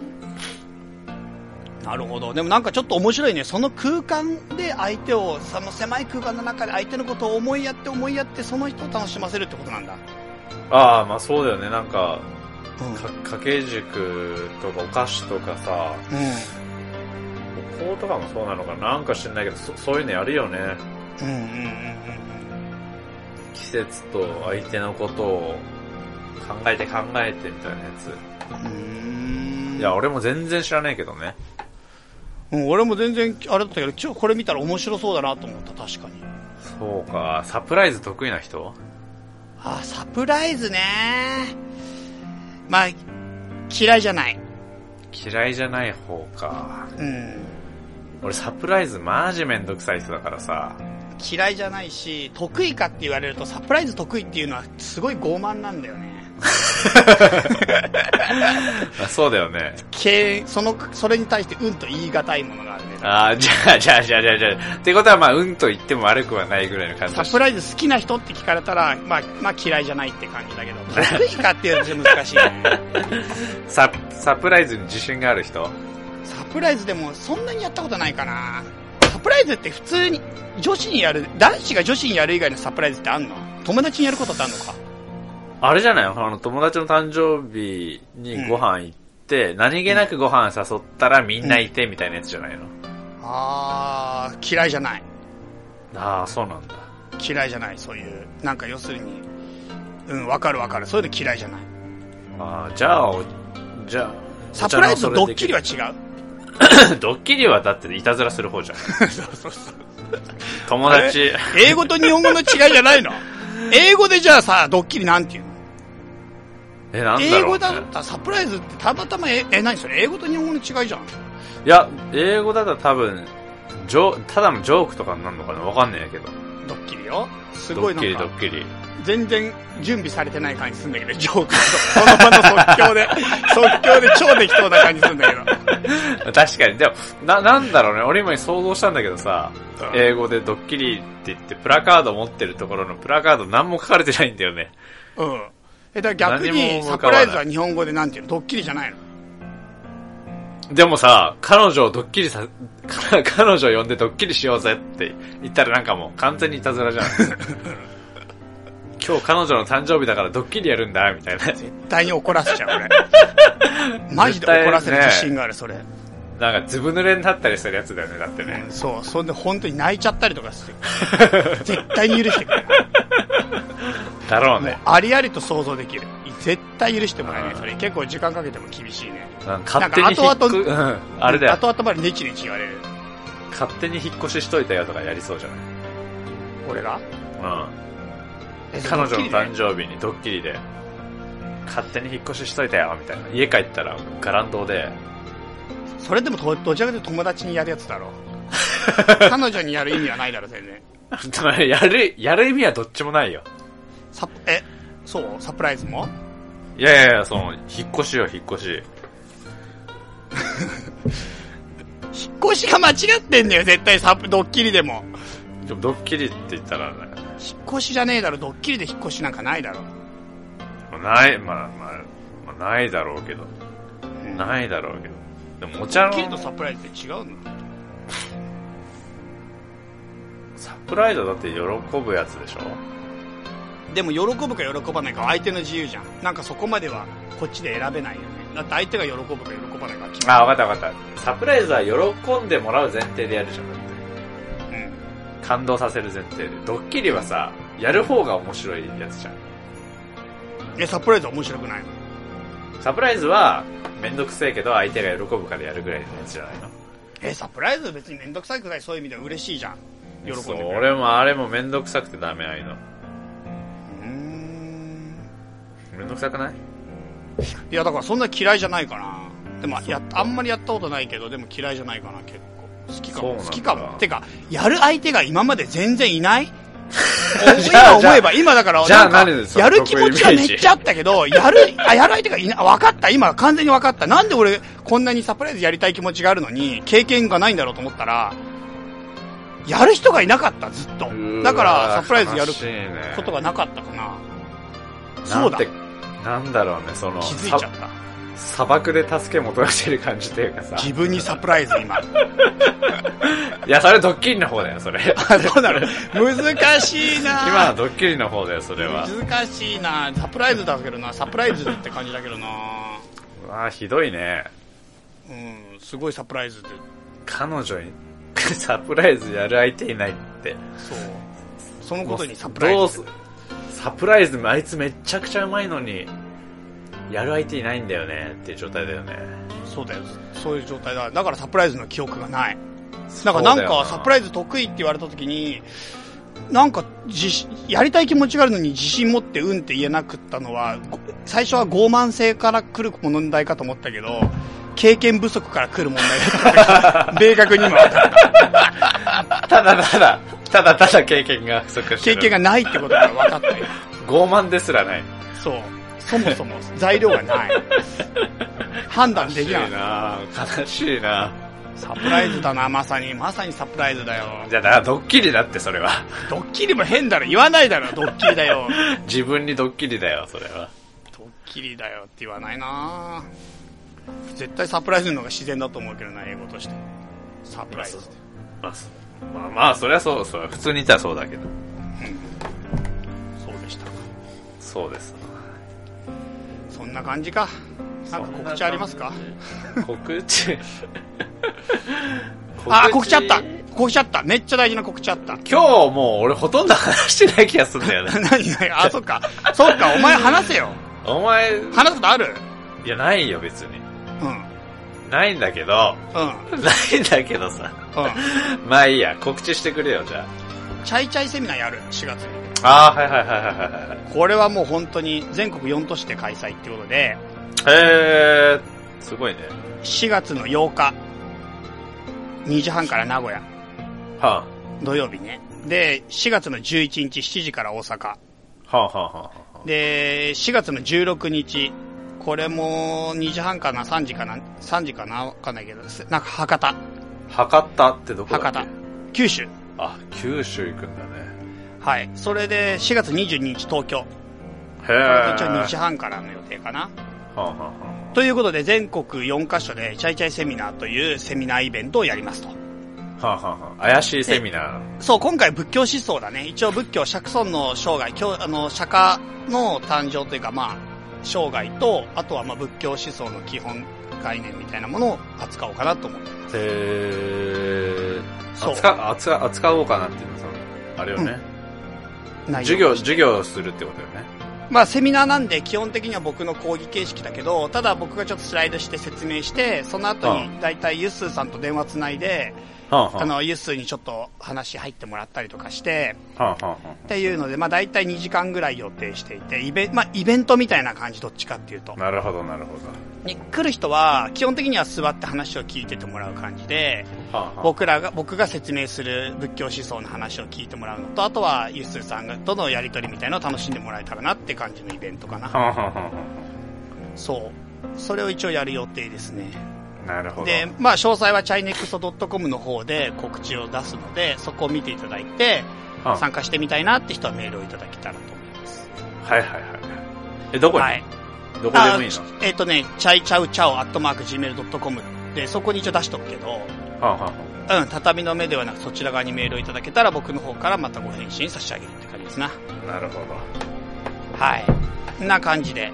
[SPEAKER 2] なるほどでもなんかちょっと面白いねその空間で相手をその狭い空間の中で相手のことを思いやって思いやってその人を楽しませるってことなんだ、
[SPEAKER 1] ああ、まあそうだよね。なんか、
[SPEAKER 2] うん
[SPEAKER 1] か、掛け軸とかお菓子とかさ、お香とかもそうなのかななんか知んないけど、そそういうのやるよね。
[SPEAKER 2] うんうんうんうん
[SPEAKER 1] 季節と相手のことを考えて考えてみたいなや
[SPEAKER 2] うんうん
[SPEAKER 1] つ。いや、俺も全然知らないけどね。
[SPEAKER 2] うん、俺も全然あれだったけど今日これ見たら面白そうだなと思った確かに
[SPEAKER 1] そうか、サプライズ得意な人
[SPEAKER 2] あサプライズねまあ嫌いじゃない
[SPEAKER 1] 嫌いじゃない方か。
[SPEAKER 2] うん
[SPEAKER 1] 俺サプライズマジめんどくさい人だから *laughs* さ。
[SPEAKER 2] 嫌いじゃないし得意かって言われるとサプライズ得意っていうのはすごい傲慢なんだよね
[SPEAKER 1] あそうだよね。
[SPEAKER 2] 敬遠そのそれに対してうんと言い難いものがあるね
[SPEAKER 1] ああ、じゃあ、じゃあ、じゃあ、じゃあ、じゃあ。ってことは、まあ、うんと言っても悪くはないぐらいの感じ
[SPEAKER 2] サ
[SPEAKER 1] だ
[SPEAKER 2] プライズ好きな人って聞かれたら、まあ、まあ嫌いじゃないって感じだけど得意かっていうのは難しいね
[SPEAKER 1] ササプライズに自信がある人
[SPEAKER 2] サプライズでもそんなにやったことないかなサプライズって普通に女子にやる男子が女子にやる以外のサプライズってあんの友達にやることってあんのか
[SPEAKER 1] あれじゃないあの、友達の誕生日にご飯行って、何気なくご飯誘ったらみんないてみたいなやつじゃないの、
[SPEAKER 2] あー嫌いじゃない
[SPEAKER 1] ああ、そうなんだ。
[SPEAKER 2] 嫌いじゃないそういうなんか要するにうんわかるわかるそういうの嫌いじゃない
[SPEAKER 1] ああ、じゃあ、おじゃあ、
[SPEAKER 2] サプライズとドッキリは
[SPEAKER 1] お
[SPEAKER 2] 違う
[SPEAKER 1] 茶のそれできる *laughs* ドッキリはだっていたずらする方じゃん。
[SPEAKER 2] そうそうそう
[SPEAKER 1] 友達。
[SPEAKER 2] 英語と日本語の違いじゃ
[SPEAKER 1] *laughs*
[SPEAKER 2] ないの英語でじゃあさドッキリなんていうの
[SPEAKER 1] え、なんだろう、ね、
[SPEAKER 2] 英語だったらサプライズってたまたまええ何それ英語と日本語の違いじゃん
[SPEAKER 1] いや、英語だったら多分、ジョただのジョークとかになるのかなわかんないけど。
[SPEAKER 2] ドッキリよす
[SPEAKER 1] ド
[SPEAKER 2] ごい
[SPEAKER 1] ッ
[SPEAKER 2] な
[SPEAKER 1] キリ
[SPEAKER 2] ん
[SPEAKER 1] ド
[SPEAKER 2] か
[SPEAKER 1] ッキリ。
[SPEAKER 2] 全然準備されてない感じするんだけどジョークとその場の即
[SPEAKER 1] *laughs*
[SPEAKER 2] 興で即興で超できそうな感じするんだけ
[SPEAKER 1] 確かに。でも、な、なんだろうね。俺今想像したんだけどさ、
[SPEAKER 2] ど、
[SPEAKER 1] 英語でドッキリって言って、プラカード持ってるところのプラカード何も書かれてないんだよね。
[SPEAKER 2] うんえだから逆
[SPEAKER 1] 何
[SPEAKER 2] に
[SPEAKER 1] も
[SPEAKER 2] サ
[SPEAKER 1] 向
[SPEAKER 2] プ
[SPEAKER 1] かわな
[SPEAKER 2] ラ
[SPEAKER 1] い
[SPEAKER 2] イズは日本語でなんていうのドッキリじゃないの
[SPEAKER 1] でもさ、彼女をドッキリさ、 *laughs* か彼女を呼んでドッキリしようぜって言ったらなんかもう完全にいたずらじ
[SPEAKER 2] *laughs*
[SPEAKER 1] ゃん。今日彼女の誕生日だからドッキリやるんだ、みたいな。
[SPEAKER 2] 絶対に怒らせちゃう
[SPEAKER 1] *laughs*
[SPEAKER 2] 俺マジで怒らせる自信があるそれ、
[SPEAKER 1] なんかずぶ濡れになったりするやつだよね、だってね。
[SPEAKER 2] そうそんで本当に泣いちゃったりとかして *laughs* 絶対に許してくれない
[SPEAKER 1] だろう
[SPEAKER 2] もう
[SPEAKER 1] ね。
[SPEAKER 2] ありありと想像できる絶対許してもらえないそれ結構時間かけても厳しいね
[SPEAKER 1] なんか勝手に引
[SPEAKER 2] なんか後
[SPEAKER 1] っ越、うん、あれだよ。
[SPEAKER 2] 後々までネチネチ言われる
[SPEAKER 1] 勝手に引っ越ししといたよとかやりそうじゃない
[SPEAKER 2] 俺が
[SPEAKER 1] うん。
[SPEAKER 2] え
[SPEAKER 1] 彼女の
[SPEAKER 2] ドッキ
[SPEAKER 1] 誕
[SPEAKER 2] リね
[SPEAKER 1] 生日にドッキリで、勝手に引っ越ししといたよ、みたいな。家帰ったら、ガランドで、 *laughs*
[SPEAKER 2] それでもとどちらかというと友達にやるやつ
[SPEAKER 1] *laughs*
[SPEAKER 2] だろ彼女にやる意味はないだろ全然
[SPEAKER 1] つまりやる、やる意味はどっちもないよ。
[SPEAKER 2] サプえそうサプライズも *laughs*
[SPEAKER 1] いやいやいや、その、引っ越しよ、引っ越し。
[SPEAKER 2] 引っ越しが間違ってんだよ絶対サプドッキリでも
[SPEAKER 1] でもドッキリって言ったら、ね、
[SPEAKER 2] 引っ越しじゃねえだろドッキリで引っ越しなんかないだろ
[SPEAKER 1] ない、まあまあ、まあ、ないだろうけど。ないだろうけど。でも、お茶
[SPEAKER 2] ドッキリ
[SPEAKER 1] の
[SPEAKER 2] とサプライズって違うの
[SPEAKER 1] サプライズだって喜ぶやつでしょ
[SPEAKER 2] でも喜ぶか喜ばないかは相手の自由じゃんなんかそこまではこっちで選べないよねだって相手が喜ぶか喜ばないかは決ま
[SPEAKER 1] あ、わかったわかった。サプライズは喜んでもらう前提でやるじゃん。だって
[SPEAKER 2] る、うん
[SPEAKER 1] 感動させる前提で。ドッキリはさ、やる方が面白いやつじゃん。
[SPEAKER 2] えサプライズは面白くないの
[SPEAKER 1] サプライズは、めんどくせえけど相手が喜ぶからやるぐらいのやつじゃないの
[SPEAKER 2] えサプライズ別に面倒くさいくらいそういう意味では嬉しいじゃん喜んでく
[SPEAKER 1] そう
[SPEAKER 2] れる
[SPEAKER 1] 俺もあれもめんどくさくてダメああいうの。
[SPEAKER 2] うーん
[SPEAKER 1] めんどくさくない
[SPEAKER 2] いやだからそんな嫌いじゃないかなでもやあんまりやったことないけどでも嫌いじゃないかな結構好きか
[SPEAKER 1] そう
[SPEAKER 2] も
[SPEAKER 1] なんだ
[SPEAKER 2] 好きかもてかやる相手が今まで全然いない
[SPEAKER 1] *laughs*
[SPEAKER 2] お
[SPEAKER 1] じゃあ
[SPEAKER 2] 今思えば今だから
[SPEAKER 1] じゃあ
[SPEAKER 2] なんか
[SPEAKER 1] 何ですか
[SPEAKER 2] やる気持ちはめっちゃあったけどやるあやる相手がいない分かった今完全に分かったなんで俺こんなにサプライズやりたい気持ちがあるのに経験がないんだろうと思ったらやる人がいなかったずっとだからサプライズやることがなかったかなそうだ
[SPEAKER 1] なんてなんだろうね、その、
[SPEAKER 2] 気づいちゃった
[SPEAKER 1] さ砂漠で助け求めてる感じというかさ。
[SPEAKER 2] 自分にサプライズ *laughs* 今
[SPEAKER 1] いや、それドッキリの方だよ、そ
[SPEAKER 2] *laughs*
[SPEAKER 1] れ。
[SPEAKER 2] あそうなの難しいな
[SPEAKER 1] 今はドッキリの方だよ、それ
[SPEAKER 2] *laughs*
[SPEAKER 1] は。
[SPEAKER 2] 難しいなサプライズだけどなサプライズって感じだけどな
[SPEAKER 1] うわあひどいね。
[SPEAKER 2] うんすごいサプライズで
[SPEAKER 1] 彼女に *laughs* サプライズやる相手いないって。
[SPEAKER 2] そうそのことにサプライズ
[SPEAKER 1] どうすサプライズあいつめちゃくちゃうまいのに、やる相手いないんだよねっていう状態だよね。
[SPEAKER 2] そうだよそういう状態だだからサプライズの記憶がないなんかなんかサプラ
[SPEAKER 1] イ
[SPEAKER 2] イズ得意って言われた時になんか自信やりたい気持ちがあるのに自信持ってうんって言えなくったのはご最初は傲慢性から来る問題かと思ったけど経験不足から来る問題だった *laughs* 明確に今分かった
[SPEAKER 1] ズ。ただただ、ただただ経験が不足して
[SPEAKER 2] 経
[SPEAKER 1] る。
[SPEAKER 2] 験がないってことが分かったよ
[SPEAKER 1] 傲慢ですらない。
[SPEAKER 2] そうそもそも材料がない *laughs* 判断できない
[SPEAKER 1] 悲しいな
[SPEAKER 2] サプライズだなまさにまさにサプライズだよ
[SPEAKER 1] じゃあ、だからドッキリだって、それは。 *laughs*
[SPEAKER 2] ドッキリも変だろ言わないだろドッキリだよ
[SPEAKER 1] 自分にドッキリだよ、それは。
[SPEAKER 2] ドッキリだよって言わないな絶対サプライズの方が自然だと思うけどな英語としてサプ
[SPEAKER 1] まあ
[SPEAKER 2] ライズ
[SPEAKER 1] そうまあそうまあまあそりゃそうそう普通に言ったらそうだけど
[SPEAKER 2] そうでしたか
[SPEAKER 1] そうです
[SPEAKER 2] そんな感じかなんか告知ありますか
[SPEAKER 1] な告知 *laughs*
[SPEAKER 2] あー告知あった告知あっためっちゃ大事な告知あった *laughs*
[SPEAKER 1] 今日もう俺ほとんど話してない気がするんだよ *laughs* ね
[SPEAKER 2] 何何あそっかそっかお前話せよ
[SPEAKER 1] お前
[SPEAKER 2] 話すことある
[SPEAKER 1] いやないよ別に
[SPEAKER 2] うんうん
[SPEAKER 1] ないんだけど *laughs* ないんだけどさ
[SPEAKER 2] う
[SPEAKER 1] まあいいや告知してくれよじゃ
[SPEAKER 2] んチャイチャイセミナーやる4月に
[SPEAKER 1] ああーはいはいはいはいはいはい
[SPEAKER 2] これはもう本当に全国4都市で開催ってことで
[SPEAKER 1] へえー、すごいね
[SPEAKER 2] 4月の8日2時半から名古屋
[SPEAKER 1] は
[SPEAKER 2] 土曜日ねで4月の11日7時から大阪
[SPEAKER 1] あはあはあはあは
[SPEAKER 2] で4月の16日これも2時半かな3時かな3時かなわかんないけどすなんか博多
[SPEAKER 1] あ博多ってどこだっけ
[SPEAKER 2] 博多九州
[SPEAKER 1] あ九州行くんだね
[SPEAKER 2] はいそれで4月22日東京
[SPEAKER 1] へえ
[SPEAKER 2] これも一応2時半からの予定かな
[SPEAKER 1] はあはあは
[SPEAKER 2] ということで全国4カ所でチャイチャイセミナーというセミナーイベントをやりますと
[SPEAKER 1] あはあはあはあ怪しいセミナー
[SPEAKER 2] そう、今回仏教思想だね。一応仏教、釈尊の生涯、教あの釈迦の誕生というか、まあ、生涯と、あとはまあ仏教思想の基本概念みたいなものを扱おうかなと思って。
[SPEAKER 1] へ
[SPEAKER 2] そ
[SPEAKER 1] ー
[SPEAKER 2] う
[SPEAKER 1] 扱扱扱おうかなっていうのそのあれよね、
[SPEAKER 2] 内容
[SPEAKER 1] 授業授業するってことよね
[SPEAKER 2] まあ、セミナーなんで、基本的には僕の講義形式だけど、ただ僕がちょっとスライドして説明して、その後
[SPEAKER 1] う
[SPEAKER 2] に、だいたいユッスーさんと電話つないで、
[SPEAKER 1] はあは
[SPEAKER 2] あの、ユッスーにちょっと話入ってもらったりとかして、
[SPEAKER 1] あはあは
[SPEAKER 2] っていうので、まあ、だいたい2時間ぐらい予定していて、イベン、まあ、イベントみたいな感じ、どっちかっていうと
[SPEAKER 1] あ。なるほどなるほど
[SPEAKER 2] に来る人は基本的には座って話を聞いててもらう感じで
[SPEAKER 1] はあは
[SPEAKER 2] 僕らが僕が説明する仏教思想の話を聞いてもらうのとあとはユッスーさんがとのやり取りみたいなのを楽しんでもらえたらなって感じのイベントか
[SPEAKER 1] あ
[SPEAKER 2] な
[SPEAKER 1] はあはあは
[SPEAKER 2] そうそれを一応やる予定ですね
[SPEAKER 1] あなるほど
[SPEAKER 2] でまあ詳細はチャイネクスト .com の方で告知を出すのでそこを見ていただいて
[SPEAKER 1] うん
[SPEAKER 2] 参加してみたいなって人はメールをいただけたらと思います
[SPEAKER 1] はいはいはいえどこに、
[SPEAKER 2] はい
[SPEAKER 1] どこでもいい
[SPEAKER 2] あえっ、とねチャイチャウチャオアットマーク Gmail.com でそこに一応出しとくけど
[SPEAKER 1] のはあは
[SPEAKER 2] うん、畳の目ではなくそちら側にメールをいただけたら僕の方からまたご返信差し上げるって感じですな。
[SPEAKER 1] あなるほど
[SPEAKER 2] はい。な感じで。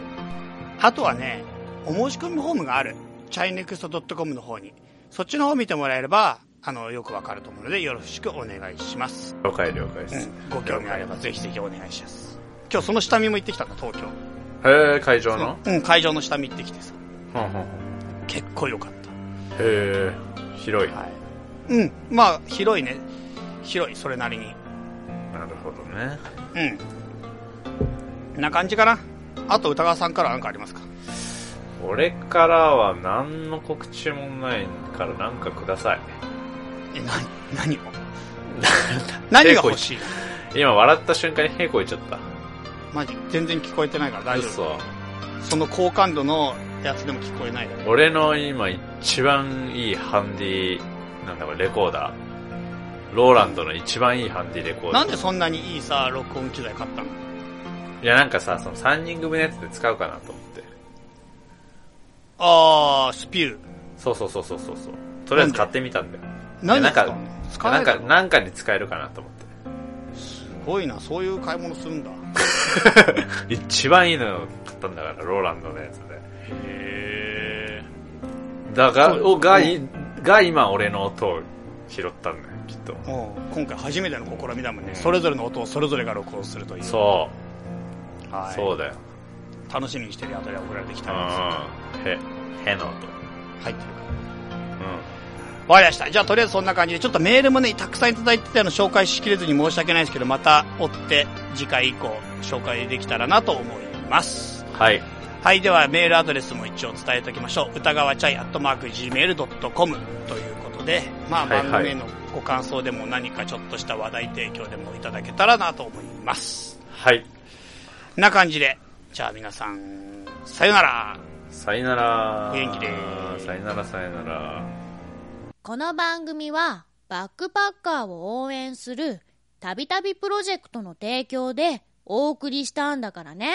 [SPEAKER 2] あとはね、お申し込みフォームがある。chinext.com の方に。そっちの方を見てもらえれば、あの、よくわかると思うのでよろしくお願いします。
[SPEAKER 1] 了解了解です、
[SPEAKER 2] ご興味あればぜひぜひお願いします。今日その下見も行ってきたんだ、東京。
[SPEAKER 1] へえ会場の、
[SPEAKER 2] うん、会場の下見行ってきてさ。
[SPEAKER 1] はあはあは
[SPEAKER 2] 結構良かっ
[SPEAKER 1] あへえ広い、
[SPEAKER 2] た。はい。うん、まあ、広いね。広い、それなりに。
[SPEAKER 1] なるほどね
[SPEAKER 2] うん。な感じかな。あと、歌川さんから何かありますか
[SPEAKER 1] 俺からは何の告知もないからなんかください
[SPEAKER 2] え、な、何を *laughs* 何が欲しい
[SPEAKER 1] 今笑った瞬間にへこいちゃった
[SPEAKER 2] マジ全然聞こえてないから大丈夫。
[SPEAKER 1] 嘘
[SPEAKER 2] その好感度のやつでも聞こえないだろ。
[SPEAKER 1] 俺の今一番いいハンディなんだこれレコーダーローランドの一番いいハンディレコーダー
[SPEAKER 2] なんでそんなにいいさ、録音機材買ったの
[SPEAKER 1] いやなんかさその3人組のやつで使うかなと思って
[SPEAKER 2] あー、スピュー。
[SPEAKER 1] そうそうそうそうそうそうとりあえず買ってみたんだよ
[SPEAKER 2] 何
[SPEAKER 1] いや
[SPEAKER 2] で
[SPEAKER 1] なんか
[SPEAKER 2] 使うの使
[SPEAKER 1] な
[SPEAKER 2] え
[SPEAKER 1] ん
[SPEAKER 2] な
[SPEAKER 1] か
[SPEAKER 2] い
[SPEAKER 1] なんかに使えるかなと思って
[SPEAKER 2] すごいな、そういう買い物するんだ。
[SPEAKER 1] 一番いいのを買ったんだからローランドのやつで
[SPEAKER 2] へ
[SPEAKER 1] だが
[SPEAKER 2] そう
[SPEAKER 1] おがいが今俺の音を拾ったんだよきっと
[SPEAKER 2] ー。もう、今回初めての試みだもんね。それぞれの音をそれぞれが録音するという。。
[SPEAKER 1] そう
[SPEAKER 2] は
[SPEAKER 1] う
[SPEAKER 2] い。
[SPEAKER 1] そうだよ
[SPEAKER 2] 楽しみにしてるあたりは送られてき
[SPEAKER 1] う
[SPEAKER 2] たんです。
[SPEAKER 1] んへへの音
[SPEAKER 2] 入って
[SPEAKER 1] う
[SPEAKER 2] るから。
[SPEAKER 1] ん
[SPEAKER 2] わかりました。じゃあ、とりあえずそんな感じで、ちょっとメールもね、たくさんいただいてたの紹介しきれずに申し訳ないですけど、また追って次回以降紹介できたらなと思います。
[SPEAKER 1] はい
[SPEAKER 2] はい、ではメールアドレスも一応伝えておきましょう。歌川チャイアットマーク Gmail.com ということで、まあ
[SPEAKER 1] はいはい
[SPEAKER 2] 番組へのご感想でも何かちょっとした話題提供でもいただけたらなと思います。
[SPEAKER 1] はい
[SPEAKER 2] な感じで、じゃあ皆さん、さよなら。
[SPEAKER 1] さよなら。
[SPEAKER 2] 元気でーす
[SPEAKER 1] さよならさよなら。
[SPEAKER 4] この番組はバックパッカーを応援するたびたびプロジェクトの提供でお送りしたんだからね。